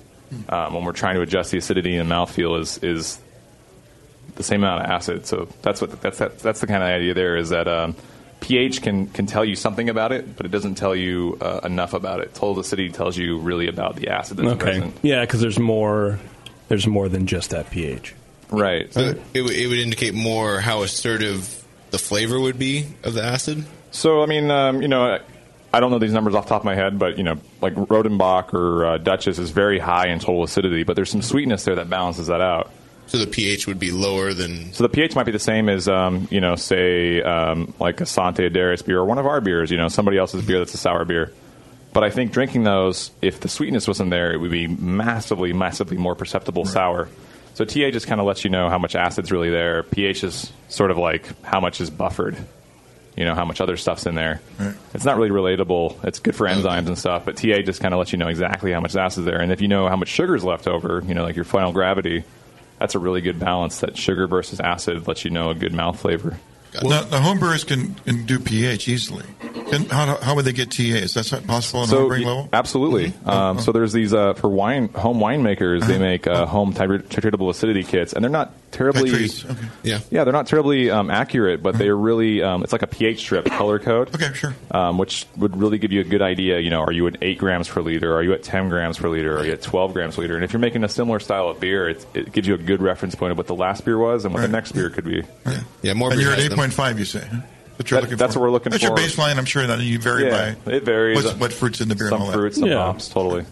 Speaker 19: um, when we're trying to adjust the acidity in the mouthfeel. Is is the same amount of acid. So that's what that's that, that's the kind of idea there is that um, pH can can tell you something about it, but it doesn't tell you uh, enough about it. Total acidity tells you really about the acid that's
Speaker 7: okay.
Speaker 19: present.
Speaker 7: Yeah, because there's more There's more than just that pH.
Speaker 19: Right.
Speaker 8: So it, w- it would indicate more how assertive the flavor would be of the acid.
Speaker 19: So, I mean, um, you know, I- I don't know these numbers off the top of my head, but, you know, like Rodenbach or uh, Duchess is very high in total acidity, but there's some sweetness there that balances that out.
Speaker 8: So the pH would be lower than.
Speaker 19: So the pH might be the same as, um, you know, say, um, like a Sante Darius beer or one of our beers, you know, somebody else's beer that's a sour beer. But I think drinking those, if the sweetness wasn't there, it would be massively, massively more perceptible sour. So TA just kind of lets you know how much acid's really there. pH is sort of like how much is buffered, you know, how much other stuff's in there. It's not really relatable. It's good for enzymes and stuff, but TA just kind of lets you know exactly how much acid's there. And if you know how much sugar's left over, you know, like your final gravity, that's a really good balance. That sugar versus acid lets you know a good mouth flavor.
Speaker 9: uh, now, now homebrewers can, can do pH easily. Can, how, how would they get TA? Is that possible on a
Speaker 19: so
Speaker 9: homebrewing
Speaker 19: y-
Speaker 9: level? Mm-hmm. Oh,
Speaker 19: absolutely. Um, So there's these uh, for wine home winemakers. They make uh, home titr- titratable acidity kits, and they're not terribly.
Speaker 8: Yeah.
Speaker 19: Yeah, they're not terribly um, accurate, but they're really. Um, it's like a pH strip color code.
Speaker 9: Okay, sure.
Speaker 19: Um, which would really give you a good idea. You know, are you at eight grams per liter? Are you at ten grams per liter? Are you at twelve grams per liter? And if you're making a similar style of beer, it, it gives you a good reference point of what the last beer was and what the next beer could be.
Speaker 8: Yeah, more.
Speaker 9: and
Speaker 19: beer
Speaker 9: you're at
Speaker 19: has them.
Speaker 9: 8.5, you say. huh? That's what you're
Speaker 19: That-
Speaker 9: looking
Speaker 19: that's
Speaker 9: for.
Speaker 19: what we're looking
Speaker 9: that's
Speaker 19: for.
Speaker 9: your baseline, I'm sure, that you vary
Speaker 19: Yeah,
Speaker 9: by
Speaker 19: it varies.
Speaker 9: what's- what fruit's in the beer
Speaker 19: Some
Speaker 9: and all that.
Speaker 19: fruits, some hops, totally.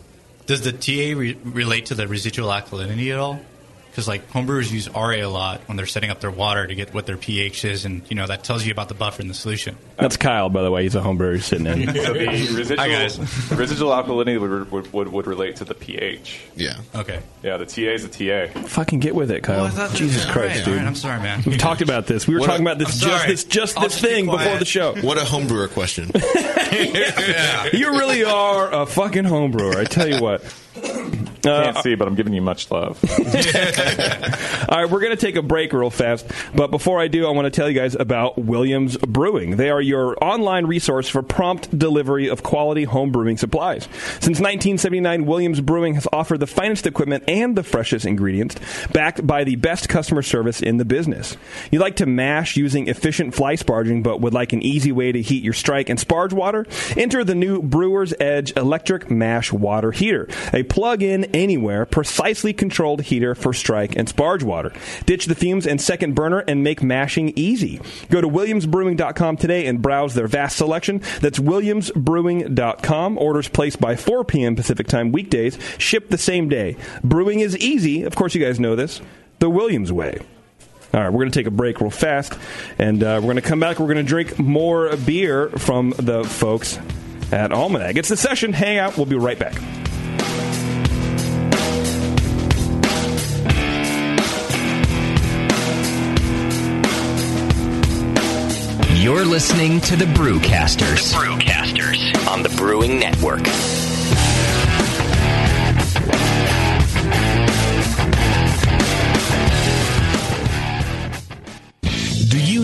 Speaker 20: Does the TA re- relate to the residual alkalinity at all? Because like homebrewers use RA a lot when they're setting up their water to get what their pH is, and you know that tells you about the buffer in the solution.
Speaker 7: That's Kyle, by the way. He's a homebrewer sitting in.
Speaker 19: So the residual,
Speaker 20: Hi, guys.
Speaker 19: the residual alkalinity would, would, would, would relate to the pH.
Speaker 8: Yeah.
Speaker 20: Okay.
Speaker 19: Yeah, the TA is the TA.
Speaker 7: Fucking get with it, Kyle.
Speaker 19: Well, I thought-
Speaker 7: Jesus
Speaker 19: all
Speaker 7: Christ,
Speaker 19: right,
Speaker 7: dude.
Speaker 19: all right, I'm sorry, man.
Speaker 7: We've talked about this. We were
Speaker 8: What
Speaker 7: talking
Speaker 8: a-
Speaker 7: about this
Speaker 8: I'm
Speaker 7: just
Speaker 8: sorry.
Speaker 7: this just
Speaker 8: I'll
Speaker 7: this
Speaker 8: just be
Speaker 7: thing before
Speaker 8: quiet.
Speaker 7: the show.
Speaker 8: What a homebrewer question.
Speaker 7: You really are a fucking homebrewer. I tell you what.
Speaker 19: Can't see, but I'm giving you much love.
Speaker 7: All right, we're going to take a break real fast. But before I do, I want to tell you guys about Williams Brewing. They are your online resource for prompt delivery of quality home brewing supplies. Since 1979, Williams Brewing has offered the finest equipment and the freshest ingredients, backed by the best customer service in the business. You like to mash using efficient fly sparging, but would like an easy way to heat your strike and sparge water? Enter the new Brewer's Edge electric mash water heater, a plug in anywhere, precisely controlled heater for strike and sparge water. Ditch the fumes and second burner and make mashing easy. Go to williamsbrewing.com today and browse their vast selection. That's williamsbrewing.com. Orders placed by 4 p.m. Pacific time weekdays, ship the same day. Brewing is easy. Of course, you guys know this. The Williams way. All right, we're going to take a break real fast, and uh, we're going to come back. We're going to drink more beer from the folks at Almanac. It's the session hangout. We'll be right back.
Speaker 3: You're listening to the Brewcasters. Brewcasters on the Brewing Network.
Speaker 1: Do you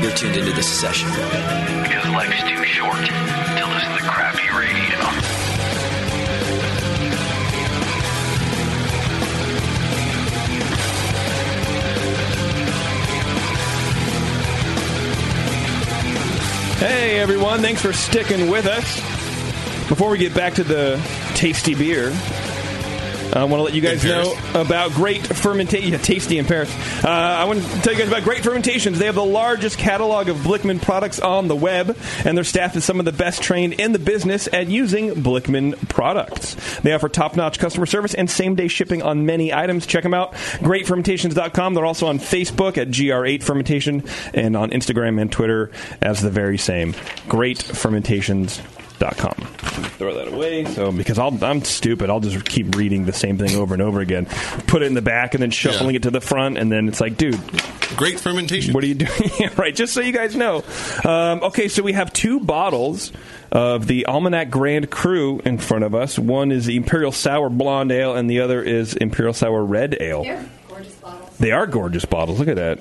Speaker 4: You're tuned into the session.
Speaker 14: Because life's too short to listen to crappy radio.
Speaker 7: Hey everyone, thanks for sticking with us. Before we get back to the tasty beer, I want to let you guys
Speaker 17: In Paris.
Speaker 7: know about great fermentation. Yeah, tasty in Paris. Uh, I want to tell you guys about Great Fermentations. They have the largest catalog of Blickman products on the web, and their staff is some of the best trained in the business at using Blickman products. They offer top notch customer service and same day shipping on many items. Check them out. GreatFermentations.com. They're also on Facebook at GR8 Fermentation and on Instagram and Twitter as the very same. GreatFermentations.com throw that away. So because I'll, I'm stupid, I'll just keep reading the same thing over and over again. Put it in the back and then shuffling it to the front, and then it's like, dude,
Speaker 8: great fermentation.
Speaker 7: What are you doing? Yeah, right. Just so you guys know. Um, okay, so we have two bottles of the Almanac Grand Cru in front of us. One is the Imperial Sour Blonde Ale, and the other is Imperial Sour Red Ale. They're gorgeous bottles. They are gorgeous bottles. Look at that.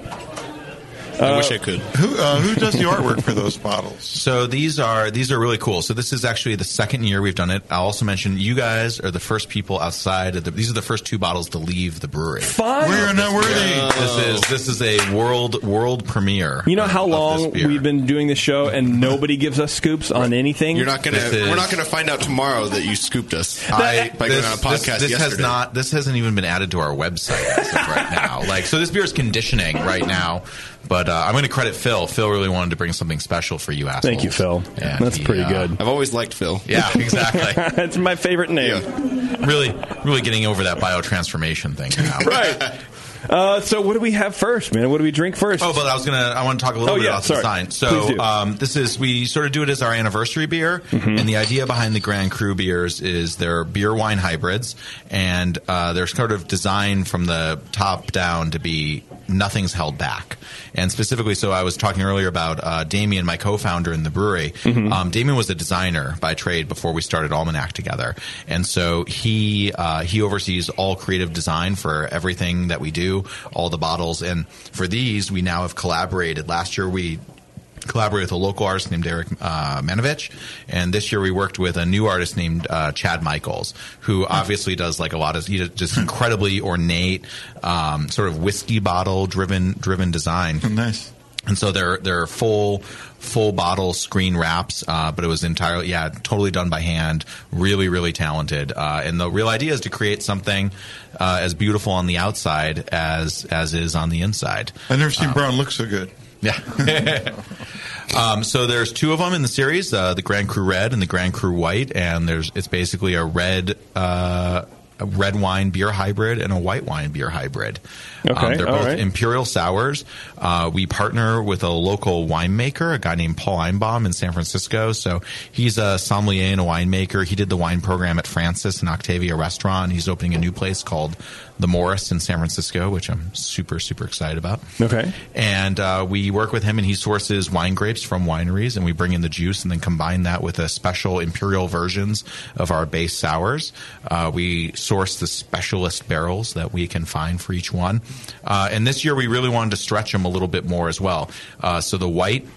Speaker 8: I wish I could.
Speaker 9: Who, uh, who does the artwork for those bottles?
Speaker 16: So these are these are really cool. So this is actually the second year we've done it. I'll also mention you guys are the first people outside. Of the, these are the first two bottles to leave the brewery.
Speaker 7: Fun.
Speaker 9: We're not worthy.
Speaker 16: This is this is a world world premiere.
Speaker 7: You know how long we've been doing this show and nobody gives us scoops on anything.
Speaker 8: You're not gonna. we're not gonna find out tomorrow that you scooped us I, by going on a podcast
Speaker 16: this, this has
Speaker 8: yesterday.
Speaker 16: not. This hasn't even been added to our website as of right now. Like, so this beer is conditioning right now. But uh, I'm going to credit Phil. Phil really wanted to bring something special for you, assholes.
Speaker 7: Thank you, Phil.
Speaker 16: Yeah,
Speaker 7: That's
Speaker 16: he,
Speaker 7: pretty
Speaker 16: uh,
Speaker 7: good.
Speaker 8: I've always liked Phil.
Speaker 16: Yeah, exactly.
Speaker 7: That's my favorite name.
Speaker 16: Really, really getting over that bio transformation thing now.
Speaker 7: right. Uh, so what do we have first, man? What do we drink first?
Speaker 16: Oh, but I was gonna. I want to talk a little
Speaker 7: Oh,
Speaker 16: bit
Speaker 7: yeah,
Speaker 16: about
Speaker 7: sorry.
Speaker 16: the sign.
Speaker 7: Please
Speaker 16: So
Speaker 7: do.
Speaker 16: um, this is we sort of do it as our anniversary beer, and the idea behind the Grand Cru beers is they're beer wine hybrids, and uh, they're sort of designed from the top down to be nothing's held back. And specifically, so I was talking earlier about uh, Damien, my co-founder in the brewery. Um, Damien was a designer by trade before we started Almanac together, and so he uh, he oversees all creative design for everything that we do, all the bottles, and for these we now have collaborated. Last year we collaborated with a local artist named Eric uh, Manovich, and this year we worked with a new artist named uh, Chad Michaels, who obviously does like a lot of he does just incredibly ornate, um, sort of whiskey bottle driven driven design.
Speaker 9: Nice.
Speaker 16: And so they're they're full full bottle screen wraps, uh, but it was entirely yeah totally done by hand. Really really talented. Uh, and the real idea is to create something uh, as beautiful on the outside as as is on the inside. Um,
Speaker 9: I've never seen Brown look so good.
Speaker 16: Yeah. um, so there's two of them in the series: uh, the Grand Cru Red and the Grand Cru White. And there's it's basically a red uh, a red wine beer hybrid and a white wine beer hybrid. Um,
Speaker 7: Okay,
Speaker 16: they're
Speaker 7: all
Speaker 16: both
Speaker 7: right.
Speaker 16: imperial sours. Uh, we partner with a local winemaker, a guy named Paul Einbaum in San Francisco. So he's a sommelier and a winemaker. He did the wine program at Francis and Octavia Restaurant. He's opening a new place called the Morris in San Francisco, which I'm super super excited about.
Speaker 7: Okay.
Speaker 16: And uh, we work with him, and he sources wine grapes from wineries, and we bring in the juice, and then combine that with a special imperial versions of our base sours. Uh, we source the specialist barrels that we can find for each one. Uh, and this year, we really wanted to stretch them a little bit more as well. Uh, so the white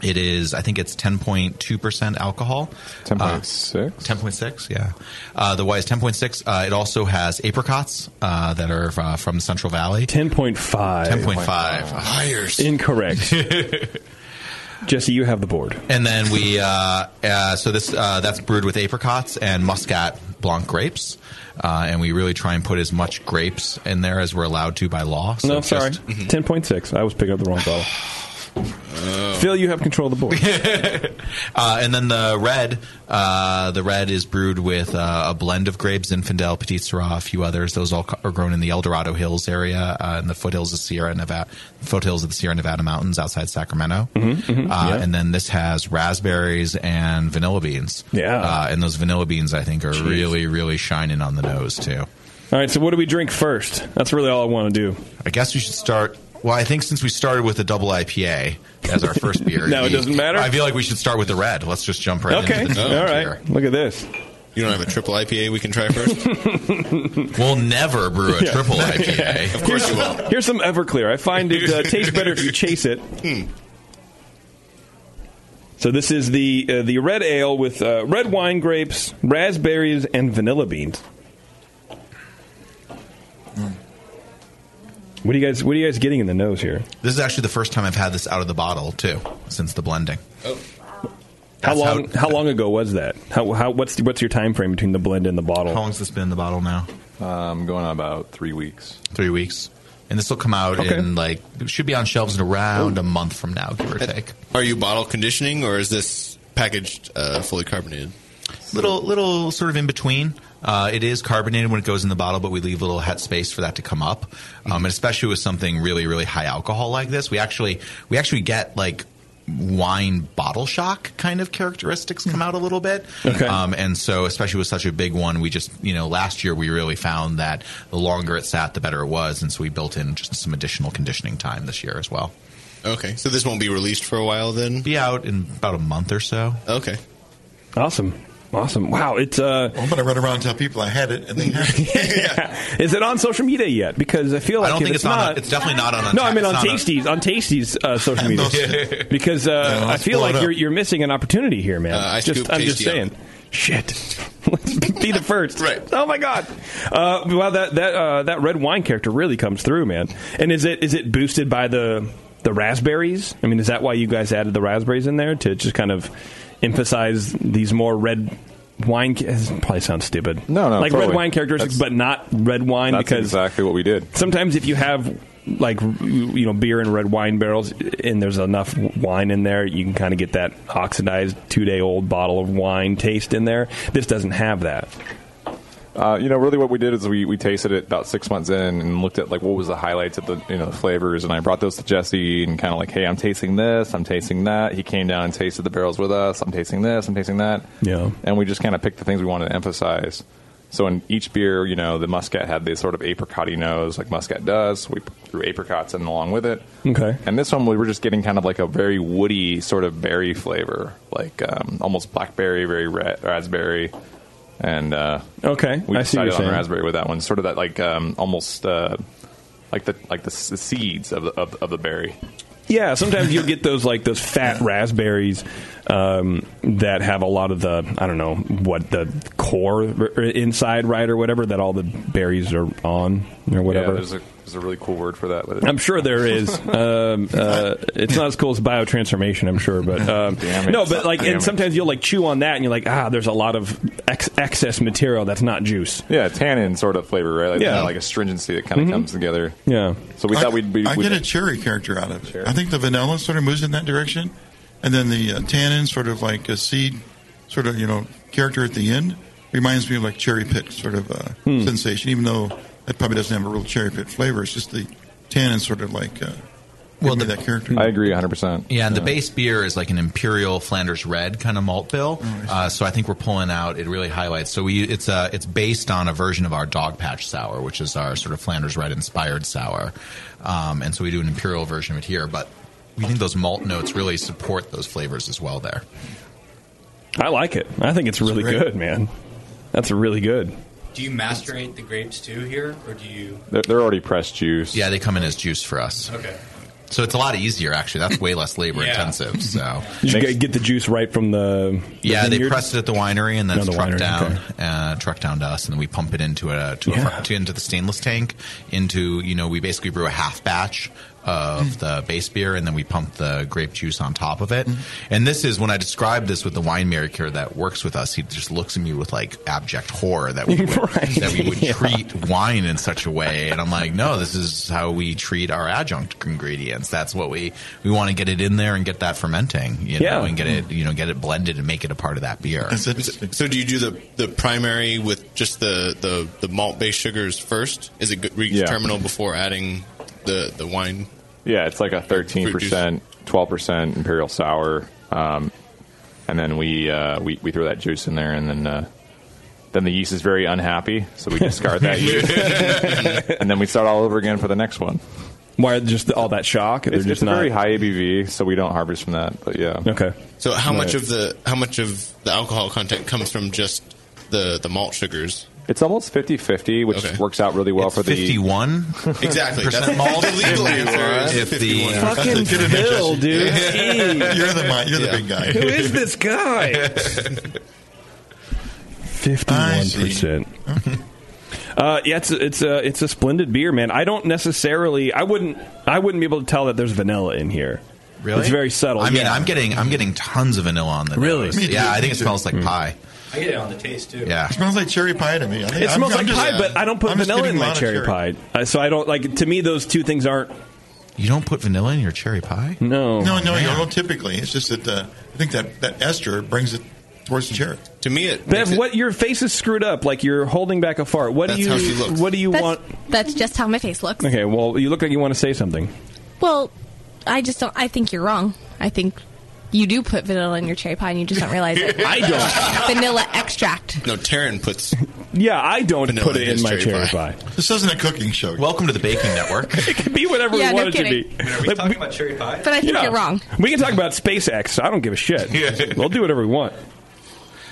Speaker 16: it is, I think it's 10.2% alcohol. 10.6? 10.6, yeah. Uh, the Y is 10.6. Uh, it also has apricots uh, that are uh, from Central Valley.
Speaker 7: 10.5.
Speaker 16: 10.5. Higher.
Speaker 7: Incorrect. Jesse, you have the board.
Speaker 16: And then we, uh, uh, so this uh, that's brewed with apricots and muscat blanc grapes, uh, and we really try and put as much grapes in there as we're allowed to by law. So
Speaker 7: no,
Speaker 16: it's
Speaker 7: sorry.
Speaker 16: just- mm-hmm.
Speaker 7: 10.6. I was picking up the wrong bottle.
Speaker 16: Oh.
Speaker 7: Phil, you have control of the board.
Speaker 16: Uh, and then the red, uh, the red is brewed with uh, a blend of grapes, Infidel, Petit Syrah, a few others. Those all co- are grown in the El Dorado Hills area uh, in the foothills of Sierra Nevada, foothills of the Sierra Nevada mountains outside Sacramento.
Speaker 9: Mm-hmm,
Speaker 16: uh,
Speaker 7: Mm-hmm. yeah.
Speaker 16: And then this has raspberries and vanilla beans. Yeah, uh, and those vanilla beans I think are really, really shining on the nose too.
Speaker 7: All right, so what do we drink first? That's really all I want to do.
Speaker 16: I guess we should start. Well, I think since we started with a double IPA as our first beer,
Speaker 7: Now it doesn't matter?
Speaker 16: I feel like we should start with the red. Let's just jump right.
Speaker 7: Okay.
Speaker 16: into the double
Speaker 7: All right.
Speaker 16: beer.
Speaker 7: Look at this.
Speaker 8: You don't have a triple IPA we can try first?
Speaker 16: we'll never brew a
Speaker 7: Yeah.
Speaker 16: triple IPA.
Speaker 8: Of course
Speaker 7: here's,
Speaker 8: you will.
Speaker 7: Here's some Everclear. I find it uh, tastes better if you chase it.
Speaker 8: Hmm.
Speaker 7: So this is the uh, the red ale with uh, red wine grapes, raspberries, and vanilla beans.
Speaker 8: Hmm.
Speaker 7: What do you guys? What are you guys getting in the nose here?
Speaker 16: This is actually the first time I've had this out of the bottle too, since the blending.
Speaker 19: Oh.
Speaker 7: How
Speaker 16: That's how-
Speaker 7: long? How, long ago was that? How, how what's what's your time frame between the blend and the bottle?
Speaker 16: How long's this been in the bottle now?
Speaker 19: Um, going on about three weeks.
Speaker 16: Three weeks, and this will come out
Speaker 19: Okay.
Speaker 16: in like it should be on shelves in around a month from now, give or take.
Speaker 8: Are you bottle conditioning or is this packaged uh, fully carbonated?
Speaker 16: Little little sort of in between. Uh, it is carbonated when it goes in the bottle, but we leave a little head space for that to come up, um, and especially with something really really high alcohol like this, we actually we actually get like wine bottle shock kind of characteristics come out a little bit.
Speaker 5: Okay.
Speaker 16: Um, and so, especially with such a big one, we just, you know, last year we really found that the longer it sat, the better it was. And so we built in just some additional conditioning time this year as well.
Speaker 8: Okay, so this won't be released for a while then?
Speaker 16: Be out in about a month or so.
Speaker 8: Okay.
Speaker 7: Awesome, awesome! Wow, it's uh.
Speaker 9: I'm going to run around and tell people I had it, and they have it.
Speaker 7: Is it on social media yet? Because I feel like
Speaker 16: I don't
Speaker 7: if
Speaker 16: think
Speaker 7: it's
Speaker 16: it's on-
Speaker 7: not.
Speaker 16: it's definitely not on-
Speaker 7: No, I mean
Speaker 16: it's
Speaker 7: on
Speaker 16: not on-
Speaker 7: Tasty's on Tasty's uh, social media because uh,
Speaker 16: No,
Speaker 7: I
Speaker 16: let's
Speaker 7: feel
Speaker 16: blow it
Speaker 7: like
Speaker 16: up.
Speaker 7: you're you're missing an opportunity here, man.
Speaker 16: Uh, I
Speaker 7: just
Speaker 16: scooped
Speaker 7: I'm just
Speaker 16: Tasty up.
Speaker 7: saying. Shit. Let's be the first. right. Oh my god. Uh, wow, that that uh, that red wine character really comes through, man. And is it is it boosted by the the raspberries? I mean, is that why you guys added the raspberries in there to just kind of emphasize these more red wine? ca- This probably sounds stupid.
Speaker 19: Oh, No, no,
Speaker 7: like red
Speaker 19: totally.
Speaker 7: wine characteristics,
Speaker 19: That's-
Speaker 7: but not red wine
Speaker 19: That's
Speaker 7: because
Speaker 19: exactly what we did.
Speaker 7: sometimes if you have like you know beer and red wine barrels and there's enough wine in there you can kind of get that oxidized two day old bottle of wine taste in there this doesn't have that
Speaker 19: Uh, you know, really, what we did is we, we tasted it about six months in and looked at like what was the highlights of the you know the flavors, and I brought those to Jesse and kind of like, hey, I'm tasting this, I'm tasting that. He came down and tasted the barrels with us. I'm tasting this, I'm tasting that.
Speaker 7: Yeah.
Speaker 19: and we just kind of picked the things we wanted to emphasize. So in each beer, you know, the muscat had this sort of apricotty nose, like muscat does. We threw apricots in along with it.
Speaker 7: Okay.
Speaker 19: And this one, we were just getting kind of like a very woody sort of berry flavor, like um, almost blackberry, very ra- raspberry, and uh,
Speaker 7: okay,
Speaker 19: we
Speaker 7: I see
Speaker 19: decided
Speaker 7: what you're
Speaker 19: on
Speaker 7: saying.
Speaker 19: raspberry with that one. Sort of that like um, almost uh, like the like the, s- the seeds of the, of, of the berry.
Speaker 7: Yeah, sometimes you'll get those like those fat raspberries um, that have a lot of the I don't know what the core r- inside right or whatever that all the berries are on or
Speaker 19: Yeah,
Speaker 7: whatever.
Speaker 19: there's a there's a really cool word for that. But it-
Speaker 7: I'm sure there is. Um, uh, it's not as cool as biotransformation, I'm sure, but um,
Speaker 19: Damn it.
Speaker 7: no. But like,
Speaker 19: Damn
Speaker 7: and
Speaker 19: it.
Speaker 7: sometimes you'll like chew on that, and you're like, ah, there's a lot of ex- excess material that's not juice.
Speaker 19: Yeah, tannin sort of flavor, right? Like,
Speaker 7: Yeah.
Speaker 19: yeah, like astringency that kind of
Speaker 7: Mhm.
Speaker 19: comes together.
Speaker 7: Yeah.
Speaker 19: So we
Speaker 9: I-
Speaker 19: thought we'd be.
Speaker 9: I
Speaker 19: we'd
Speaker 9: get a cherry character out of it. I think the vanilla sort of moves in that direction, and then the uh, tannin, sort of like a seed, sort of you know character at the end, reminds me of like cherry pit sort of uh,
Speaker 7: Hmm.
Speaker 9: sensation. Even though that probably doesn't have a real cherry pit flavor, it's just the tannin sort of like uh, well me that character.
Speaker 19: I agree 100. percent
Speaker 16: Yeah,
Speaker 7: Uh,
Speaker 16: and the base beer is like an imperial Flanders red kind of malt bill. Uh, so I think we're pulling out. It really highlights. So we it's uh, it's based on a version of our Dog Patch sour, which is our sort of Flanders red inspired sour. Um, and so we do an imperial version of it here, but we think those malt notes really support those flavors as well. There.
Speaker 7: I like it. I think it's really
Speaker 20: great.
Speaker 7: good, man. That's really good.
Speaker 20: Do you macerate the grapes too here, or do you?
Speaker 19: They're, they're already pressed juice.
Speaker 16: Yeah, they come in as juice for us.
Speaker 20: Okay.
Speaker 16: So it's a lot easier actually. That's way less labor intensive. So
Speaker 7: You should get- get the juice right from the. the
Speaker 16: Yeah, they
Speaker 7: vineyard?
Speaker 16: press it at the winery and then
Speaker 7: No,
Speaker 16: it's
Speaker 7: the
Speaker 16: trucked
Speaker 7: winery,
Speaker 16: down,
Speaker 7: okay.
Speaker 16: uh, trucked down to us, and then we pump it into a to, a to into the stainless tank. Into you know, we basically brew a half batch of
Speaker 7: Hmm.
Speaker 16: the base beer, and then we pump the grape juice on top of it. And this is when I described this with the winemaker that works with us. He just looks at me with like abject horror that we would, that we would
Speaker 5: yeah.
Speaker 16: treat wine in such a way, and I'm like, no, this is how we treat our adjunct ingredients. That's what we we want to get it in there and get that fermenting, you know,
Speaker 8: Yeah.
Speaker 16: and get it you know get it blended and make it a part of that beer.
Speaker 8: So, so do you do the, the primary with just the, the, the malt based sugars first? Is it g- reach
Speaker 19: Yeah.
Speaker 8: terminal before adding the, the wine?
Speaker 19: Yeah, it's like a thirteen percent, twelve percent imperial sour, um, and then we, uh, we we throw that juice in there, and then uh, then the yeast is very unhappy, so we discard that yeast, and then we start all over again for the next one.
Speaker 7: Why just all that shock?
Speaker 19: It's,
Speaker 7: just
Speaker 19: it's a very
Speaker 7: not-
Speaker 19: high ABV, so we don't harvest from that. But yeah,
Speaker 7: okay.
Speaker 8: So how much
Speaker 19: Right.
Speaker 8: of the how much of the alcohol content comes from just the, the malt sugars?
Speaker 19: It's almost 50-50, which works out really well for the
Speaker 16: 51
Speaker 8: Exactly. That's malt. the legal answer. is
Speaker 16: If the
Speaker 8: 51.
Speaker 7: Fucking Bill, dude. Jeez.
Speaker 9: You're the mi- you're the big guy.
Speaker 7: Who is this guy? Fifty-one percent. Uh, yeah, it's it's a it's a splendid beer, man. I don't necessarily, I wouldn't, I wouldn't be able to tell that there's vanilla in here.
Speaker 16: Really?
Speaker 7: it's very subtle.
Speaker 16: I mean,
Speaker 7: yeah.
Speaker 16: I'm getting I'm getting tons of vanilla on the
Speaker 7: Really?
Speaker 16: nose.
Speaker 7: Me too,
Speaker 16: Yeah, I think
Speaker 7: me
Speaker 16: it
Speaker 7: too.
Speaker 16: smells like
Speaker 7: Mm.
Speaker 16: pie.
Speaker 20: I get it on the taste too.
Speaker 16: Yeah.
Speaker 9: It smells like cherry pie to me. I think-
Speaker 7: It
Speaker 9: I'm-
Speaker 7: smells
Speaker 9: I'm
Speaker 7: like
Speaker 9: just-
Speaker 7: pie, but I don't put
Speaker 9: I'm just
Speaker 7: vanilla
Speaker 9: getting
Speaker 7: in
Speaker 9: a
Speaker 7: my
Speaker 9: lot of
Speaker 7: cherry, pie. Uh, so I don't like. To me, those two things aren't.
Speaker 16: You don't put vanilla in your cherry pie?
Speaker 7: No.
Speaker 9: No, no, you don't typically. It's just that uh, I think that, that ester brings it towards the cherry.
Speaker 8: To me, it
Speaker 7: Bev, what your face is screwed up. Like you're holding back a fart. What
Speaker 9: That's
Speaker 7: do you?
Speaker 9: how she looks.
Speaker 7: What do you
Speaker 11: That's-
Speaker 7: want?
Speaker 11: That's just how my face looks.
Speaker 7: Okay. Well, you look like you want to say something.
Speaker 11: Well, I just don't. I think you're wrong. I think you do put vanilla in your cherry pie, and you just don't realize it.
Speaker 8: I don't.
Speaker 11: Vanilla extract.
Speaker 8: No, Taryn puts.
Speaker 7: Yeah, I don't
Speaker 8: put it in my cherry
Speaker 7: pie.
Speaker 9: This isn't a cooking show.
Speaker 16: Welcome to the Baking Network.
Speaker 7: it can be whatever
Speaker 11: Yeah,
Speaker 7: we
Speaker 11: no
Speaker 7: want it to
Speaker 11: kidding.
Speaker 7: be.
Speaker 20: I mean, are we
Speaker 7: Like,
Speaker 20: talking about cherry pie?
Speaker 11: But I think
Speaker 7: Yeah.
Speaker 11: you're wrong.
Speaker 7: We can talk about SpaceX. I don't give a shit. we'll do whatever we want.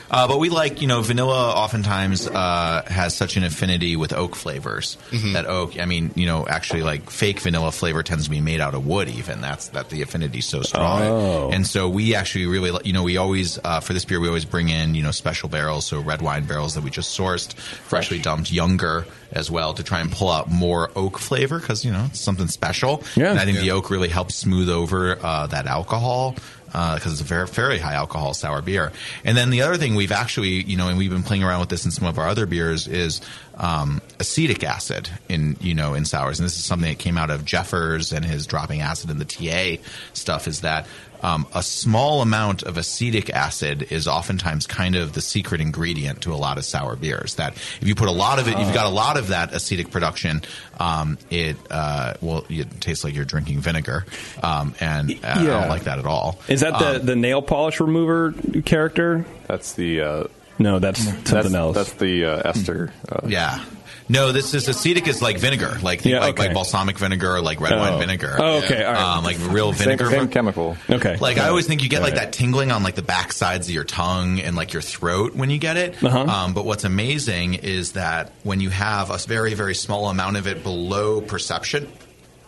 Speaker 16: Uh, but we like, you know, vanilla oftentimes uh, has such an affinity with oak flavors that oak. I mean, you know, actually, like fake vanilla flavor tends to be made out of wood. Even that's that the affinity's so strong. And so we actually really, li- you know, we always uh, for this beer we always bring in, you know, special barrels, so red wine barrels that we just sourced, freshly dumped, younger as well, to try and pull out more oak flavor because you know it's something special. Yeah. And I think the oak really helps smooth over uh, that alcohol because it's a very, very high alcohol sour beer. And then the other thing we've actually, you know, and we've been playing around with this in some of our other beers is um, acetic acid in, you know, in sours. And this is something that came out of Jeffers and his dropping acid in the TA stuff is that um, a small amount of acetic acid is oftentimes kind of the secret ingredient to a lot of sour beers. That if you put a lot of it, you've got a lot of that acetic production. Um, it uh, well, it tastes like you're drinking vinegar, um, and uh, I
Speaker 7: Yeah.
Speaker 16: don't like that at all.
Speaker 7: Is that the,
Speaker 9: Um,
Speaker 7: the nail polish remover character?
Speaker 19: That's the. Uh,
Speaker 7: no, that's something
Speaker 19: that's,
Speaker 7: else.
Speaker 19: That's the uh, ester. Uh,
Speaker 16: Um, yeah. No, this is acetic is like vinegar, like
Speaker 7: Yeah,
Speaker 16: like,
Speaker 7: okay.
Speaker 16: like balsamic vinegar, like red
Speaker 7: Oh.
Speaker 16: wine vinegar.
Speaker 7: Oh, okay, all right.
Speaker 16: um, like real
Speaker 7: Same-
Speaker 16: vinegar.
Speaker 7: same
Speaker 19: chemical.
Speaker 7: Okay.
Speaker 16: Like I always think you get like
Speaker 7: All
Speaker 16: that tingling on like the back sides of your tongue and like your throat when you get it.
Speaker 7: Uh-huh.
Speaker 16: Um, but what's amazing is that when you have a very very small amount of it below perception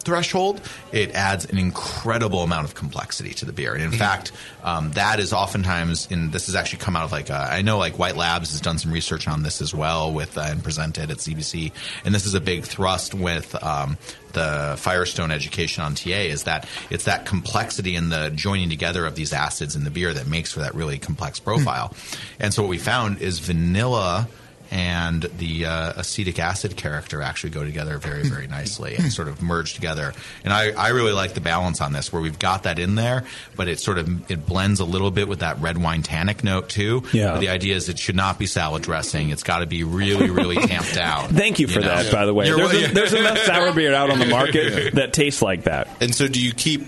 Speaker 16: threshold, it adds an incredible amount of complexity to the beer. And in
Speaker 7: Mm-hmm.
Speaker 16: fact, um, that is oftentimes, and this has actually come out of like, uh, I know like White Labs has done some research on this as well with uh, and presented at CBC. And this is a big thrust with um, the Firestone education on TA is that it's that complexity and the joining together of these acids in the beer that makes for that really complex profile. And so what we found is vanilla and the uh, acetic acid character actually go together very, very nicely and sort of merge together. And I, I really like the balance on this where we've got that in there, but it sort of it blends a little bit with that red wine tannic note too.
Speaker 7: Yeah.
Speaker 16: But the idea is it should not be salad dressing. It's got to be really, really tamped down.
Speaker 7: Thank you for
Speaker 16: know?
Speaker 7: that, by the way.
Speaker 16: You're
Speaker 7: There's,
Speaker 16: wel-
Speaker 7: a, there's enough sour beer out on the market that tastes like that.
Speaker 8: And so, do you keep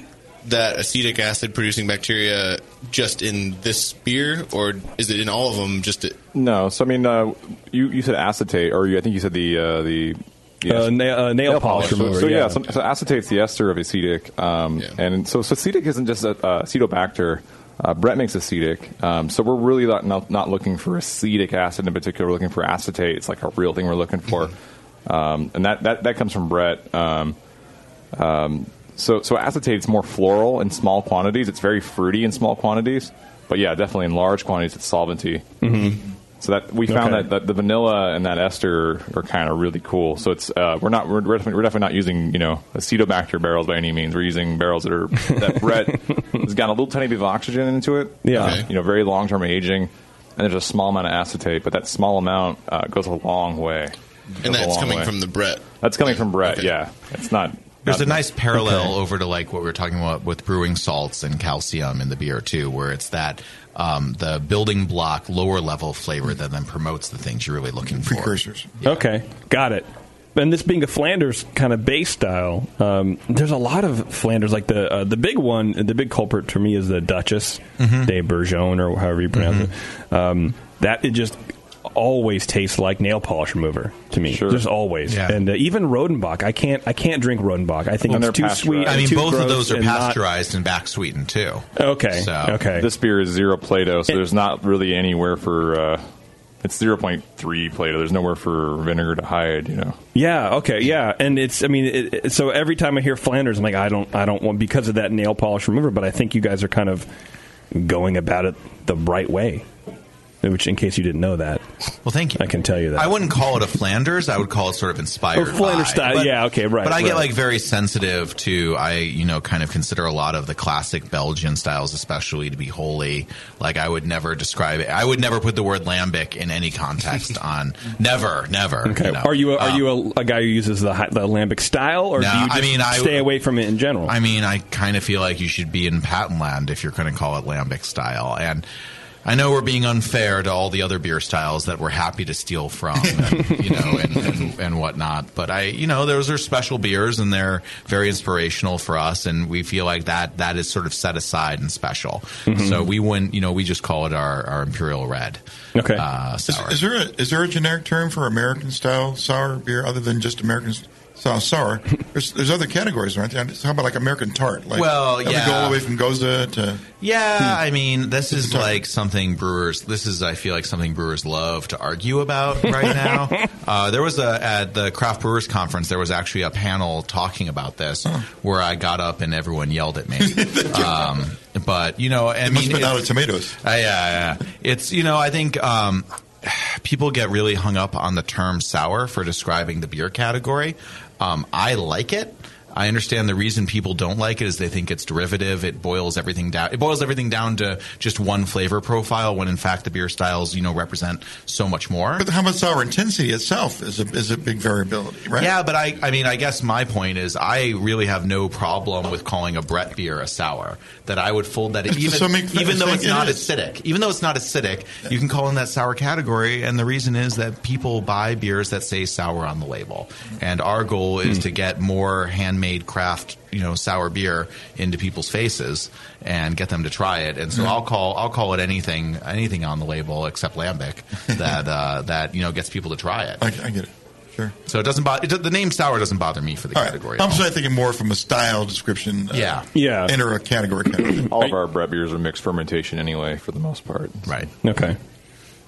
Speaker 8: that acetic acid producing bacteria just in this beer, or is it in all of them? Just to,
Speaker 19: No, so I mean, uh, you you said acetate, or you, I think you said the uh, the. the
Speaker 7: Uh,
Speaker 19: ac-
Speaker 7: na- uh, nail polish remover,
Speaker 19: So, so yeah,
Speaker 7: yeah.
Speaker 19: so, so acetate's the ester of acetic, um, and so, so acetic isn't just a, uh acetobacter. Uh, Brett makes acetic, um, so we're really not, not not looking for acetic acid in particular. We're looking for acetate. It's like a real thing we're looking for, um, and that, that that comes from Brett. Um, um, so, so acetate is more floral in small quantities. It's very fruity in small quantities, but yeah, definitely in large quantities, it's solventy.
Speaker 5: Mm-hmm.
Speaker 19: So that we found
Speaker 5: Okay.
Speaker 19: that, that the vanilla and that ester are kind of really cool. So it's uh, we're not we're, we're definitely we're definitely not using you know acetobacter barrels by any means. We're using barrels that are that Brett has got a little tiny bit of oxygen into it.
Speaker 7: Yeah.
Speaker 19: Uh, you know, very long term aging, and there's a small amount of acetate, but that small amount uh, goes a long way.
Speaker 8: And that's coming from the Brett.
Speaker 19: That's coming from Brett. Yeah, it's not.
Speaker 16: There's
Speaker 19: not-
Speaker 16: a nice parallel over to like what we were talking about with brewing salts and calcium in the beer too, where it's that um, the building block lower level flavor that then promotes the things you're really looking for. Precursors.
Speaker 7: Okay, got it. And this being a Flanders kind of base style, um, there's a lot of Flanders. Like the uh, the big one, the big culprit for me is the Duchess de Bourgogne, or however you pronounce it. Um, that it just always tastes like nail polish remover to me. Just always.
Speaker 16: Yeah.
Speaker 7: And uh, even Rodenbach, I can't I can't drink Rodenbach. I think
Speaker 16: And
Speaker 7: it's too sweet.
Speaker 16: I
Speaker 7: and
Speaker 16: mean,
Speaker 7: too
Speaker 16: both of
Speaker 7: gross
Speaker 16: those are
Speaker 7: and not-
Speaker 16: pasteurized and back sweetened too.
Speaker 7: Okay.
Speaker 16: So-
Speaker 7: Okay.
Speaker 19: This beer is zero Play-Doh, so there's not really anywhere for. Uh, it's 0.3 Play-Doh. There's nowhere for vinegar to hide. You know.
Speaker 7: Yeah. Okay. Yeah. And it's. I mean, it, it- so every time I hear Flanders, I'm like, I don't. I don't want because of that nail polish remover. But I think you guys are kind of going about it the right way. Which, in case you didn't know that,
Speaker 16: well, thank you.
Speaker 7: I can tell you that.
Speaker 16: I wouldn't call it a Flanders. I would call it sort of inspired.
Speaker 7: Oh, Flanders
Speaker 16: by.
Speaker 7: style. Yeah, okay, right,
Speaker 16: But I get
Speaker 7: right.
Speaker 16: like very sensitive to. I you know kind of consider a lot of the classic Belgian styles, especially, to be holy. Like I would never describe it. I would never put the word lambic in any context. on never, never.
Speaker 7: Okay.
Speaker 16: know. um,
Speaker 7: Are you a, are you a, a guy who uses the hi- the lambic style, or
Speaker 16: No,
Speaker 7: do you just
Speaker 16: I mean, I-
Speaker 7: stay away from it in general?
Speaker 16: I mean, I kind of feel like you should be in patent land if you're going to call it lambic style. And I know we're being unfair to all the other beer styles that we're happy to steal from, and, you know, and, and, and whatnot. But I, you know, those are special beers and they're very inspirational for us. And we feel like that, that is sort of set aside and special.
Speaker 9: Mhm.
Speaker 16: So we wouldn't, you know, we just call it our, our Imperial Red.
Speaker 7: Okay.
Speaker 16: Uh, sour.
Speaker 9: Is there a, is there a generic term for American style sour beer other than just American style sour? There's, there's other categories, aren't there? How about like American tart? Like
Speaker 16: Well,
Speaker 9: that would
Speaker 16: yeah.
Speaker 9: go all the way from Goza to
Speaker 16: Yeah, I mean, this is like something brewers. This is, I feel like, something brewers love to argue about right now. uh, there was a at the craft brewers conference. There was actually a panel talking about this, where I got up and everyone yelled at me. um, but you know, I
Speaker 9: It
Speaker 16: mean,
Speaker 9: must have been
Speaker 16: it's-
Speaker 9: out of tomatoes.
Speaker 16: uh, yeah, yeah, yeah. It's you know, I think um, people get really hung up on the term sour for describing the beer category. Um, I like it. I understand the reason people don't like it is they think it's derivative. It boils everything down. It boils everything down to just one flavor profile, when in fact the beer styles, you know, represent so much more.
Speaker 9: But how much sour intensity itself is a, is a big variability, right?
Speaker 16: Yeah, but I, I mean, I guess my point is I really have no problem with calling a Brett beer a sour. That I would fold that
Speaker 9: It's
Speaker 16: even,
Speaker 9: so many-
Speaker 16: even though
Speaker 9: it's-
Speaker 16: it's
Speaker 9: it
Speaker 16: not
Speaker 9: is.
Speaker 16: acidic. Even though it's not acidic, you can call in that sour category. And the reason is that people buy beers that say sour on the label. And our goal
Speaker 9: Hmm.
Speaker 16: is to get more handmade craft, you know, sour beer into people's faces and get them to try it. And so
Speaker 9: Mm.
Speaker 16: I'll call I'll call it anything anything on the label except lambic that uh, that you know gets people to try it.
Speaker 9: I, I get it. Sure.
Speaker 16: So it doesn't bother. The name sour doesn't bother me for the category. at
Speaker 9: I'm
Speaker 16: all.
Speaker 9: sorry, thinking more from a style description. uh,
Speaker 16: Yeah.
Speaker 7: Yeah.
Speaker 9: Enter a category. Kind of thing.
Speaker 19: All of our bread beers are mixed fermentation anyway, for the most part.
Speaker 16: Right.
Speaker 7: Okay.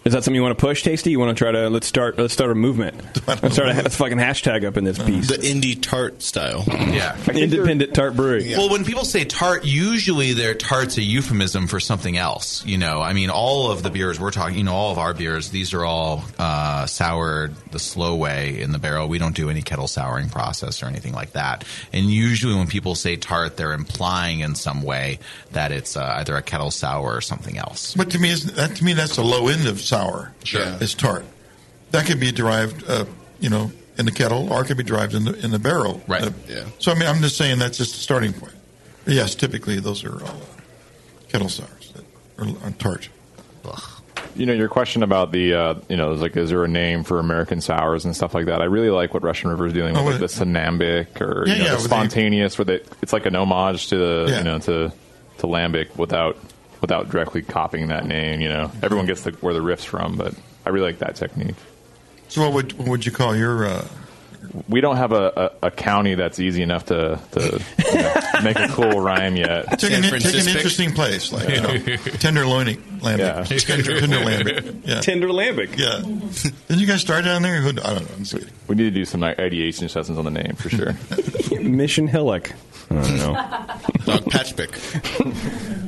Speaker 7: Is that something you want to push, Tasty? You want to try to let's start let's start a movement. Let's start a, let's fucking hashtag up in this piece. The
Speaker 8: indie tart style.
Speaker 16: Yeah.
Speaker 7: Independent tart brewery.
Speaker 16: Well, when people say tart, usually their tart's a euphemism for something else. You know, I mean, all of the beers we're talking, you know, all of our beers, these are all uh, soured the slow way in the barrel. We don't do any kettle souring process or anything like that. And usually when people say tart, they're implying in some way that it's uh, either a kettle sour or something else.
Speaker 9: But to me, isn't, that to me, that's the low end of sour. Sure, it's tart. That could be derived, uh, you know, in the kettle, or it could be derived in the in the barrel. Right. yeah. So I mean, I'm just saying that's just a starting point. But yes, typically those are all uh, kettle sours that are, are tart.
Speaker 19: You know, your question about the, uh, you know, like, is there a name for American sours and stuff like that? I really like what Russian River is dealing with,
Speaker 9: Oh,
Speaker 19: like the Sinambic or
Speaker 9: Yeah,
Speaker 19: you know,
Speaker 9: yeah,
Speaker 19: the
Speaker 9: with the-
Speaker 19: spontaneous, where they, it's like an homage to the,
Speaker 9: Yeah.
Speaker 19: you know, to to Lambic without without directly copying that name. You know, everyone gets the, where the riff's from, but I really like that technique.
Speaker 9: So what would what would you call your? Uh,
Speaker 19: We don't have a, a, a county that's easy enough to, to you know, make a cool rhyme yet.
Speaker 9: Take an, take an interesting place like you know, tenderloining lambic,
Speaker 19: Yeah.
Speaker 9: tender, tender lambic, yeah.
Speaker 7: tender lambic.
Speaker 9: Yeah. Didn't you guys start down there? Who- I don't know. I'm just kidding.
Speaker 19: We need to do some like, ideation sessions on the name for sure.
Speaker 7: Mission Hillock. I don't know.
Speaker 8: Dog patch pick.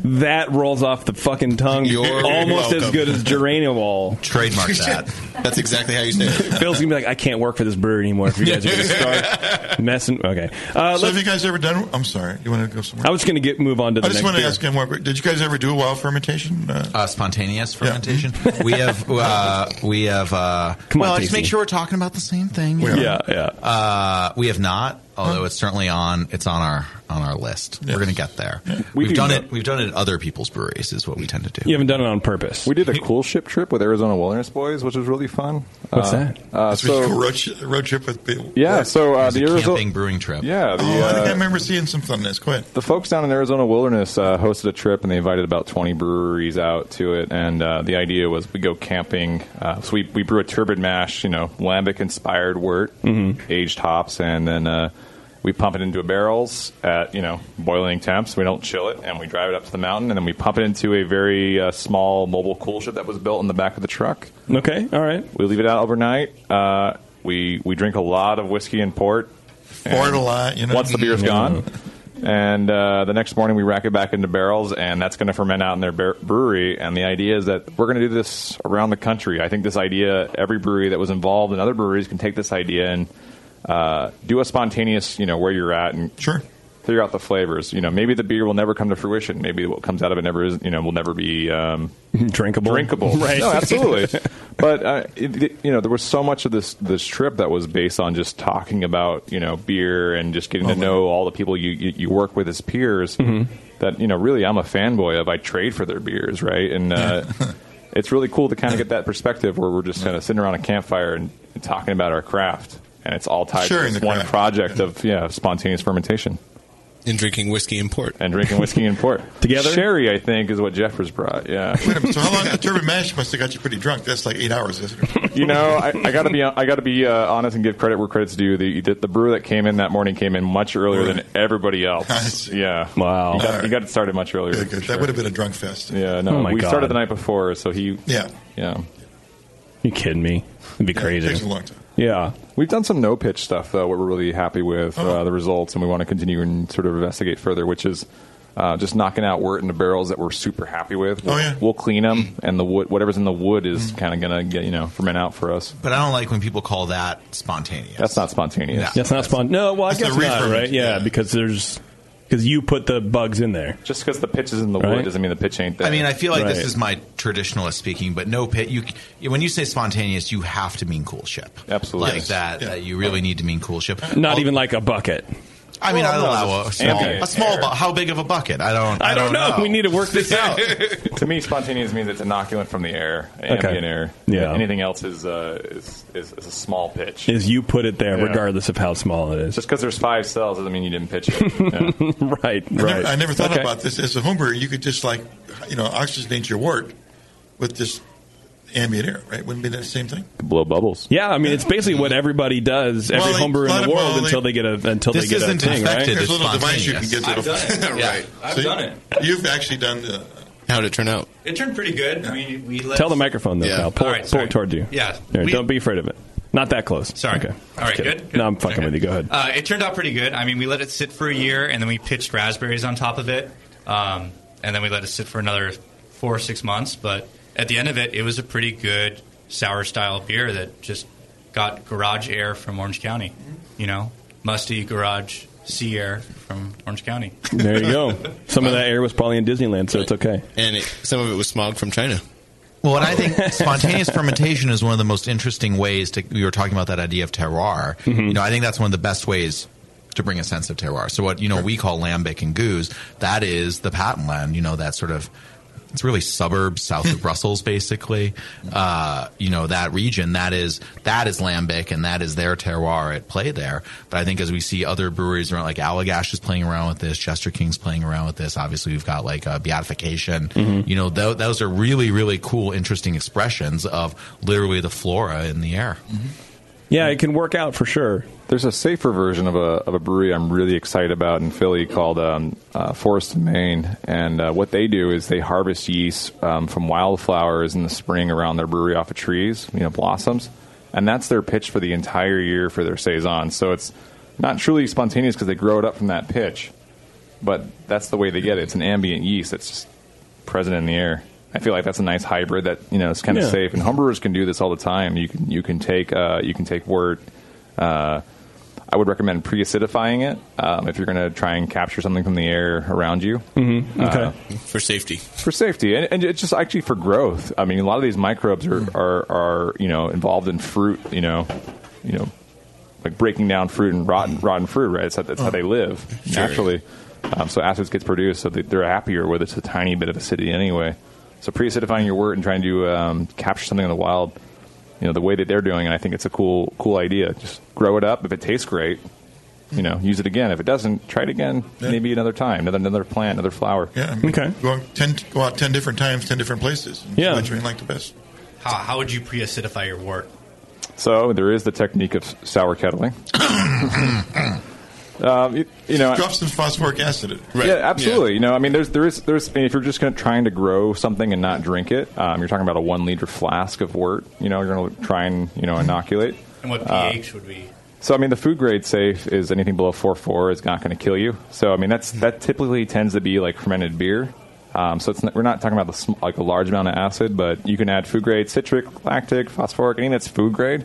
Speaker 7: That rolls off the fucking tongue
Speaker 8: You're
Speaker 7: almost as
Speaker 8: welcome.
Speaker 7: good as geranium all.
Speaker 16: Trademark
Speaker 8: that. That's exactly how you say it.
Speaker 7: Phil's gonna be like, I can't work for this brewery anymore if you guys are gonna start messing. Okay, uh,
Speaker 9: so have you guys ever done? I'm sorry. You want to go somewhere?
Speaker 7: I was gonna get move on to the
Speaker 9: I just
Speaker 7: next
Speaker 9: want to
Speaker 7: beer.
Speaker 9: ask him more. quick. Did you guys ever do a wild fermentation? Uh,
Speaker 16: Uh, spontaneous fermentation. we have uh, we have. Uh,
Speaker 9: Come on,
Speaker 16: well, just
Speaker 9: Casey.
Speaker 16: make sure we're talking about the same thing.
Speaker 9: We are. Yeah,
Speaker 16: Uh, we have not, although it's certainly on. It's on our on our list. We're going to get there.
Speaker 19: We
Speaker 16: We have
Speaker 19: do
Speaker 16: done
Speaker 19: know-
Speaker 16: it. We've done it at other people's breweries. Is what we tend to do.
Speaker 7: You haven't done it on purpose.
Speaker 19: We did a cool ship trip with Arizona Wilderness Boys, which was really fun.
Speaker 7: What's
Speaker 19: Uh,
Speaker 7: that?
Speaker 19: Uh,
Speaker 9: That's where you go
Speaker 19: so,
Speaker 9: road, sh- road trip with people.
Speaker 19: yeah, so uh,
Speaker 9: It was
Speaker 19: the
Speaker 9: a
Speaker 19: Arizona
Speaker 9: camping
Speaker 16: brewing trip.
Speaker 19: Yeah, the,
Speaker 9: oh, I think I
Speaker 19: uh,
Speaker 9: remember seeing some fun in this. Go ahead.
Speaker 19: the folks down in Arizona Wilderness uh, hosted a trip, and they invited about 20 breweries out to it. And uh, the idea was we go camping. Uh, so we, we brew a turbid mash, you know, lambic inspired wort, aged hops, and then uh, we pump it into barrels at you know boiling temps. We don't chill it, and we drive it up to the mountain, and then we pump it into a very uh, small mobile cool ship that was built in the back of the truck.
Speaker 7: Okay, all right.
Speaker 19: We leave it out overnight. Uh, we we drink a lot of whiskey and port.
Speaker 9: Fart
Speaker 19: And
Speaker 9: a lot, you know.
Speaker 19: Once the beer's gone, and uh, the next morning we rack it back into barrels, and that's going to ferment out in their bar- brewery. And the idea is that we're going to do this around the country. I think this idea, every brewery that was involved and other breweries can take this idea and uh, do a spontaneous, you know, where you're at and
Speaker 9: sure.
Speaker 19: Figure out the flavors. You know, maybe the beer will never come to fruition. Maybe what comes out of it never is. You know, will never be um,
Speaker 7: drinkable.
Speaker 19: Drinkable,
Speaker 7: Right.
Speaker 19: No, absolutely. but uh, it, it- you know, there was so much of this this trip that was based on just talking about you know beer and just
Speaker 8: Oh,
Speaker 19: getting to know all the people you you, you work with as peers.
Speaker 8: Mm-hmm.
Speaker 19: That you know, really, I'm a fanboy of. I trade for their beers, right? And uh, it's really cool to kind of get that perspective where we're just kind of sitting around a campfire and, and talking about our craft, and it's all tied
Speaker 8: Sharing
Speaker 19: to this
Speaker 8: the
Speaker 19: one
Speaker 8: craft.
Speaker 19: project of yeah spontaneous fermentation
Speaker 8: And drinking whiskey and port.
Speaker 19: and drinking whiskey and port
Speaker 8: Together?
Speaker 19: Sherry, I think, is what Jeffers brought. Yeah.
Speaker 9: Wait a minute. So how long? The turbid mash must have got you pretty drunk. That's like eight hours. Isn't it?
Speaker 19: you know, I, I gotta be I gotta be uh, honest and give credit where credit's due. The, the the brew that came in that morning came in much earlier than everybody else. Yeah, wow. You got, you got it started much earlier.
Speaker 9: Good, good. That would have been a drunk fest.
Speaker 19: Yeah, no,
Speaker 7: Oh my
Speaker 19: we
Speaker 7: God.
Speaker 19: started the night before, so he.
Speaker 9: Yeah.
Speaker 19: yeah.
Speaker 7: You kidding me? It'd be crazy.
Speaker 9: takes a long time.
Speaker 7: Yeah,
Speaker 19: we've done some no pitch stuff though. What we're really happy with
Speaker 16: Uh-huh.
Speaker 19: uh, the results, and we want to continue and sort of investigate further, which is. Uh, just knocking out wort in the barrels that we're super happy with.
Speaker 16: Oh,
Speaker 19: We'll, we'll clean them,
Speaker 16: Mm.
Speaker 19: and the wood, whatever's in the wood, is kind of gonna get you know ferment out for us.
Speaker 16: But I don't like when people call that spontaneous.
Speaker 19: That's not spontaneous.
Speaker 7: that's not spawn. No, well, I
Speaker 16: That's
Speaker 7: guess
Speaker 16: the
Speaker 7: not.
Speaker 16: reefer.
Speaker 7: Right? Yeah, because there's because you put the bugs in there.
Speaker 19: Just because the pitch is in the
Speaker 7: Right?
Speaker 19: wood doesn't mean the pitch ain't there.
Speaker 16: I mean, I feel like this
Speaker 7: Right.
Speaker 16: is my traditionalist speaking, but no pit. You c- when you say spontaneous, you have to mean cool ship. Absolutely, like
Speaker 7: Yes.
Speaker 16: that. That you really need to mean cool ship.
Speaker 7: Not even like a bucket.
Speaker 16: I mean,
Speaker 7: Well,
Speaker 16: I'll
Speaker 7: no,
Speaker 16: allow a
Speaker 7: just
Speaker 16: small,
Speaker 7: ambient
Speaker 16: a small
Speaker 7: air.
Speaker 16: bu- how big of a bucket? I don't. I,
Speaker 7: I don't know. We need to work this out.
Speaker 19: to me, spontaneous means it's inoculant from the air,
Speaker 7: Okay.
Speaker 19: ambient air.
Speaker 7: Yeah.
Speaker 19: Anything else is, uh, is, is is a small pitch.
Speaker 7: Is you put it there,
Speaker 19: Yeah.
Speaker 7: regardless of how small it is.
Speaker 19: Just because there's five cells doesn't mean you didn't pitch it. Yeah.
Speaker 7: right,
Speaker 9: I
Speaker 7: right.
Speaker 9: never, I never thought
Speaker 7: Okay.
Speaker 9: about this. As a homebrewer, you could just like, you know, oxygenate your wort with just, ambient air, right? Wouldn't be that same thing?
Speaker 19: blow bubbles.
Speaker 7: Yeah, I mean it's basically what everybody does, every
Speaker 9: Well, they-
Speaker 7: homebrewer
Speaker 9: a lot
Speaker 7: in the
Speaker 9: of-
Speaker 7: world,
Speaker 9: well, they-
Speaker 7: until they get a until they get a thing, right?
Speaker 9: There's a little device you can get
Speaker 20: I've
Speaker 9: that.
Speaker 20: done it. Yeah,
Speaker 9: right.
Speaker 20: I've
Speaker 9: So you-
Speaker 20: done it.
Speaker 9: You've actually done. Uh,
Speaker 8: How did it turn out?
Speaker 20: It turned pretty good. I mean, we let
Speaker 7: Tell the microphone though,
Speaker 20: Yeah.
Speaker 7: pal. Pull,
Speaker 20: All
Speaker 7: it-
Speaker 20: right,
Speaker 7: pull
Speaker 20: sorry.
Speaker 7: it toward you.
Speaker 20: Yeah.
Speaker 7: Here,
Speaker 20: We-
Speaker 7: don't be afraid of it. Not that close.
Speaker 20: Sorry.
Speaker 7: Okay.
Speaker 20: All right,
Speaker 7: Just kidding.
Speaker 20: good, good.
Speaker 7: No, I'm fucking with you. Go ahead.
Speaker 20: Uh, it turned out pretty good. I mean, we let it sit for a year, and then we pitched raspberries on top of it, um, and then we let it sit for another four or six months. But at the end of it, it was a pretty good sour style beer that just got garage air from Orange County. You know, musty garage sea air from Orange County.
Speaker 7: There you go. Some of that air was probably in Disneyland, so it's okay.
Speaker 8: Uh, And it, some of it was smog from China.
Speaker 16: Well, what I think spontaneous fermentation is one of the most interesting ways to. We were talking about that idea of terroir. You know, I think that's one of the best ways to bring a sense of terroir. So what you know we call lambic and goose, that is the patent land. You know, that sort of. It's really suburbs south of Brussels, basically. Uh, you know that region. That is that is lambic, and that is their terroir at play there. But I think as we see other breweries around, like Allagash is playing around with this, Chester King's playing around with this. Obviously, we've got like uh, beatification. You know, tho- those are really, really cool, interesting expressions of literally the flora in the air.
Speaker 7: Yeah, it can work out for sure.
Speaker 19: There's a safer version of a, of a brewery I'm really excited about in Philly called um, uh, Forest in Maine. And uh, what they do is they harvest yeast um, from wildflowers in the spring around their brewery off of trees, you know, blossoms. And that's their pitch for the entire year for their Saison. So it's not truly spontaneous because they grow it up from that pitch. But that's the way they get it. It's an ambient yeast that's just present in the air. I feel like that's a nice hybrid that you know it's kind of
Speaker 7: Yeah.
Speaker 19: safe, and homebrewers can do this all the time. You can you can take uh, you can take wort. Uh, I would recommend pre-acidifying it um, if you're going to try and capture something from the air around you. Mm-hmm.
Speaker 8: For safety.
Speaker 19: for safety and, and it's just actually for growth. I mean, a lot of these microbes are, are, are you know involved in fruit. You know, you know, like breaking down fruit and rotten rotten fruit. Right, that's how, that's how they live
Speaker 8: Sure.
Speaker 19: naturally. Um, so acids gets produced, so they, they're happier with it's a tiny bit of acidity anyway. So pre-acidifying your wort and trying to um, capture something in the wild, you know, the way that they're doing, it, I think it's a cool cool idea. Just grow it up. If it tastes great, you know, use it again. If it doesn't, try it again. Maybe another time, another another plant, another flower.
Speaker 9: yeah. I mean, Go out, ten, go out ten different times, ten different places. And
Speaker 19: Yeah.
Speaker 9: Which one you like the best?
Speaker 20: How, how would you pre-acidify your wort?
Speaker 19: So there is the technique of s- sour kettling. um, you, you know,
Speaker 9: Drop some phosphoric acid. in it.
Speaker 19: Yeah, absolutely. You know, I mean, there's there is there's I mean, if you're just gonna, trying to grow something and not drink it, um, you're talking about a one liter flask of wort. You know, you're going to try and you know inoculate.
Speaker 20: And what
Speaker 19: Uh,
Speaker 20: pH would we?
Speaker 19: so I mean, the food grade safe is anything below four four is not going to kill you. So I mean, that's
Speaker 20: Hmm.
Speaker 19: that typically tends to be like fermented beer. Um, so it's not, we're not talking about the sm- like a large amount of acid, but you can add food grade citric, lactic, phosphoric, anything that's food grade.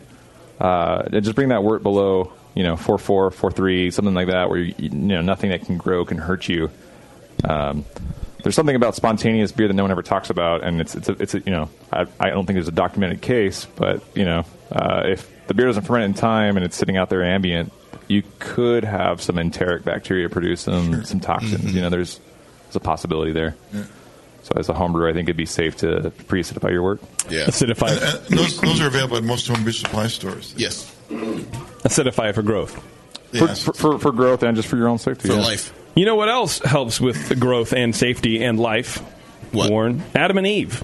Speaker 19: Uh, and just bring that wort below, you know, four four, four three, something like that, where you, you know nothing that can grow can hurt you. Um, there's something about spontaneous beer that no one ever talks about, and it's it's a, it's a, you know I, I don't think there's a documented case, but you know uh, if the beer doesn't ferment in time and it's sitting out there ambient, you could have some enteric bacteria produce some some toxins. You know, there's there's a possibility there. So as a homebrewer, I think it'd be safe to pre-acidify your work.
Speaker 8: Yeah,
Speaker 7: acidify
Speaker 9: Uh, those, those are available at most home brew supply stores.
Speaker 8: Yes.
Speaker 7: acidify it for growth.
Speaker 9: Yeah.
Speaker 19: For, for, for growth and just for your own safety. yeah.
Speaker 7: You know what else helps with the growth and safety and life? Warren, Adam and Eve.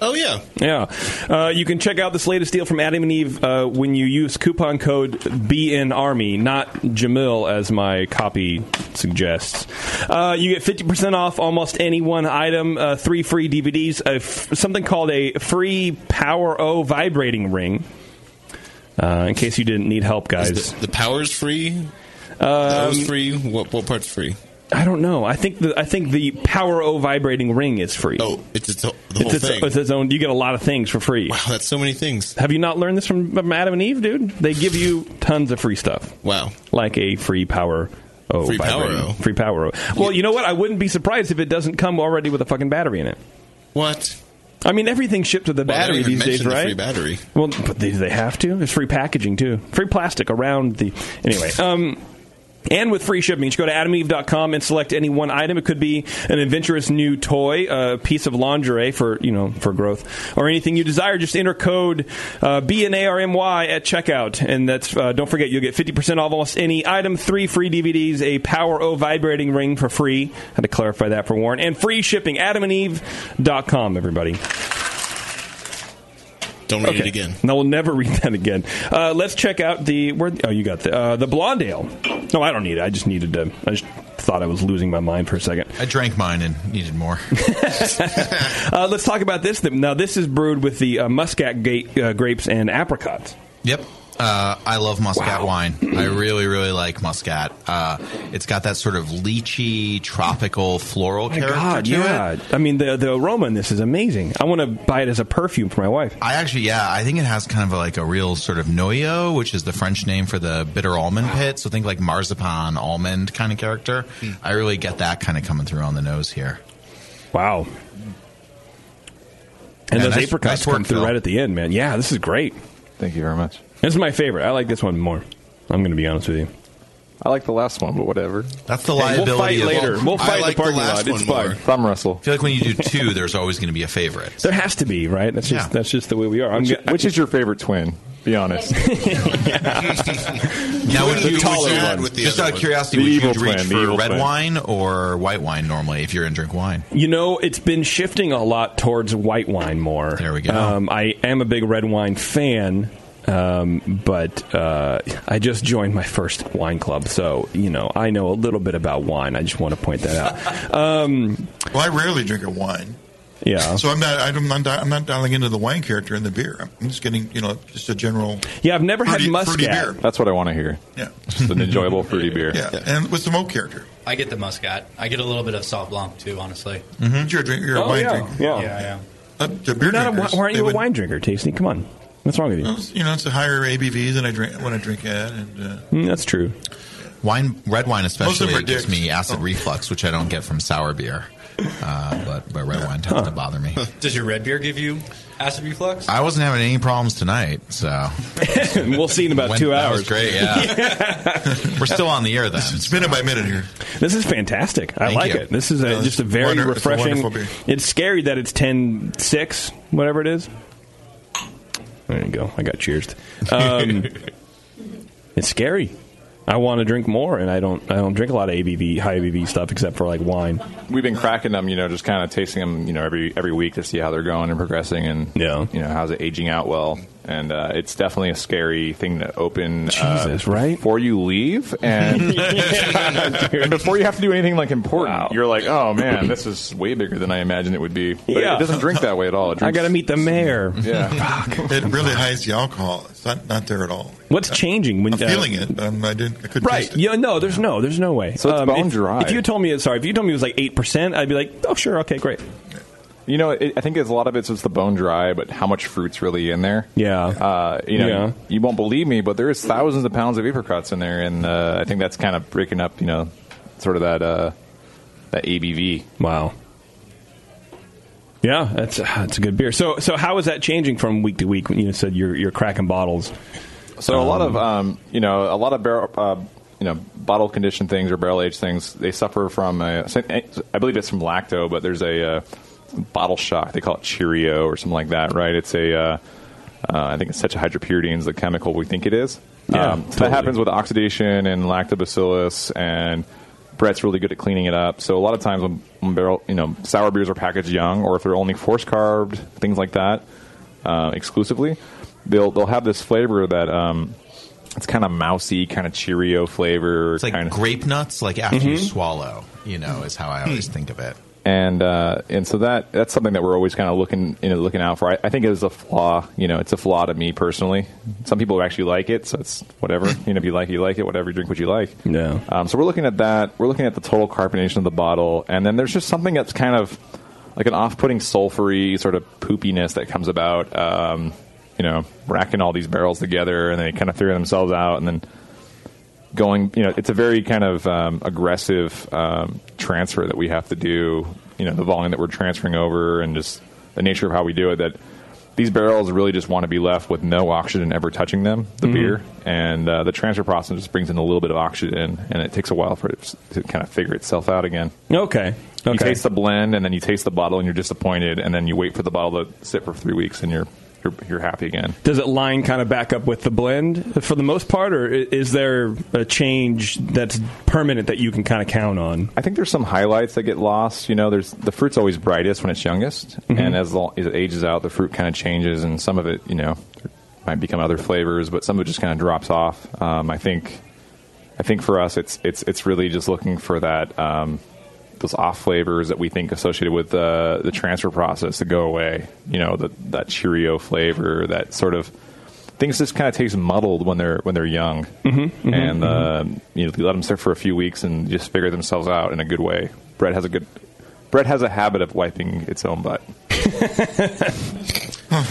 Speaker 8: Oh yeah,
Speaker 7: yeah. Uh, you can check out this latest deal from Adam and Eve uh, when you use coupon code BNArmy, not Jamil as my copy suggests. Uh, you get fifty percent off almost any one item, uh, three free DVDs, a f- something called a free Power O vibrating ring. Uh, in case you didn't need help, guys. Um,
Speaker 8: The power's free. that was free. What, what part's free?
Speaker 7: I don't know. I think the I think the Power O vibrating ring is free. Oh,
Speaker 8: it's
Speaker 7: it's,
Speaker 8: its, whole thing.
Speaker 7: it's its own. You get a lot of things for free. Wow,
Speaker 8: that's so many things.
Speaker 7: Have you not learned this from, from Adam and Eve, dude? They give you tons of free stuff.
Speaker 8: Wow,
Speaker 7: like a free Power O
Speaker 8: Free Power
Speaker 7: vibrating,
Speaker 8: O.
Speaker 7: free Power O. Well, you know what? I wouldn't be surprised if it doesn't come already with a fucking battery in it.
Speaker 8: What?
Speaker 7: I mean, everything shipped with a
Speaker 8: Well, they
Speaker 7: battery
Speaker 8: don't even
Speaker 7: these days,
Speaker 8: mention the
Speaker 7: right?
Speaker 8: free battery.
Speaker 7: Well, but they, do they have to? There's free packaging too, free plastic around the. Anyway, um, and with free shipping, just go to adameve.com and select any one item. It could be an adventurous new toy, a piece of lingerie for you know for growth, or anything you desire. Just enter code uh, BNARMY at checkout, and that's uh, don't forget you'll get fifty percent off almost any item, three free DVDs, a Power O vibrating ring for free. I had to clarify that for Warren, and free shipping. AdamandEve.com, everybody.
Speaker 8: Don't read
Speaker 7: Okay.
Speaker 8: it again.
Speaker 7: No, we'll never read that again. Uh, let's check out the where. Oh, you got the uh, the blonde ale. No, I don't need it. I just needed to. I just thought I was losing my mind for a second.
Speaker 16: I drank mine and needed more.
Speaker 7: Uh, let's talk about this. Now, this is brewed with the uh, muscat ga- uh, grapes and apricots.
Speaker 16: Yep. Uh, I love Muscat wine. I really, really like Muscat. Uh, it's got that sort of lychee, tropical, floral
Speaker 7: My
Speaker 16: character
Speaker 7: God,
Speaker 16: to
Speaker 7: yeah.
Speaker 16: it.
Speaker 7: I mean, the the aroma in this is amazing. I want to buy it as a perfume for my wife.
Speaker 16: I actually, yeah, I think it has kind of like a real sort of noyo, which is the French name for the bitter almond pit. So think like marzipan almond kind of character.
Speaker 7: Hmm.
Speaker 16: I really get that kind of coming through on the nose here.
Speaker 7: Wow. And those apricots come through right at the end, man. Yeah, this is great.
Speaker 19: Thank you very much.
Speaker 7: This is my favorite. I like this one more. I'm going to be honest with you.
Speaker 19: I like the last one, but whatever.
Speaker 16: That's the
Speaker 7: Hey, we'll fight
Speaker 16: liability. of-
Speaker 7: later. We'll I fight in the like the parking last lot. It's one more. fine.
Speaker 19: Thumb wrestle.
Speaker 16: I feel like when you do two, there's always going to be a favorite.
Speaker 7: There has to be, right? That's just
Speaker 16: Yeah.
Speaker 7: that's just the way we are. I'm
Speaker 19: Which,
Speaker 7: go-
Speaker 19: which is your favorite twin? Be honest.
Speaker 16: Now, would
Speaker 19: The
Speaker 16: you,
Speaker 19: taller
Speaker 16: would you-
Speaker 19: one. with the
Speaker 16: just
Speaker 19: other
Speaker 16: out of
Speaker 19: one.
Speaker 16: curiosity,
Speaker 19: The
Speaker 16: would you
Speaker 19: evil
Speaker 16: reach
Speaker 19: twin, the
Speaker 16: for
Speaker 19: evil
Speaker 16: red
Speaker 19: twin.
Speaker 16: wine or white wine normally if you're going to drink wine?
Speaker 7: You know, it's been shifting a lot towards white wine more. There we go. Um, I am a big red wine fan, um, but uh, I just joined my first wine club, so you know I know a little bit about wine. I just want to point that out. Um,
Speaker 9: Well, I rarely drink a wine.
Speaker 7: yeah.
Speaker 9: So I'm not. I'm not. I'm not dialing into the wine character in the beer. I'm just getting, you know, just a general.
Speaker 7: Yeah, I've never
Speaker 9: Fruity-
Speaker 7: had
Speaker 9: fruity
Speaker 7: muscat.
Speaker 9: beer.
Speaker 19: That's what I want to hear.
Speaker 9: Yeah.
Speaker 19: Just an enjoyable fruity beer.
Speaker 9: Yeah, and with some oak character.
Speaker 20: I get the muscat. I get a little bit of Sauv Blanc too, honestly.
Speaker 9: Mm-hmm. You're a, drink, you're a
Speaker 20: Oh,
Speaker 9: wine
Speaker 20: yeah.
Speaker 9: drinker.
Speaker 20: Yeah. Yeah, I am.
Speaker 9: Uh, the beer
Speaker 7: You're not a,
Speaker 9: drinkers,
Speaker 7: why aren't
Speaker 9: they
Speaker 7: you a
Speaker 9: would-
Speaker 7: wine drinker, Tasty? Come on, what's wrong with you?
Speaker 9: You know, it's a higher ABV than I drink when I drink at, and uh,
Speaker 7: Mm, that's true.
Speaker 16: Wine, red wine
Speaker 9: Most of them
Speaker 16: especially
Speaker 9: are
Speaker 16: gives
Speaker 9: dicks.
Speaker 16: me
Speaker 8: Oh.
Speaker 16: acid reflux, which I don't get from sour beer. Uh, but but red wine tends to bother me.
Speaker 20: Does your red beer give you acid reflux?
Speaker 16: I wasn't having any problems tonight,
Speaker 19: Uh,
Speaker 16: so
Speaker 7: we'll see in about
Speaker 16: two hours. great, yeah. We're still on the air then. It's
Speaker 9: minute by minute here.
Speaker 7: This is fantastic. I
Speaker 16: Thank
Speaker 7: like
Speaker 16: you.
Speaker 7: it. This is a,
Speaker 16: Yeah,
Speaker 7: just a
Speaker 16: it's
Speaker 7: very
Speaker 16: wonder- it's a
Speaker 7: refreshing.
Speaker 16: wonderful beer.
Speaker 7: It's scary that it's 10 6, whatever it is. There you go. I got cheersed. Um, it's scary. I want to drink more, and I don't. I don't drink a lot of ABV, high ABV stuff, except for like wine.
Speaker 19: We've been cracking them, you know, just kind of tasting them, you know, every every week to see how they're going and progressing, and yeah. you know, how's it aging out well. And uh, it's definitely a scary thing to open. uh,
Speaker 7: Jesus, right?
Speaker 19: Before you leave and, and before you have to do anything like important, you're like, oh man, this is way bigger than I imagined it would be. But
Speaker 7: Yeah.
Speaker 19: it doesn't drink that way at all. It
Speaker 7: I
Speaker 19: drinks-
Speaker 7: got to meet the mayor.
Speaker 19: Yeah.
Speaker 9: it really hides the alcohol. It's not, not there at all.
Speaker 7: What's changing when uh,
Speaker 9: I'm feeling it? but I'm, I didn't. I couldn't.
Speaker 7: Right? Yeah. No. There's no. There's no way.
Speaker 19: So it's bone
Speaker 7: if,
Speaker 19: dry.
Speaker 7: If you told me, sorry, if you told me it was like eight percent, I'd be like, oh sure, okay, great.
Speaker 19: You know, it, I think it's a lot of it's just the bone dry, but how much fruit's really in there?
Speaker 7: Yeah.
Speaker 19: Uh, you know,
Speaker 7: Yeah.
Speaker 19: you won't believe me, but there is thousands of pounds of apricots in there, and uh, I think that's kind of breaking up. You know, sort of that uh, that ABV.
Speaker 7: Wow. Yeah, that's uh, that's a good beer. So so how is that changing from week to week? When you said you're you're cracking bottles.
Speaker 19: So a lot of um, you know a lot of barrel uh, you know bottle conditioned things or barrel aged things they suffer from a, eh, I believe it's from lacto, but there's a uh, bottle shock. They call it Cheerio or something like that, right? It's a uh, uh, I think it's such a hydropyridine is the chemical we think it is. Um,
Speaker 7: Yeah,
Speaker 19: so that happens with oxidation and lactobacillus and. Brett's really good at cleaning it up. So a lot of times when, when barrel, you know, sour beers are packaged young, or if they're only force carved, things like that, uh, exclusively, they'll they'll have this flavor that um, it's kind of mousy, kind of Cheerio flavor.
Speaker 16: It's like
Speaker 19: kinda-
Speaker 16: grape nuts, like after you
Speaker 19: Mhm.
Speaker 16: swallow, you know, is how I
Speaker 19: Hmm.
Speaker 16: always think of it.
Speaker 19: and uh, and so that that's something that we're always kind of looking you know, looking out for. I, I think it is a flaw. You know, it's a flaw to me personally. Some people actually like it, so it's whatever. you know, if you like it, you like it. Whatever, you drink what you like.
Speaker 7: Yeah.
Speaker 19: Um, so we're looking at that. We're looking at the total carbonation of the bottle, and then there's just something that's kind of like an off-putting sulfury sort of poopiness that comes about. Um, you know, racking all these barrels together, and they kind of figure themselves out, and then going you know it's a very kind of um, aggressive um, transfer that we have to do you know the volume that we're transferring over and just the nature of how we do it that these barrels really just want to be left with no oxygen ever touching them the
Speaker 7: Mhm.
Speaker 19: beer and uh, the transfer process just brings in a little bit of oxygen and it takes a while for it to kind of figure itself out again
Speaker 7: Okay.
Speaker 19: you
Speaker 7: Okay.
Speaker 19: taste the blend and then you taste the bottle and you're disappointed and then you wait for the bottle to sit for three weeks and you're you're, you're happy again.
Speaker 7: Does it line kind of back up with the blend for the most part, or i- is there a change that's permanent that you can kind of count on?
Speaker 19: I think there's some highlights that get lost. You know, there's the fruit's always brightest when it's youngest,
Speaker 7: Mhm.
Speaker 19: and as, long, as it ages out, the fruit kind of changes, and some of it, you know, might become other flavors, but some of it just kind of drops off. Um, I think, I think for us, it's it's it's really just looking for that um, those off flavors that we think associated with the the transfer process to go away. You know, the, that Cheerio flavor, that sort of things just kind of taste muddled when they're when they're young
Speaker 7: Mhm, mhm,
Speaker 19: and uh, you know you let them sit for a few weeks and just figure themselves out in a good way. Brett has a good Brett has a habit of wiping its own butt.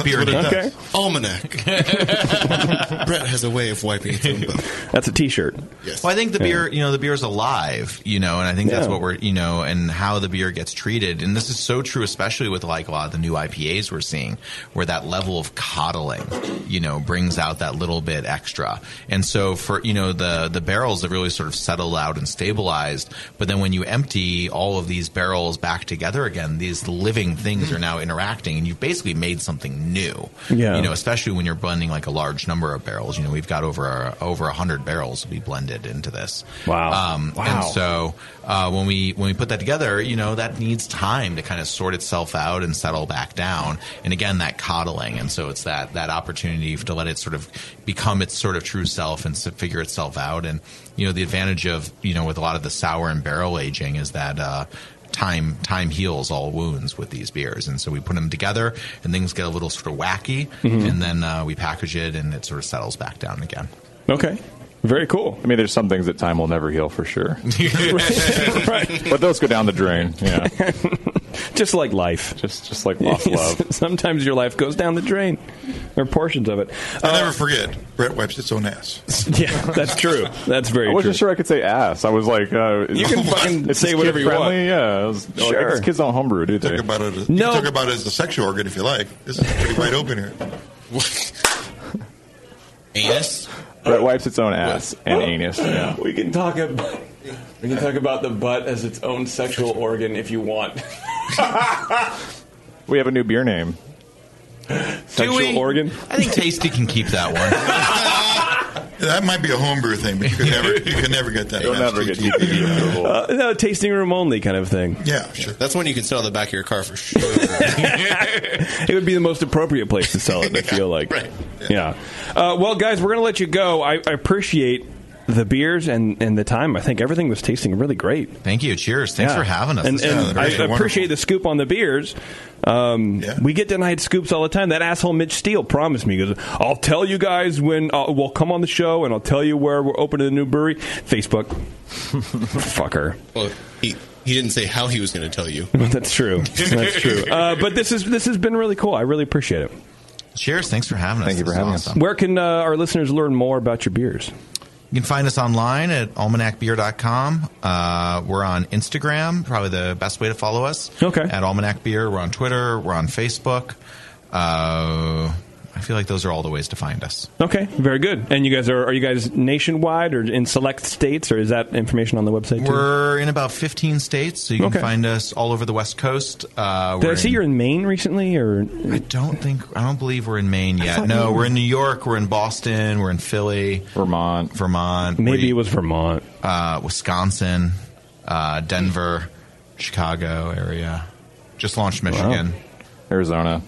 Speaker 8: Beer
Speaker 19: does.
Speaker 8: okay. Almanac. Brett has a way of wiping its own butt.
Speaker 7: That's a T-shirt.
Speaker 16: Well, I think the beer, you know, the beer's alive, you know, and I think that's
Speaker 7: Yeah.
Speaker 16: what we're, you know, and how the beer gets treated. And this is so true, especially with like a lot of the new IPAs we're seeing, where that level of coddling, you know, brings out that little bit extra. And so for, you know, the, the barrels have really sort of settled out and stabilized. But then when you empty all of these barrels back together again, these living things are now interacting and you've basically made something new.
Speaker 7: Yeah.
Speaker 16: You know, especially when you're blending like a large number of barrels. You know, we've got over over hundred barrels to be blended into this. Wow. Um,
Speaker 7: Wow.
Speaker 16: And so uh, when we when we put that together, you know, that needs time to kind of sort itself out and settle back down. And again, that coddling, and so it's that that opportunity to let it sort of become its sort of true self and s- figure itself out. And you know, the advantage of you know with a lot of the sour and barrel aging is that. Uh, time time heals all wounds with these beers, and so we put them together, and things get a little sort of wacky,
Speaker 7: Mm-hmm.
Speaker 19: Mhm.
Speaker 16: and then uh, we package it, and it sort of settles back down again.
Speaker 7: Okay. Very cool.
Speaker 19: I mean, there's some things that time will never heal for sure. But those go down the drain. Yeah.
Speaker 7: just like life.
Speaker 19: Just just like lost love.
Speaker 7: Sometimes your life goes down the drain, or portions of it.
Speaker 9: I'll never forget. Brett wipes its own ass.
Speaker 7: Yeah, that's true. That's very
Speaker 19: I
Speaker 7: true.
Speaker 19: wasn't sure I could say ass. I was like, uh,
Speaker 7: You can fucking
Speaker 19: it's
Speaker 7: say
Speaker 19: kid
Speaker 7: whatever you want.
Speaker 19: friendly? Yeah. I was, oh, I
Speaker 7: Sure.
Speaker 19: guess kids don't homebrew, do they?
Speaker 9: Talk about it. As, no. talk about it as a sexual organ if you like. This is pretty wide open here.
Speaker 16: Anus.
Speaker 19: Brett wipes its own ass and anus. Yeah.
Speaker 7: We can talk about we can talk about the butt as its own sexual organ if you want.
Speaker 19: We have a new beer name.
Speaker 7: Sexual
Speaker 16: we?
Speaker 7: organ.
Speaker 16: I think Tasty can keep that one.
Speaker 9: That might be a homebrew thing, but you could never, you could never get that.
Speaker 19: You'll never get TPD approval.
Speaker 7: Uh, no, tasting room only kind of thing.
Speaker 9: Yeah, sure.
Speaker 8: That's when you can sell the back of your car for sure.
Speaker 7: It would be the most appropriate place to sell it. I feel like. right. Yeah. Uh, well, guys, we're gonna let you go. I, I appreciate the beers and, and the time. I think everything was tasting really great.
Speaker 16: Thank you. Cheers. Thanks
Speaker 7: Yeah.
Speaker 16: for having us.
Speaker 7: And,
Speaker 16: This has
Speaker 7: and
Speaker 16: been
Speaker 7: I
Speaker 16: great.
Speaker 7: appreciate the scoop on the beers. Um, We get denied scoops all the time. That asshole Mitch Steele promised me, he goes, I'll tell you guys when uh, we'll come on the show and I'll tell you where we're opening the new brewery. Facebook. Fucker.
Speaker 8: Well, he, he didn't say how he was going to tell you.
Speaker 7: That's true. That's true. Uh, but this is this has been really cool. I really appreciate it.
Speaker 16: Cheers. Thanks for having us.
Speaker 19: Thank you for
Speaker 16: This is
Speaker 19: having
Speaker 16: awesome.
Speaker 7: Where can uh, our listeners learn more about your beers?
Speaker 16: You can find us online at almanacbeer.com. Uh, we're on Instagram, probably the best way to follow us. Okay. At Almanac Beer. We're on Twitter. We're on Facebook. Uh, I feel like those are all the ways to find us.
Speaker 7: Okay, very good. And you guys are are you guys nationwide or in select states or is that information on the website too?
Speaker 16: We're in about 15 states, so you can
Speaker 7: Okay.
Speaker 16: find us all over the West Coast. Uh,
Speaker 7: Did
Speaker 16: we're
Speaker 7: I see
Speaker 16: in-
Speaker 7: you're in Maine recently or
Speaker 16: I don't think I don't believe we're in Maine yet.
Speaker 7: thought
Speaker 16: No,
Speaker 7: you-
Speaker 16: we're in New York. We're in Boston. We're in Philly,
Speaker 19: Vermont,
Speaker 16: Vermont.
Speaker 7: Maybe it was Vermont,
Speaker 16: uh, Wisconsin, uh, Denver, Chicago area. Just launched Michigan,
Speaker 19: Arizona,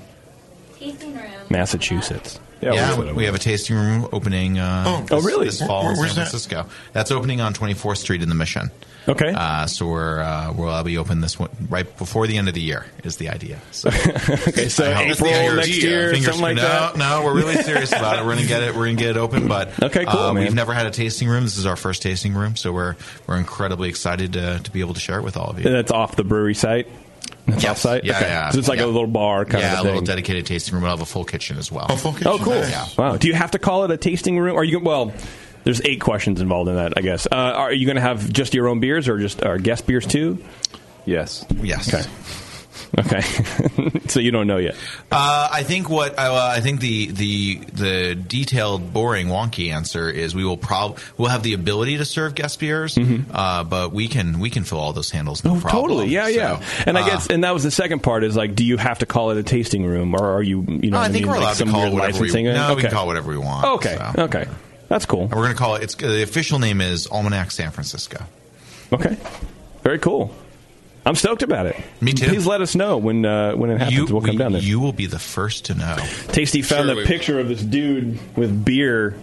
Speaker 15: Tasting room.
Speaker 7: Massachusetts.
Speaker 16: Yeah,
Speaker 15: Yeah,
Speaker 16: we, we have a tasting room opening. Uh,
Speaker 15: Oh,
Speaker 16: this,
Speaker 15: oh, really?
Speaker 16: This fall
Speaker 15: Where-
Speaker 16: in
Speaker 15: where's
Speaker 16: San
Speaker 15: that?
Speaker 16: Francisco. That's opening on 24th Street in the Mission.
Speaker 7: Okay.
Speaker 16: Uh, so we're uh, we'll be open this one right before the end of the year is the idea. So,
Speaker 7: okay, so April next year, something like
Speaker 16: no,
Speaker 7: that?
Speaker 16: No, we're really serious about it. We're gonna get it. We're gonna get it open. But
Speaker 7: Okay, cool,
Speaker 16: uh,
Speaker 7: man.
Speaker 16: We've never had a tasting room. This is our first tasting room, so we're we're incredibly excited to, to be able to share it with all of you.
Speaker 7: And that's off the brewery site. That's off site.
Speaker 16: Yeah,
Speaker 7: okay.
Speaker 16: yeah.
Speaker 7: So it's like
Speaker 16: Yeah.
Speaker 7: a little bar kind of
Speaker 16: yeah, a
Speaker 7: thing.
Speaker 16: little dedicated tasting room. We'll have a full kitchen as well.
Speaker 7: Oh, cool. Wow. Do you have to call it a tasting room? Are you well? There's eight questions involved in that, I guess. Uh, are you going to have just your own beers or just or guest beers too?
Speaker 19: Yes.
Speaker 16: Yes.
Speaker 7: Okay. Okay, so you don't know yet.
Speaker 16: Uh, I think what I, uh, I think the the the detailed, boring, wonky answer is we will probably we'll have the ability to serve guest beers, uh, but we can we can fill all those handles no problem.
Speaker 7: Mm-hmm. Oh, Totally, yeah, yeah.
Speaker 16: So,
Speaker 7: And I
Speaker 16: uh,
Speaker 7: guess, and that was the second part is like, do you have to call it a tasting room, or are you, you know,
Speaker 16: No,
Speaker 7: what
Speaker 16: I think
Speaker 7: mean?
Speaker 16: we're
Speaker 7: Like
Speaker 16: allowed to
Speaker 7: some
Speaker 16: call
Speaker 7: weird
Speaker 16: it whatever we,
Speaker 7: licensing?
Speaker 16: no, we
Speaker 7: Okay.
Speaker 16: can call it whatever we want.
Speaker 7: Okay, okay, that's cool. And
Speaker 16: we're gonna call it. It's uh, the official name is Almanac San Francisco.
Speaker 7: okay, very cool. I'm stoked about it. Me too. Please let us know when uh, when it happens. we'll come down there.
Speaker 16: You will be the first to know.
Speaker 7: Tasty found a picture of this dude with beer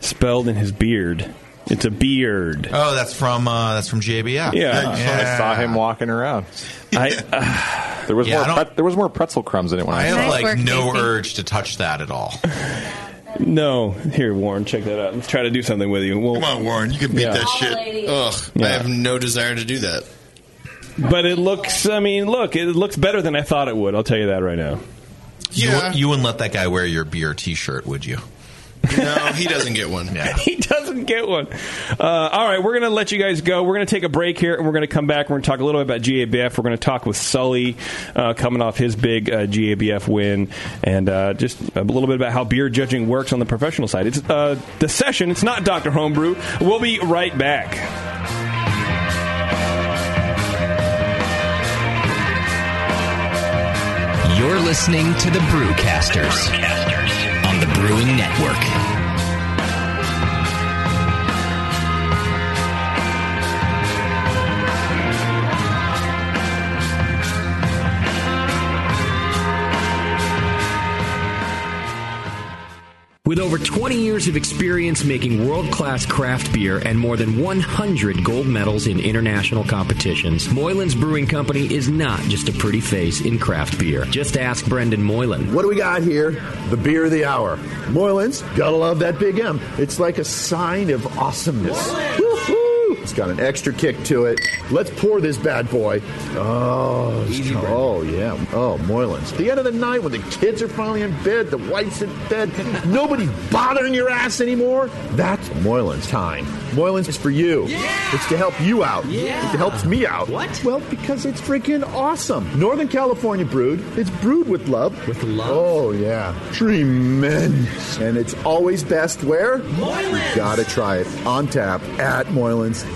Speaker 7: spelled in his beard. It's a beard.
Speaker 16: Oh, that's from uh, that's from JBF.
Speaker 7: Yeah.
Speaker 19: I saw him walking around. uh,
Speaker 7: I,
Speaker 19: there was
Speaker 16: Yeah, I
Speaker 19: more.
Speaker 16: don't-
Speaker 19: Pre- there was more pretzel crumbs in it when I,
Speaker 16: I have
Speaker 19: saw it.
Speaker 16: like no urge to touch that at all.
Speaker 7: No, here, Warren, check that out. Let's try to do something with you. We'll, Come
Speaker 9: on, Warren, you can
Speaker 8: beat that shit. Ugh, I have no desire to do that.
Speaker 7: But it looks. I mean, look, it looks better than I thought it would. I'll tell you that right now.
Speaker 16: You wou- You, wouldn't let that guy wear your beer T-shirt, would you?
Speaker 8: No, he doesn't get one.
Speaker 16: Yeah.
Speaker 7: he doesn't get one. Uh, all right, we're going to let you guys go. We're going to take a break here, and we're going to come back. We're going to talk a little bit about GABF. We're going to talk with Sully uh, coming off his big uh, GABF win, and uh, just a little bit about how beer judging works on the professional side. It's uh, the session. It's not Doctor Homebrew. We'll be right back.
Speaker 3: You're listening to the Brewcasters, on the Brewing Network. With over 20 years of experience making world class craft beer and more than 100 gold medals in international competitions, Moylan's Brewing Company is not just a pretty face in craft beer. Just ask Brendan Moylan.
Speaker 5: What do we got here? The beer of the hour. Moylan's, gotta love that big M. It's like a sign of awesomeness. Woo-hoo! It's got an extra kick to it. Let's pour this bad boy. Oh, it's- oh yeah. Oh, Moylan's. The end of the night when the kids are finally in bed, the wife's in bed, nobody's bothering your ass anymore. That's Moylan's time. Moylan's is for you. It's to help you out.
Speaker 6: Yeah.
Speaker 5: It helps me out. What? Well, because it's freaking awesome. Northern California brewed. It's brewed with love. With love. Oh yeah, tremendous. And it's always best where Moylan's. You gotta try it on tap at Moylan's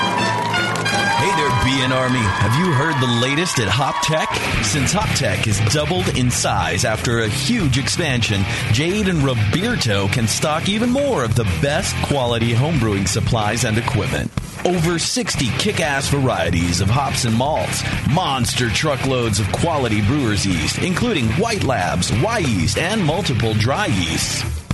Speaker 1: Hey there, BN Army. Have you heard the latest at Hop Tech? Since Hop Tech has doubled in size after a huge expansion, Jade and Roberto can stock even more of the best quality homebrewing supplies and equipment. Over 60 kick ass varieties of hops and malts, monster truckloads of quality brewer's yeast, including white labs, Y yeast, and multiple dry yeasts.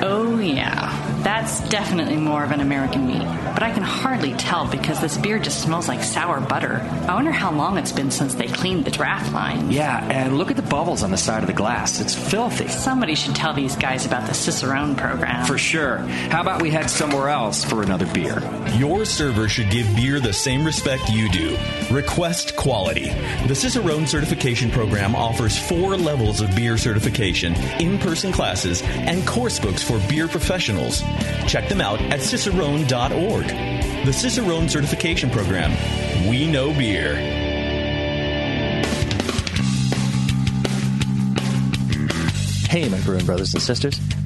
Speaker 10: Oh, yeah. That's definitely more of an American meat. But I can hardly tell because this beer just smells like sour butter. I wonder how long it's been since they cleaned the draft line.
Speaker 4: Yeah, and look at the bubbles on the side of the glass. It's filthy.
Speaker 10: Somebody should tell these guys about the Cicerone program.
Speaker 4: For sure. How about we head somewhere else for another beer?
Speaker 1: Your server should give beer the same respect you do. Request quality. The Cicerone certification program offers four levels of beer certification, in person classes, and course books for beer professionals. Check them out at cicerone.org. The Cicerone certification program. We know beer.
Speaker 12: Hey, my Bruin brothers and sisters.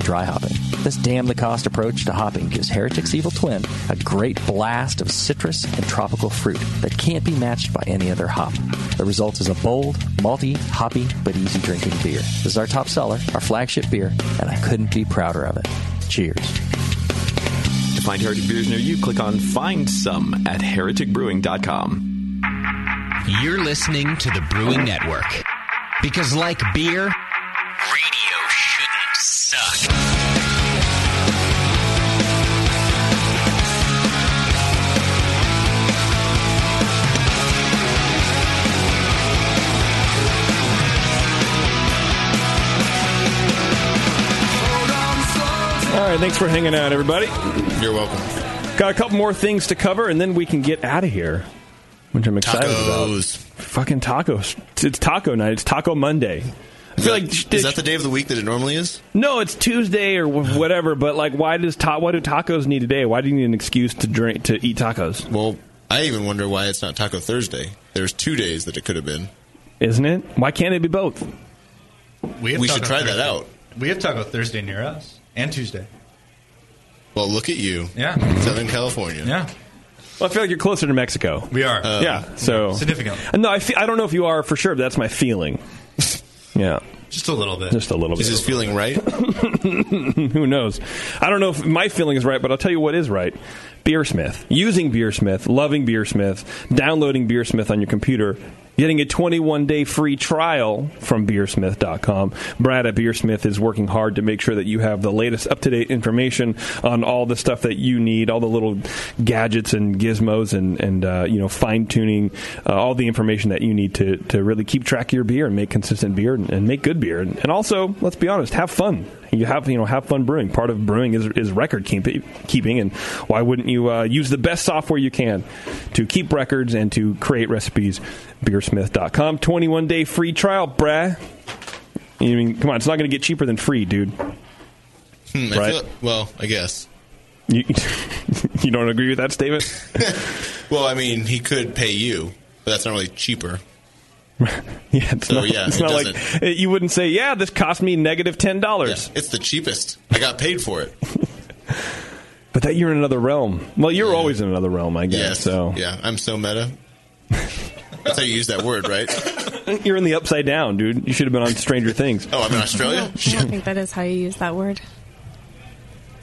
Speaker 12: dry hopping. This damn the cost approach to hopping gives Heretic's Evil Twin a great blast of citrus and tropical fruit that can't be matched by any other hop. The result is a bold, malty, hoppy, but easy drinking beer. This is our top seller, our flagship beer, and I couldn't be prouder of it. Cheers.
Speaker 21: To find Heretic Beers near you, click on Find Some at hereticbrewing.com.
Speaker 22: You're listening to the Brewing Network. Because, like beer, radio shouldn't suck.
Speaker 7: All right, thanks for hanging out, everybody.
Speaker 8: You're welcome.
Speaker 7: Got a couple more things to cover, and then we can get out of here, which I'm excited about. Fucking tacos! It's taco night. It's Taco Monday. I feel like
Speaker 8: Is that the day of the week that it normally is?
Speaker 7: no, it's Tuesday or wh- whatever. But like, why does ta- why do tacos need a day? Why do you need an excuse to drink to eat tacos?
Speaker 8: Well, I even wonder why it's not Taco Thursday. There's two days that it could have been.
Speaker 7: isn't it? Why can't it be both?
Speaker 8: We,
Speaker 20: have
Speaker 8: should
Speaker 20: Taco
Speaker 8: try that
Speaker 20: Thursday.
Speaker 8: out.
Speaker 20: We have Taco Thursday near us and Tuesday.
Speaker 8: Well, look at you.
Speaker 20: Yeah.
Speaker 8: Southern California. Uh,
Speaker 20: Yeah.
Speaker 7: Well, I feel like you're closer to Mexico.
Speaker 20: We are. Um,
Speaker 7: yeah. So
Speaker 20: Significantly.
Speaker 7: Uh, No, I fe- I don't know if you are for sure. But that's my feeling. Yeah.
Speaker 20: Just a little bit.
Speaker 7: Just a little bit.
Speaker 8: Is this feeling right?
Speaker 7: Who knows? I don't know if my feeling is right, but I'll tell you what is right. Beersmith. Using Beersmith, loving Beersmith, downloading Beersmith on your computer, getting a 21 day free trial from beersmith.com. Brad at Beersmith is working hard to make sure that you have the latest up to date information on all the stuff that you need, all the little gadgets and gizmos and, and uh, you know, fine tuning, uh, all the information that you need to, to really keep track of your beer and make consistent beer and, and make good beer. And, and also, let's be honest, have fun you have you know have fun brewing. Part of brewing is, is record keep, keeping, and why wouldn't you uh, use the best software you can to keep records and to create recipes? Beersmith.com, twenty one day free trial, brah. I mean, come on, it's not going to get cheaper than free, dude.
Speaker 8: Hmm, I
Speaker 7: right?
Speaker 8: feel, well, I guess.
Speaker 7: you, you don't agree with that statement?
Speaker 8: Well, I mean, he could pay you, but that's not really cheaper.
Speaker 7: yeah, it's
Speaker 8: So,
Speaker 7: not,
Speaker 8: yeah,
Speaker 7: it's
Speaker 8: it
Speaker 7: not like
Speaker 8: doesn't.
Speaker 7: eh, you wouldn't say, yeah, this cost me negative ten dollars.
Speaker 8: It's the cheapest. I got paid for it.
Speaker 7: But that you're in another realm. Well, you're always in another realm, I guess.
Speaker 8: Yes.
Speaker 7: So
Speaker 8: Yeah, I'm so meta. That's how you use that word, right?
Speaker 7: you're in the upside down, dude. You should have been on Stranger Things.
Speaker 8: Oh, I'm in
Speaker 11: I
Speaker 8: Australia.
Speaker 11: don't, I don't think that is how you use that word.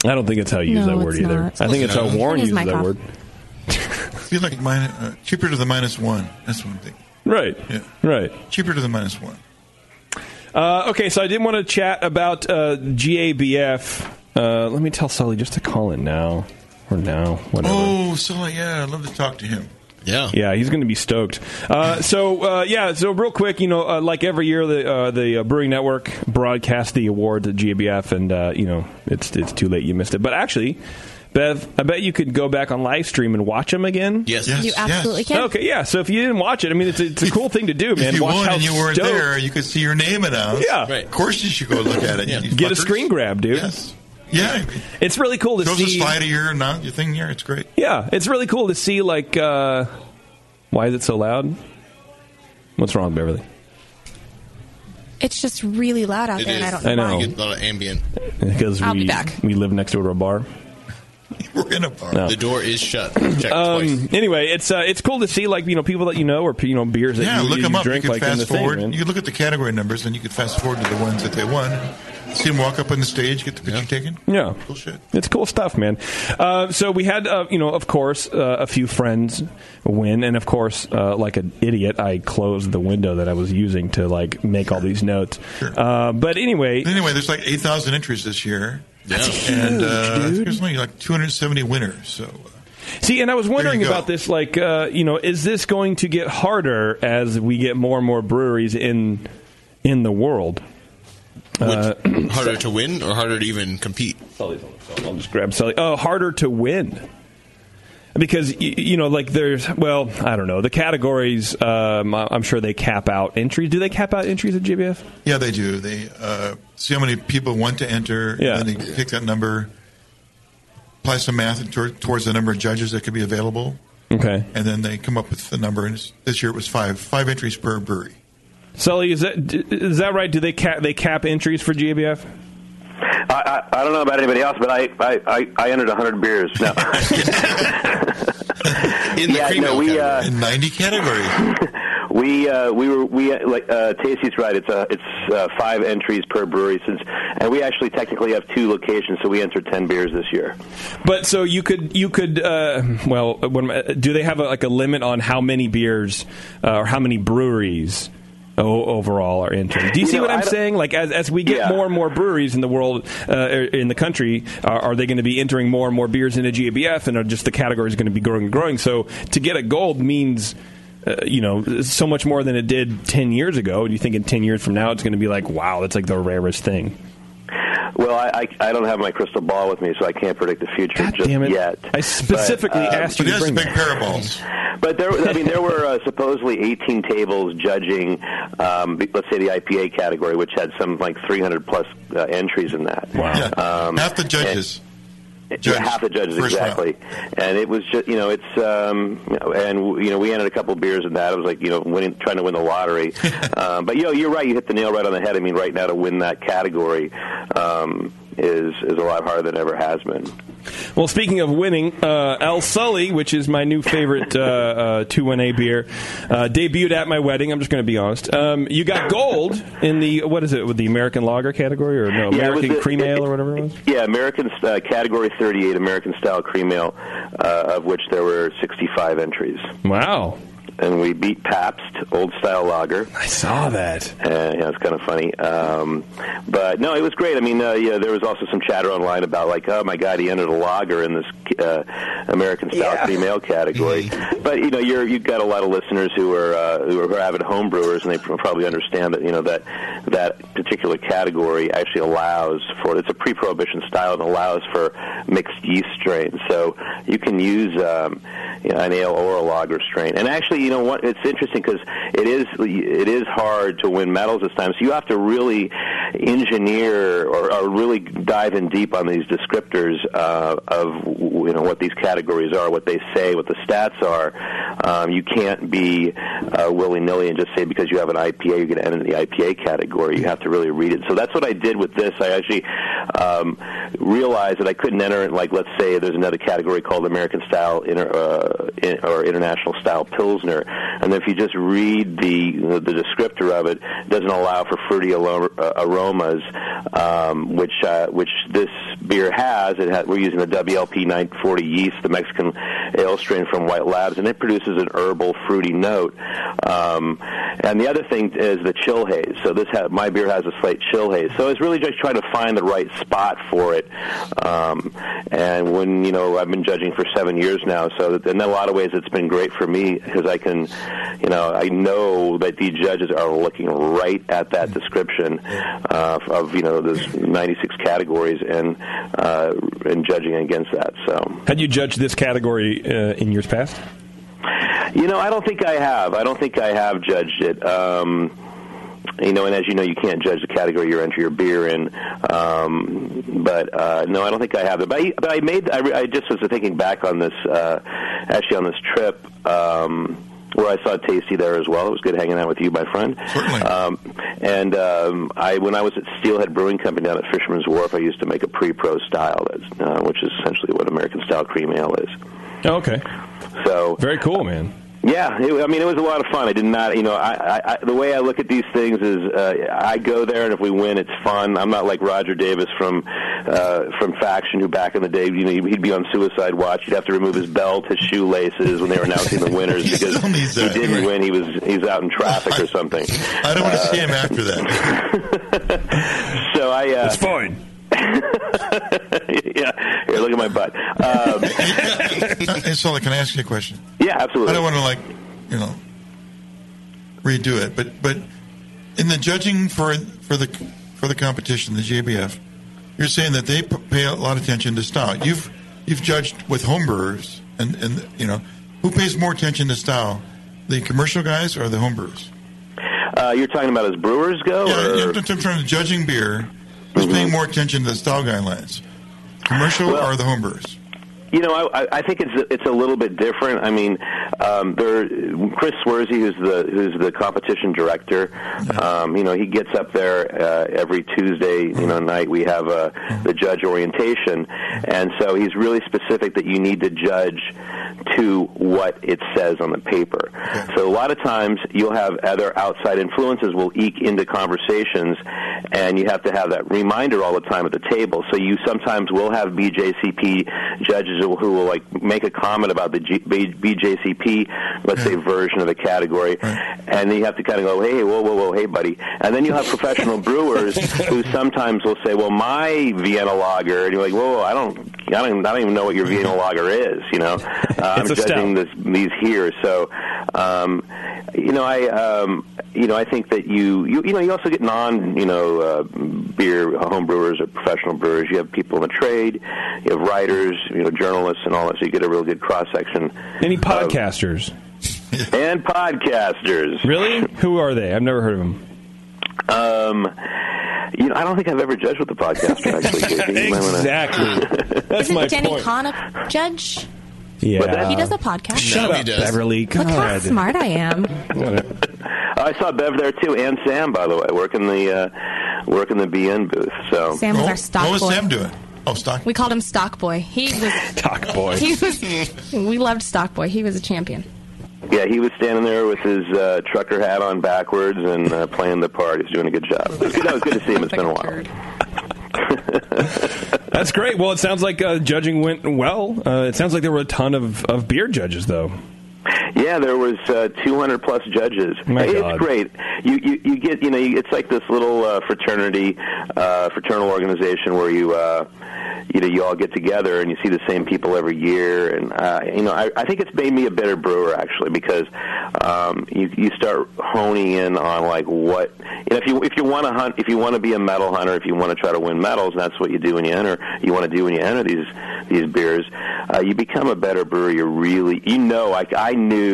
Speaker 7: I don't think it's how you use
Speaker 11: No,
Speaker 7: that word
Speaker 11: it's
Speaker 7: either.
Speaker 11: not.
Speaker 7: I think it's how
Speaker 11: It
Speaker 7: Warren
Speaker 11: is
Speaker 7: uses
Speaker 11: my
Speaker 7: that
Speaker 11: cough.
Speaker 7: word.
Speaker 9: I feel like minus, uh, cheaper to the minus one. That's what I'm thinking.
Speaker 7: Right. Right.
Speaker 9: Cheaper to the minus one.
Speaker 7: Uh, okay, so I did want to chat about uh, GABF. Uh, let me tell Sully just to call it now or now, whatever.
Speaker 8: Oh,
Speaker 9: Oh, so yeah, I'd love to talk to him.
Speaker 7: Yeah, yeah, he's going to be stoked. Uh, so uh, yeah, so real quick, you know, uh, like every year, the uh, the uh, Brewing Network broadcasts the awards at GABF, and uh, you know, it's it's too late, you missed it. But actually. Bev, I bet you could go back on live stream and watch them again.
Speaker 9: Yes. Yes, You yes. absolutely can.
Speaker 7: Okay, yeah. So if you didn't watch it, I mean, it's a, it's a cool thing to do, man.
Speaker 9: if you
Speaker 7: watch
Speaker 9: won
Speaker 7: how
Speaker 9: and you weren't
Speaker 7: stoked-
Speaker 9: there, you could see your name announced.
Speaker 7: Yeah.
Speaker 9: Of course, you should go look at it. you
Speaker 7: Get a
Speaker 9: fuckers.
Speaker 7: screen grab, dude.
Speaker 9: Yeah.
Speaker 7: It's really cool to
Speaker 9: Shows
Speaker 7: see-
Speaker 9: a slide of your, not your thing here. It's great.
Speaker 7: Yeah, it's really cool to see. Like, uh, why is it so loud? What's wrong, Beverly?
Speaker 11: It's just really loud out
Speaker 8: It
Speaker 11: there, and I
Speaker 8: is.
Speaker 11: don't
Speaker 7: I
Speaker 11: know.
Speaker 7: know.
Speaker 8: You get a lot of ambient.
Speaker 7: Because
Speaker 11: I'll
Speaker 7: we
Speaker 11: be back.
Speaker 7: we live next door to a bar.
Speaker 9: We're in a bar.
Speaker 7: No.
Speaker 8: The door is shut. Check twice.
Speaker 7: Um, anyway, it's uh, it's cool to see like you know people that you know or you know beers that
Speaker 9: yeah,
Speaker 7: you,
Speaker 9: look
Speaker 7: you
Speaker 9: them up.
Speaker 7: drink
Speaker 9: you
Speaker 7: like
Speaker 9: could
Speaker 7: in the
Speaker 9: fast forward.
Speaker 7: thing. man.
Speaker 9: you could look at the category numbers, and you could fast forward to the ones that they won. See them walk up on the stage, get the picture taken.
Speaker 7: Yeah,
Speaker 9: Cool shit.
Speaker 7: It's cool stuff, man. Uh, so we had, uh, you know, of course, uh, a few friends win, and of course, uh, like an idiot, I closed the window that I was using to like make all these notes. Uh, but anyway,
Speaker 9: Anyway, there's like eight thousand entries this year.
Speaker 7: That's
Speaker 9: and
Speaker 7: huge,
Speaker 9: uh, I think
Speaker 7: dude.
Speaker 9: there's only like 270 winners. So
Speaker 7: See, and I was wondering
Speaker 9: go.
Speaker 7: about this. Like, uh, you know, is this going to get harder as we get more and more breweries in in the world? Uh,
Speaker 8: harder to win or harder to even compete?
Speaker 7: I'll just grab Sully. Oh, harder to win. Because y- you know, like there's well, I don't know the categories. Um, I- I'm sure they cap out entries. Do they cap out entries at GBF?
Speaker 9: yeah, they do. They uh, see how many people want to enter.
Speaker 7: Yeah.
Speaker 9: And then they pick that number, apply some math tor- towards the number of judges that could be available,
Speaker 7: Okay,
Speaker 9: and then they come up with the number. And it's- this year it was five five entries per brewery.
Speaker 7: Sully, is that Uh, d- is that right? Do they cap they cap entries for GBF?
Speaker 13: I, I, I don't know about anybody else, but I I, I, I entered 100 beers. No.
Speaker 9: In
Speaker 13: yeah, no, we uh,
Speaker 9: in 90 categories.
Speaker 13: we uh, we were we uh, like uh, Tasty's right. It's uh, it's uh, five entries per brewery since, and we actually technically have two locations, so we entered 10 beers this year.
Speaker 7: But so you could you could uh, well when, uh, do they have a, like a limit on how many beers uh, or how many breweries uh, o- overall are entering? Do you,
Speaker 13: You
Speaker 7: see
Speaker 13: know,
Speaker 7: what I'm
Speaker 13: I don't-
Speaker 7: saying? Like as as we get
Speaker 13: Yeah.
Speaker 7: more and more breweries in the world uh, er, in the country, uh, are, are they going to be entering more and more beers into GABF, and are just the categories going to be growing and growing? So to get a gold means. Uh, you know, so much more than it did 10 years ago. And you think in 10 years from now, it's going to be like, wow, that's like the rarest thing.
Speaker 13: Well, I, I I don't have my crystal ball with me, so I can't predict the future just
Speaker 7: damn it.
Speaker 13: yet.
Speaker 7: I specifically
Speaker 13: But, um,
Speaker 7: asked you to bring that.
Speaker 13: But there, I mean, there were uh, supposedly 18 tables judging, um, b- let's say the IPA category, which had some like 300 plus uh, entries in that. Wow. Um, half the
Speaker 9: judges.
Speaker 13: yeah, half the judges
Speaker 9: First round.
Speaker 13: exactly, and it was just you know it's um you know, and you know we entered a couple beers in that it was like you know winning trying to win the lottery, um, but you know you're right you hit the nail right on the head I mean right now to win that category um, is is a lot harder than it ever has been.
Speaker 7: Well, speaking of winning, uh, El Sully, which is my new favorite uh, uh, 2-1A beer, uh, debuted at my wedding. I'm just going to be honest. Um, you got gold in the, what is it, with the American lager category or no,
Speaker 13: Yeah, it was
Speaker 7: American
Speaker 13: the-
Speaker 7: cream ale or whatever it was?
Speaker 13: Yeah, American uh, category 38 American style cream ale, uh, of which there were 65 entries.
Speaker 7: Wow.
Speaker 13: And we beat Pabst Old Style Lager.
Speaker 7: I saw that.
Speaker 13: Uh, yeah, it's kind of funny. Um, but no, it was great. I mean, uh, yeah, there was also some chatter online about like, oh my god, he entered a lager in this uh, American style cream ale category. But you know, you're you've got a lot of listeners who are uh, who are avid home brewers, and they pr- probably understand that you know that that particular category actually allows for it's a pre-prohibition style and allows for mixed yeast strains. So you can use um, you know, an ale or a lager strain. And actually, you know what? It's interesting because it is it is hard to win medals this time. So you have to really engineer or, or really dive in deep on these descriptors uh, of you know what these categories are, what they say, what the stats are. Um, you can't be uh, willy nilly and just say because you have an IPA you're going to enter the IPA category. You have to really read it. So that's what I did with this. I actually um, realized that I couldn't enter it. Like let's say there's another category called American style inter, uh, in, or international style pilsner, and if you just read the the descriptor of it, it doesn't allow for fruity alo- uh, aromas, um, which uh, which this beer has. It has. We're using the WLP 940 yeast, the Mexican ale strain from White Labs, and it produces an herbal, fruity note. Um, and the other thing is the chill haze. So this ha- my beer has a slight chill haze. So it's really just trying to find the right spot for it. Um, and when you know, I've been judging for seven years now, so in a lot of ways, it's been great for me because I can, you know, I know that the judges are looking right at that description uh, of you know those 96 categories and uh, and judging against that. So.
Speaker 7: Had you judged this category uh, in years past?
Speaker 13: You know, I don't think I have. I don't think I have judged it. Um, you know, and as you know, you can't judge the category you enter your beer in. Um, but uh, no, I don't think I have it. But I, but I made. I, re- I just was thinking back on this, uh, actually on this trip. Um, where I saw Tasty there as well. It was good hanging out with you, my friend. Um, and um, I, when I was at Steelhead Brewing Company down at Fisherman's Wharf, I used to make a pre-pro style, that's, uh, which is essentially what American style cream ale is.
Speaker 7: Oh, okay.
Speaker 13: So
Speaker 7: very cool, man.
Speaker 13: Yeah, it, I mean, it was a lot of fun. I did not, you know, I, I, I the way I look at these things is, uh, I go there, and if we win, it's fun. I'm not like Roger Davis from, uh, from Faction, who back in the day, you know, he'd be on suicide watch. He'd have to remove his belt, his shoelaces when they were announcing the winners because he didn't win. He was he's out in traffic or something. Uh,
Speaker 9: I don't want to see him after that.
Speaker 13: So I, uh,
Speaker 9: It's fine.
Speaker 13: yeah, here, look at my butt. Um,
Speaker 9: hey, Sully, can I ask you a question?
Speaker 13: yeah, absolutely.
Speaker 9: I don't want to like, you know, redo it, but but in the judging for for the for the competition, the JBF, you're saying that they p- pay a lot of attention to style. You've you've judged with homebrewers, and and you know who pays more attention to style, the commercial guys or the homebrewers?
Speaker 13: Uh, you're talking about as brewers go, or
Speaker 9: Yeah, I'm, I'm trying to judging beer. Who's
Speaker 7: Mm-hmm.
Speaker 9: paying more attention to the style guidelines, commercial or the homebrewers?
Speaker 13: You know, I, I- I think it's it's a little bit different. I mean, um, there Chris Swersey, who's the who's the competition director, um, you know, he gets up there uh, every Tuesday, you
Speaker 9: Mm-hmm.
Speaker 13: know, night. We have uh, the judge orientation, and so he's really specific that you need to judge to what it says on the paper. So a lot of times you'll have other outside influences will eke into conversations, and you have to have that reminder all the time at the table. So you sometimes will have BJCP judges who who will like make a comment about the G- B- BJCP, let's say version of the category, and then you have to kind of go, hey, whoa, whoa, whoa, hey, buddy, and then you have professional brewers who sometimes will say, well, my Vienna lager, and you're like, whoa, whoa, I don't, I don't, I don't even know what your Vienna lager is, you know, uh, I'm
Speaker 2: It's a stout.
Speaker 13: judging this, these here, so. Um, you know, I um, you know I think that you, you you know you also get non you know uh, beer home brewers or professional brewers. You have people in the trade, you have writers, you know journalists and all that. So you get a real good cross section.
Speaker 7: Any podcasters?
Speaker 13: and podcasters.
Speaker 7: Really? Who are they? I've never heard of them.
Speaker 13: Um, you know I don't think I've ever judged with a podcaster actually. Casey. You might wanna-
Speaker 7: Exactly. That's
Speaker 11: Isn't
Speaker 7: my
Speaker 11: Jenny
Speaker 7: point.
Speaker 11: Kahn a judge?
Speaker 7: Yeah.
Speaker 11: He does
Speaker 13: Uh,
Speaker 11: a podcast.
Speaker 7: Shut up, Beverly.
Speaker 11: Look how
Speaker 13: God.
Speaker 11: smart I am.
Speaker 13: I saw Bev there too, and Sam by the way, working the uh, working the BN booth. So
Speaker 11: Sam was our stock What was boy. Sam
Speaker 9: doing? Oh, stock.
Speaker 11: We called him Stock Boy. He was.
Speaker 7: Talk boy.
Speaker 11: He was. We loved Stock Boy. He was a champion.
Speaker 13: Yeah, he was standing there with his uh, trucker hat on backwards and uh, playing the part. He's doing a good job. It was good, no, it was good to see him. It's been a while.
Speaker 7: That's great. Well, it sounds like uh, judging went well. Uh, it sounds like there were a ton of, of beer judges, though.
Speaker 13: Yeah, there was uh, 200 plus judges.
Speaker 7: My
Speaker 13: it's
Speaker 7: God.
Speaker 13: great. You, you you get you know you, it's like this little uh, fraternity uh, fraternal organization where you uh, you know you all get together and you see the same people every year and uh, you know I, I think it's made me a better brewer actually because um, you you start honing in on like what you know, if you if you want to hunt if you want to be a medal hunter if you want to try to win medals and that's what you do when you enter you want to do when you enter these these beers uh, you become a better brewer you really you know I I knew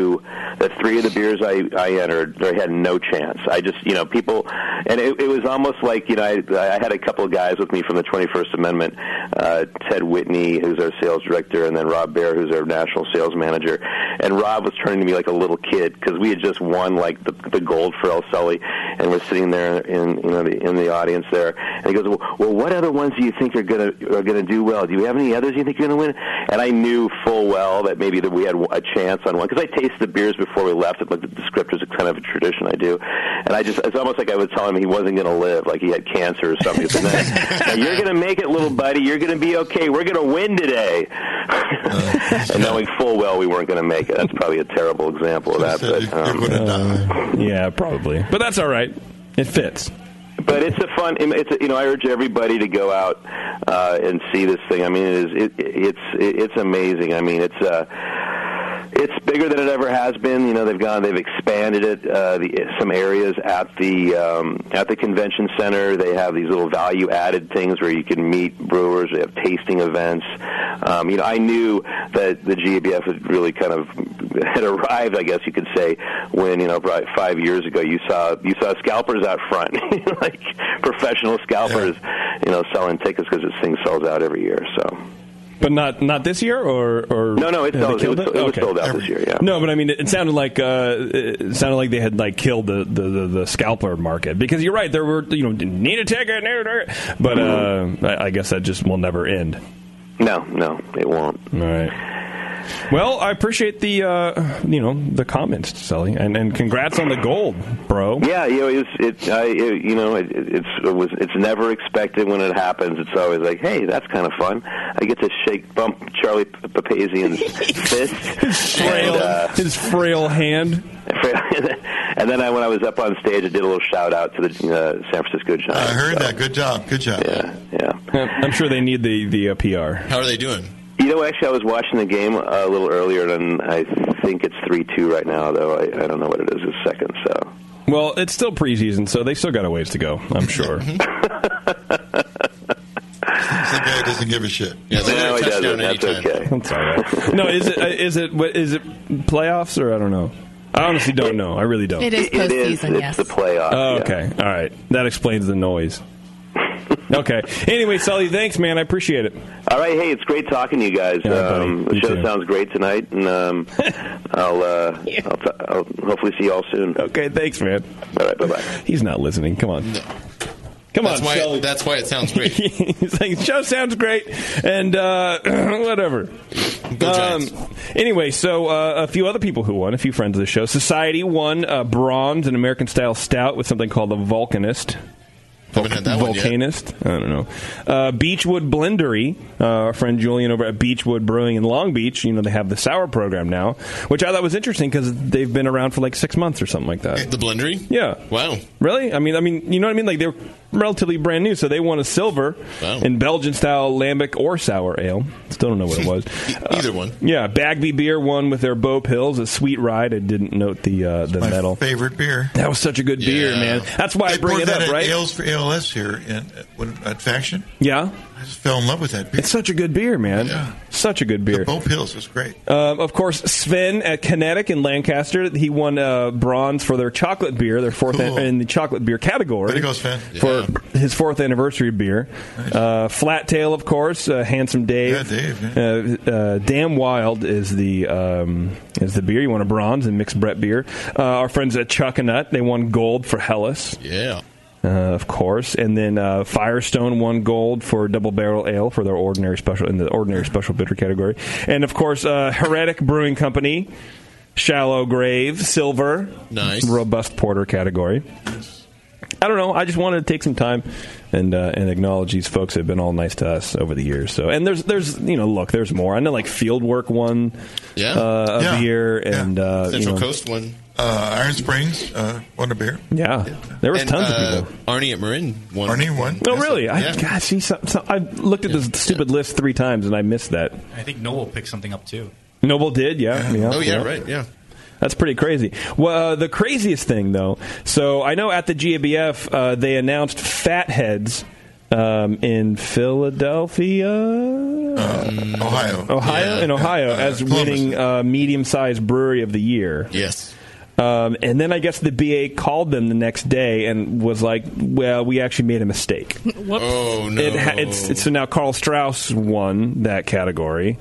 Speaker 13: that three of the beers I I entered they had no chance I just you know people and it, it was almost like you know I I had a couple of guys with me from the 21st Amendment uh, Ted Whitney who's our sales director and then Rob Bear who's our national sales manager and Rob was turning to me like a little kid because we had just won like the, the gold for El Sully, and we're sitting there in you know the, in the audience there, and he goes, well, well, what other ones do you think are gonna are gonna do well? Do you have any others you think you're gonna win? And I knew full well that maybe that we had a chance on one because I tasted the beers before we left and looked at the descriptors, it's kind of a tradition I do, and I just it's almost like I was telling him he wasn't gonna live, like he had cancer or something. But then, now, you're gonna make it, little buddy. You're gonna be okay. We're gonna win today. and knowing full well we weren't going to make it. That's probably a terrible example of that. But, um,
Speaker 7: Uh, yeah, probably. But that's all right. It fits.
Speaker 13: but it's a fun. It's a, you know I urge everybody to go out uh, and see this thing. I mean it is it, it's it's amazing. I mean it's. Uh, it's bigger than it ever has been. You know, they've gone, they've expanded it. Uh, the, some areas at the um, at the convention center, they have these little value-added things where you can meet brewers. They have tasting events. Um, you know, I knew that the GABF had really kind of had arrived, I guess you could say, when you know, probably five years ago, you saw you saw scalpers out front, like professional scalpers, you know, selling tickets because this thing sells out every year. So.
Speaker 7: But not not this year, or or
Speaker 13: No, no, it
Speaker 7: have they
Speaker 13: sold, it
Speaker 7: killed
Speaker 13: was, it was
Speaker 7: Okay.
Speaker 13: sold out this year. Yeah.
Speaker 7: No, but I mean, it, it sounded like uh, it sounded like they had like killed the, the, the, the scalper market because you're right. There were you know need a ticket, need a ticket. but uh, I, I guess that just will never end.
Speaker 13: Mm-hmm. No, no, it won't.
Speaker 7: All right. Well, I appreciate the uh, you know the comments, Sally, and, and congrats on the gold, bro.
Speaker 13: Yeah, you know, it's it, I, it you know, it, it's it was it's never expected when it happens. It's always like, hey, that's kind of fun. I get to shake bump Charlie P- Papazian's fist,
Speaker 7: frail,
Speaker 13: and, uh,
Speaker 7: his frail hand.
Speaker 13: and then I, when I was up on stage, I did a little shout out to the uh, San Francisco Giants. I heard that.
Speaker 9: Good job. Good job.
Speaker 13: Yeah, yeah.
Speaker 7: I'm sure they need the the uh, PR.
Speaker 13: How are they doing? You know, actually, I was watching the game a little earlier, and I think it's three two right now. Though I, I don't know what it is this second. So
Speaker 7: Well, it's still preseason, so they still got a ways to go. I'm sure.
Speaker 9: Mm-hmm. That guy doesn't give a shit.
Speaker 7: Yeah, they No, get a he touchdown doesn't. That's anytime. okay. That's all right. no, is it uh, is it what is it playoffs or I don't know. I honestly don't know. I really don't.
Speaker 13: It is It- it is. postseason, It's yes. the playoffs,
Speaker 7: Oh,
Speaker 13: yeah.
Speaker 7: okay. All right. That explains the noise. okay. Anyway, Sully, thanks, man. I appreciate it.
Speaker 13: All right, hey, it's great talking to you guys. um, the show sounds great tonight, and um, I'll, uh, I'll, t- I'll hopefully see you all soon.
Speaker 7: Okay, thanks, man.
Speaker 13: All right, bye bye.
Speaker 7: He's not listening. Come on. Come
Speaker 8: that's
Speaker 7: on,
Speaker 8: why,
Speaker 7: Sully.
Speaker 8: That's why it sounds great.
Speaker 7: He's like, show sounds great, and uh, whatever. Um, anyway, so uh, a few other people who won, a few friends of the show. Society won uh, bronze, an American style stout with something called the Vulcanist.
Speaker 8: had that one yet.
Speaker 7: Volcanist? I don't know. Uh, Beechwood Blendery, uh, our friend Julian over at Beechwood Brewing in Long Beach. You know they have the sour program now, which I thought was interesting because they've been around for like six months or something like that.
Speaker 8: The blendery?
Speaker 7: Yeah.
Speaker 8: Wow.
Speaker 7: Really? I mean, I mean, you know what I mean? Like they're relatively brand new, so they won a silver in Belgian style lambic or sour ale. Still don't know what it was.
Speaker 8: E-,
Speaker 7: Uh,
Speaker 8: Either one.
Speaker 7: Yeah, Bagby Beer won with their Bow Pills, a sweet ride. I didn't note the uh, the medal.
Speaker 9: Favorite beer.
Speaker 7: That was such a good beer, man. That's why I
Speaker 9: They
Speaker 7: bring
Speaker 9: poured
Speaker 7: it
Speaker 9: that
Speaker 7: up,
Speaker 9: at
Speaker 7: right?
Speaker 9: Ales for ALS here in, at, what- at Faction.
Speaker 7: Yeah.
Speaker 9: I just fell in love with that beer.
Speaker 7: It's such a good beer, man. Such a good beer.
Speaker 9: Bo Pills was great.
Speaker 7: Um, of course, Sven at Kinetic in Lancaster, he won uh, bronze for their chocolate beer, their fourth
Speaker 9: Cool.
Speaker 7: in the chocolate beer category.
Speaker 9: Way to go, Sven.
Speaker 7: For his fourth anniversary beer. Uh, Flat Tail, of course, uh, Handsome Dave.
Speaker 9: Yeah, Dave,
Speaker 7: Uh, uh, Damn Wild is the um, is the beer. You won a bronze in mixed Brett beer. Uh, our friends at Chuck a Nut, they won gold for Hellas.
Speaker 8: Yeah.
Speaker 7: Uh, of course, and then uh, Firestone won gold for double barrel ale for their ordinary special in the ordinary special bitter category, and of course, uh, Heretic Brewing Company, Shallow Grave Silver,
Speaker 8: nice
Speaker 7: robust porter category. I don't know. I just wanted to take some time and uh, and acknowledge these folks have been all nice to us over the years. So and there's there's you know look there's more. I know like Fieldwork won
Speaker 8: yeah.
Speaker 7: uh, a
Speaker 9: Yeah.
Speaker 7: beer and uh, you know-
Speaker 8: one.
Speaker 9: Uh, Iron Springs uh, won a beer.
Speaker 7: Yeah, there was
Speaker 8: And,
Speaker 7: tons
Speaker 8: uh,
Speaker 7: of people.
Speaker 8: Arnie at Marin won.
Speaker 9: Arnie won.
Speaker 7: No, really. I,
Speaker 20: Yeah.
Speaker 7: God, see, some, some, I looked at this stupid list three times and I missed that.
Speaker 20: I think Noel picked something up too.
Speaker 7: Noble did, yeah. yeah.
Speaker 20: Oh, yeah, right, yeah.
Speaker 7: That's pretty crazy. Well, uh, the craziest thing though. So I know at the GABF uh, they announced Fatheads um, in Philadelphia,
Speaker 20: Mm.
Speaker 9: Ohio,
Speaker 7: Ohio, in Ohio as winning uh, medium-sized brewery of the year.
Speaker 8: Yes.
Speaker 7: Um, and then I guess the BA called them the next day and was like, "Well, we actually made a mistake."
Speaker 8: Oh no!
Speaker 7: It ha- it's, it's so now Carl Strauss won that category,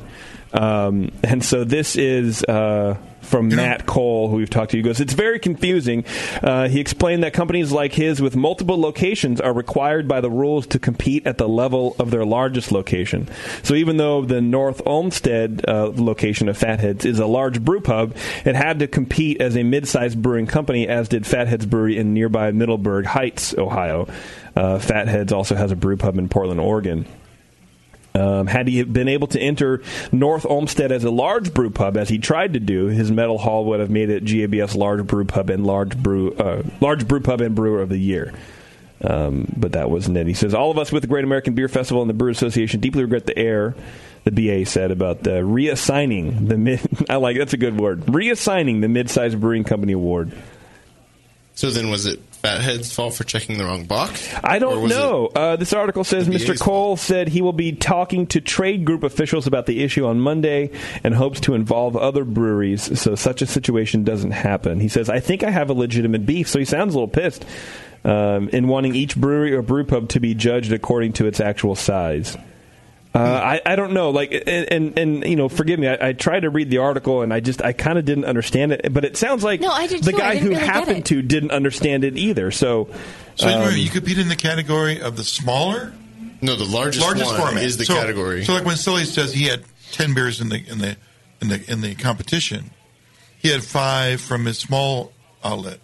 Speaker 7: um, and so this is uh, from Matt Cole, who we've talked to. He goes, "It's very confusing." Uh, he explained that companies like his with multiple locations are required by the rules to compete at the level of their largest location. So even though the North Olmsted uh, location of Fatheads is a large brew pub, it had to compete as a mid-sized brewing company, as did Fatheads Brewery in nearby Middleburg Heights, Ohio. Uh, Fatheads also has a brew pub in Portland, Oregon. Um, had he been able to enter North Olmsted as a large brew pub, as he tried to do, his medal haul would have made it GABF's large brew pub and large brew uh, large brew pub and brewer of the year. Um, but that wasn't it. He says, All of us with the Great American Beer Festival and the Brewer Association deeply regret the error the BA said about the reassigning the mid. I like that's a good word. Reassigning the mid-sized brewing company award.
Speaker 8: So then, was it Fathead's fault for checking the wrong box?
Speaker 7: I
Speaker 8: Or
Speaker 7: don't
Speaker 8: was
Speaker 7: know. Uh, this article says
Speaker 8: The
Speaker 7: Mr.
Speaker 8: BA's
Speaker 7: Cole said he will be talking to trade group officials about the issue on Monday and hopes to involve other breweries so such a situation doesn't happen. He says, I think I have a legitimate beef. So he sounds a little pissed um, in wanting each brewery or brew pub to be judged according to its actual size. Uh, I, I don't know. Like, and, and, and you know, forgive me. I, I tried to read the article, and I just I kind of didn't understand it. But it sounds like
Speaker 11: No, I did
Speaker 7: the
Speaker 11: too. I
Speaker 7: guy
Speaker 11: didn't
Speaker 7: who
Speaker 11: really get
Speaker 7: happened
Speaker 11: it.
Speaker 7: to didn't understand it either. So,
Speaker 9: So you know,
Speaker 7: um,
Speaker 9: you compete in the category of the smaller.
Speaker 8: No, the largest one is the
Speaker 9: so,
Speaker 8: category.
Speaker 9: So like when Sully says he had ten beers in the in the in the in the competition, he had five from his small outlet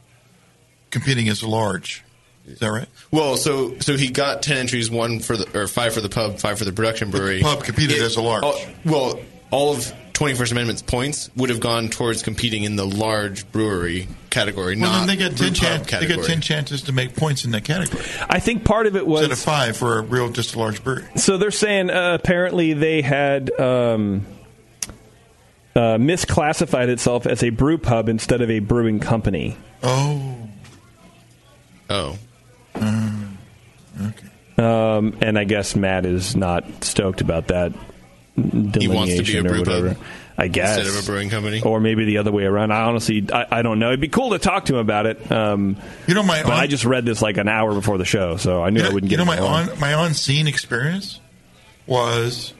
Speaker 9: competing as a large. Is that right?
Speaker 8: Well, so so he got ten entries, one for the or five for the pub, five for the production brewery.
Speaker 9: pub competed as a large.
Speaker 8: all- well, all of Twenty First Amendment's points would have gone towards competing in the large brewery category,
Speaker 9: Well,
Speaker 8: not
Speaker 9: then they got
Speaker 8: brew
Speaker 9: ten
Speaker 8: pub
Speaker 9: chan- They got
Speaker 8: category.
Speaker 9: ten chances to make points in that category.
Speaker 7: I think part of it was
Speaker 9: instead of five for a real just a large brewery.
Speaker 7: So they're saying uh, apparently they had um, uh, misclassified itself as a brew pub instead of a brewing company.
Speaker 9: Oh.
Speaker 8: Oh.
Speaker 7: Um, and I guess Matt is not stoked about that delineation
Speaker 8: He wants to be a
Speaker 7: or
Speaker 8: brew pub
Speaker 7: whatever. I guess
Speaker 8: instead of a brewing company.
Speaker 7: or maybe the other way around. I honestly, I, I don't know. It'd be cool to talk to him about it. Um,
Speaker 9: you know, my
Speaker 7: but I just read this like an hour before the show, so I knew I wouldn't
Speaker 9: you
Speaker 7: get.
Speaker 9: know
Speaker 7: it
Speaker 9: my
Speaker 7: wrong.
Speaker 9: on my on scene experience was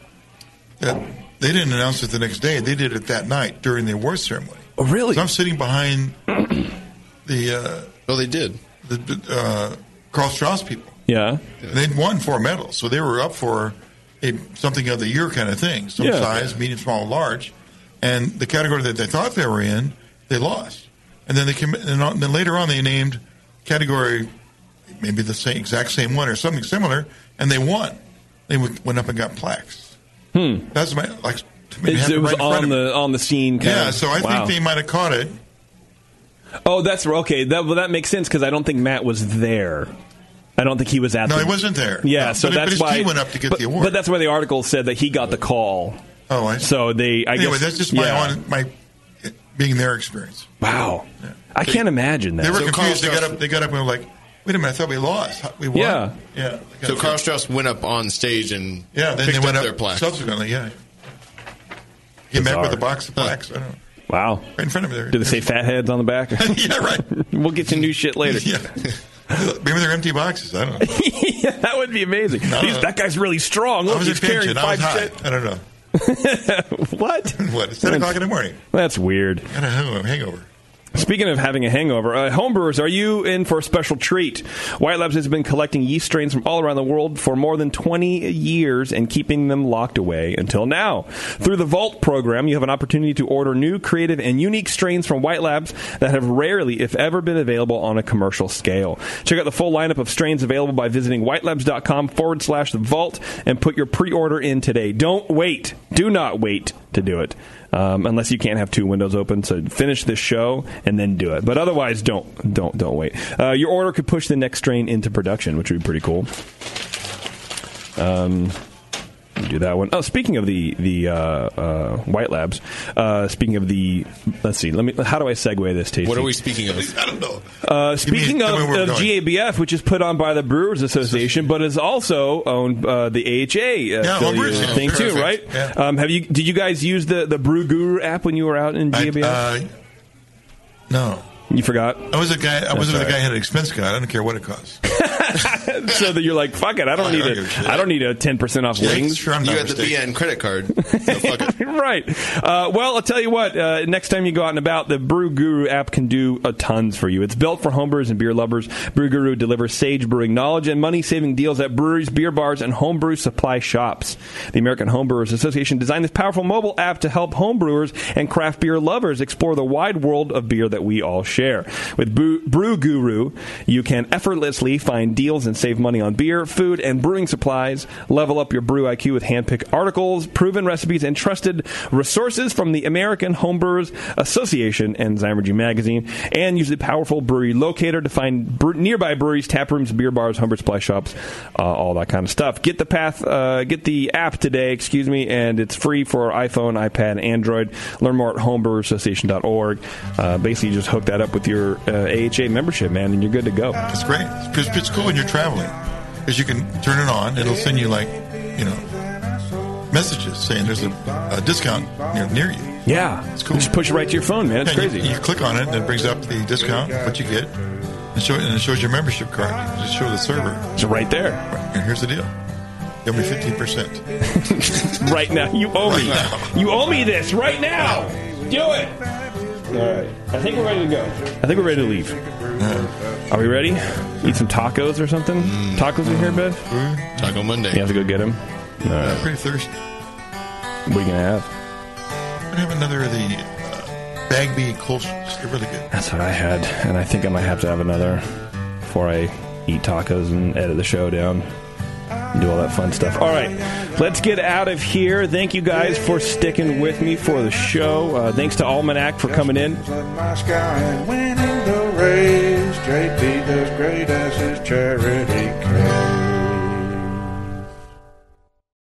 Speaker 9: that they didn't announce it the next day. They did it that night during the award ceremony.
Speaker 7: Oh, really?
Speaker 9: So I'm sitting behind the. Uh,
Speaker 8: well, Oh, they did
Speaker 9: the uh, Carl Strauss people.
Speaker 7: Yeah.
Speaker 9: They'd won four medals, so they were up for a something of the year kind of thing, some
Speaker 7: Yeah.
Speaker 9: size, medium, small, large, and the category that they thought they were in, they lost, and then they came, and on- then later on they named category maybe the same exact same one or something similar, and they won. They w- went up and got plaques.
Speaker 7: Hmm.
Speaker 9: That's my like.
Speaker 7: It's- it was
Speaker 9: right in front
Speaker 7: on
Speaker 9: of me.
Speaker 7: the on the scene. Kind
Speaker 9: Yeah,
Speaker 7: of-
Speaker 9: so I
Speaker 7: wow.
Speaker 9: think they might have caught it.
Speaker 7: Oh, that's okay. That well, that makes sense because I don't think Matt was there. I don't think he was at.
Speaker 9: No,
Speaker 7: the,
Speaker 9: he wasn't there.
Speaker 7: Yeah,
Speaker 9: No,
Speaker 7: so
Speaker 9: but- but
Speaker 7: that's
Speaker 9: his
Speaker 7: why
Speaker 9: team went up to get
Speaker 7: but,
Speaker 9: the award.
Speaker 7: But that's why the article said that he got the call.
Speaker 9: Oh, I
Speaker 7: so they. I
Speaker 9: anyway,
Speaker 7: guess,
Speaker 9: that's just my
Speaker 7: yeah.
Speaker 9: on my being their experience.
Speaker 7: Wow, I can't imagine that.
Speaker 9: They were confused. They got up. They got up and were like, "Wait a minute! I thought we lost. We won."
Speaker 8: Yeah.
Speaker 9: yeah.
Speaker 8: So Carl Strauss went up on stage and
Speaker 9: Yeah, then
Speaker 8: picked
Speaker 9: they went
Speaker 8: up
Speaker 9: up
Speaker 8: their plaque.
Speaker 9: subsequently. Yeah, came back with a box of plaques. I don't know.
Speaker 7: Wow,
Speaker 9: right in front of me there.
Speaker 7: Did it say fatheads on the back?
Speaker 9: yeah, right.
Speaker 7: we'll get to new shit later.
Speaker 9: Maybe they're empty boxes. I don't know.
Speaker 7: yeah, that would be amazing. He's- that guy's really strong.
Speaker 9: I
Speaker 7: Look,
Speaker 9: was
Speaker 7: he's
Speaker 9: in
Speaker 7: carrying
Speaker 9: tension. I
Speaker 7: five
Speaker 9: was high.
Speaker 7: shit.
Speaker 9: I don't know.
Speaker 7: what?
Speaker 9: what? It's ten o'clock in the morning.
Speaker 7: That's weird.
Speaker 9: I got a hang- hangover.
Speaker 7: Speaking of having a hangover, uh, homebrewers, are you in for a special treat? White Labs has been collecting yeast strains from all around the world for more than 20 years and keeping them locked away until now. Through the Vault program, you have an opportunity to order new, creative, and unique strains from White Labs that have rarely, if ever, been available on a commercial scale. Check out the full lineup of strains available by visiting whitelabs.com forward slash the vault and put your pre order in today. Don't wait. Do not wait to do it um, unless you can't have two windows open. So finish this show and then do it. But otherwise, don't don't don't wait. Uh, your order could push the next strain into production, which would be pretty cool. Um, do that one. Oh, speaking of the the uh, uh, White Labs, uh, speaking of the, let's see, let me. How do I segue this? Tasty?
Speaker 8: What are we speaking of?
Speaker 9: I don't know.
Speaker 7: Uh, speaking
Speaker 8: tell
Speaker 7: of,
Speaker 8: me where we're
Speaker 7: of
Speaker 8: going.
Speaker 7: GABF, which is put on by the Brewers Association, but is also owned uh, the AHA uh,
Speaker 9: Yeah, well,
Speaker 7: affiliated
Speaker 9: Brewers, yeah,
Speaker 7: thing too,
Speaker 9: perfect.
Speaker 7: right?
Speaker 9: Yeah.
Speaker 7: Um, have you? Did you guys use the the Brew Guru app when you were out in GABF?
Speaker 9: uh, no,
Speaker 7: you forgot.
Speaker 9: I was a guy. I
Speaker 7: That's
Speaker 9: was with
Speaker 7: all
Speaker 9: a guy
Speaker 7: right.
Speaker 9: who had an expense guide. I don't care what it costs.
Speaker 7: so that you're like, fuck it, I don't
Speaker 9: I
Speaker 7: need
Speaker 9: don't
Speaker 7: a,
Speaker 9: give a shit.
Speaker 7: I don't need a ten percent off
Speaker 8: Yeah,
Speaker 7: wings.
Speaker 8: you had the BN credit card.
Speaker 7: right. Uh, well, I'll tell you what. Uh, next time you go out and about, the Brew Guru app can do a tons for you. It's built for homebrewers and beer lovers. Brew Guru delivers sage brewing knowledge and money saving deals at breweries, beer bars, and homebrew supply shops. The American Homebrewers Association designed this powerful mobile app to help homebrewers and craft beer lovers explore the wide world of beer that we all share. With Brew, Brew Guru, you can effortlessly find find deals and save money on beer, food, and brewing supplies. Level up your brew IQ with handpicked articles, proven recipes, and trusted resources from the American Homebrewers Association and Zymergy Magazine. And use the powerful brewery locator to find bre- nearby breweries, tap rooms, beer bars, homebrew supply shops, uh, all that kind of stuff. Get the path, uh, get the app today, excuse me, and it's free for iPhone, iPad, Android. Learn more at homebrewersassociation.org. Uh, basically, just hook that up with your uh, AHA membership, man, and you're good to go.
Speaker 9: It's great. It's, it's cool when you're traveling because you can turn it on. It'll send you like you know messages saying there's a, a discount near, near you.
Speaker 7: Yeah, it's cool. Just push it right to your phone, man. It's
Speaker 9: Yeah, you-
Speaker 7: crazy.
Speaker 9: You, click on it and it brings up the discount, what you get, and, show, and it shows your membership card. Just show the server.
Speaker 7: It's right there.
Speaker 9: And here's the deal. Give me fifteen percent.
Speaker 7: right now, you owe me. You owe me this right now. Do it. All right. I think we're ready to go. I think we're ready to leave. Are we ready? Eat some tacos or something? Tacos in here, Bev?
Speaker 8: Taco Monday.
Speaker 7: You have to go get them. All
Speaker 9: I'm
Speaker 7: right.
Speaker 9: Uh, pretty thirsty.
Speaker 7: What are you gonna have?
Speaker 9: I'm gonna have another of the uh, Bagby coleslaws. They're really good.
Speaker 7: That's what I had, and I think I might have to have another before I eat tacos and Mm, edit the show down. and Do all that fun stuff. All right, let's get out of here. Thank you guys for sticking with me for the show. Uh, thanks to Almanac for coming in.
Speaker 2: my sky and winning the race. JP does great as his charity case.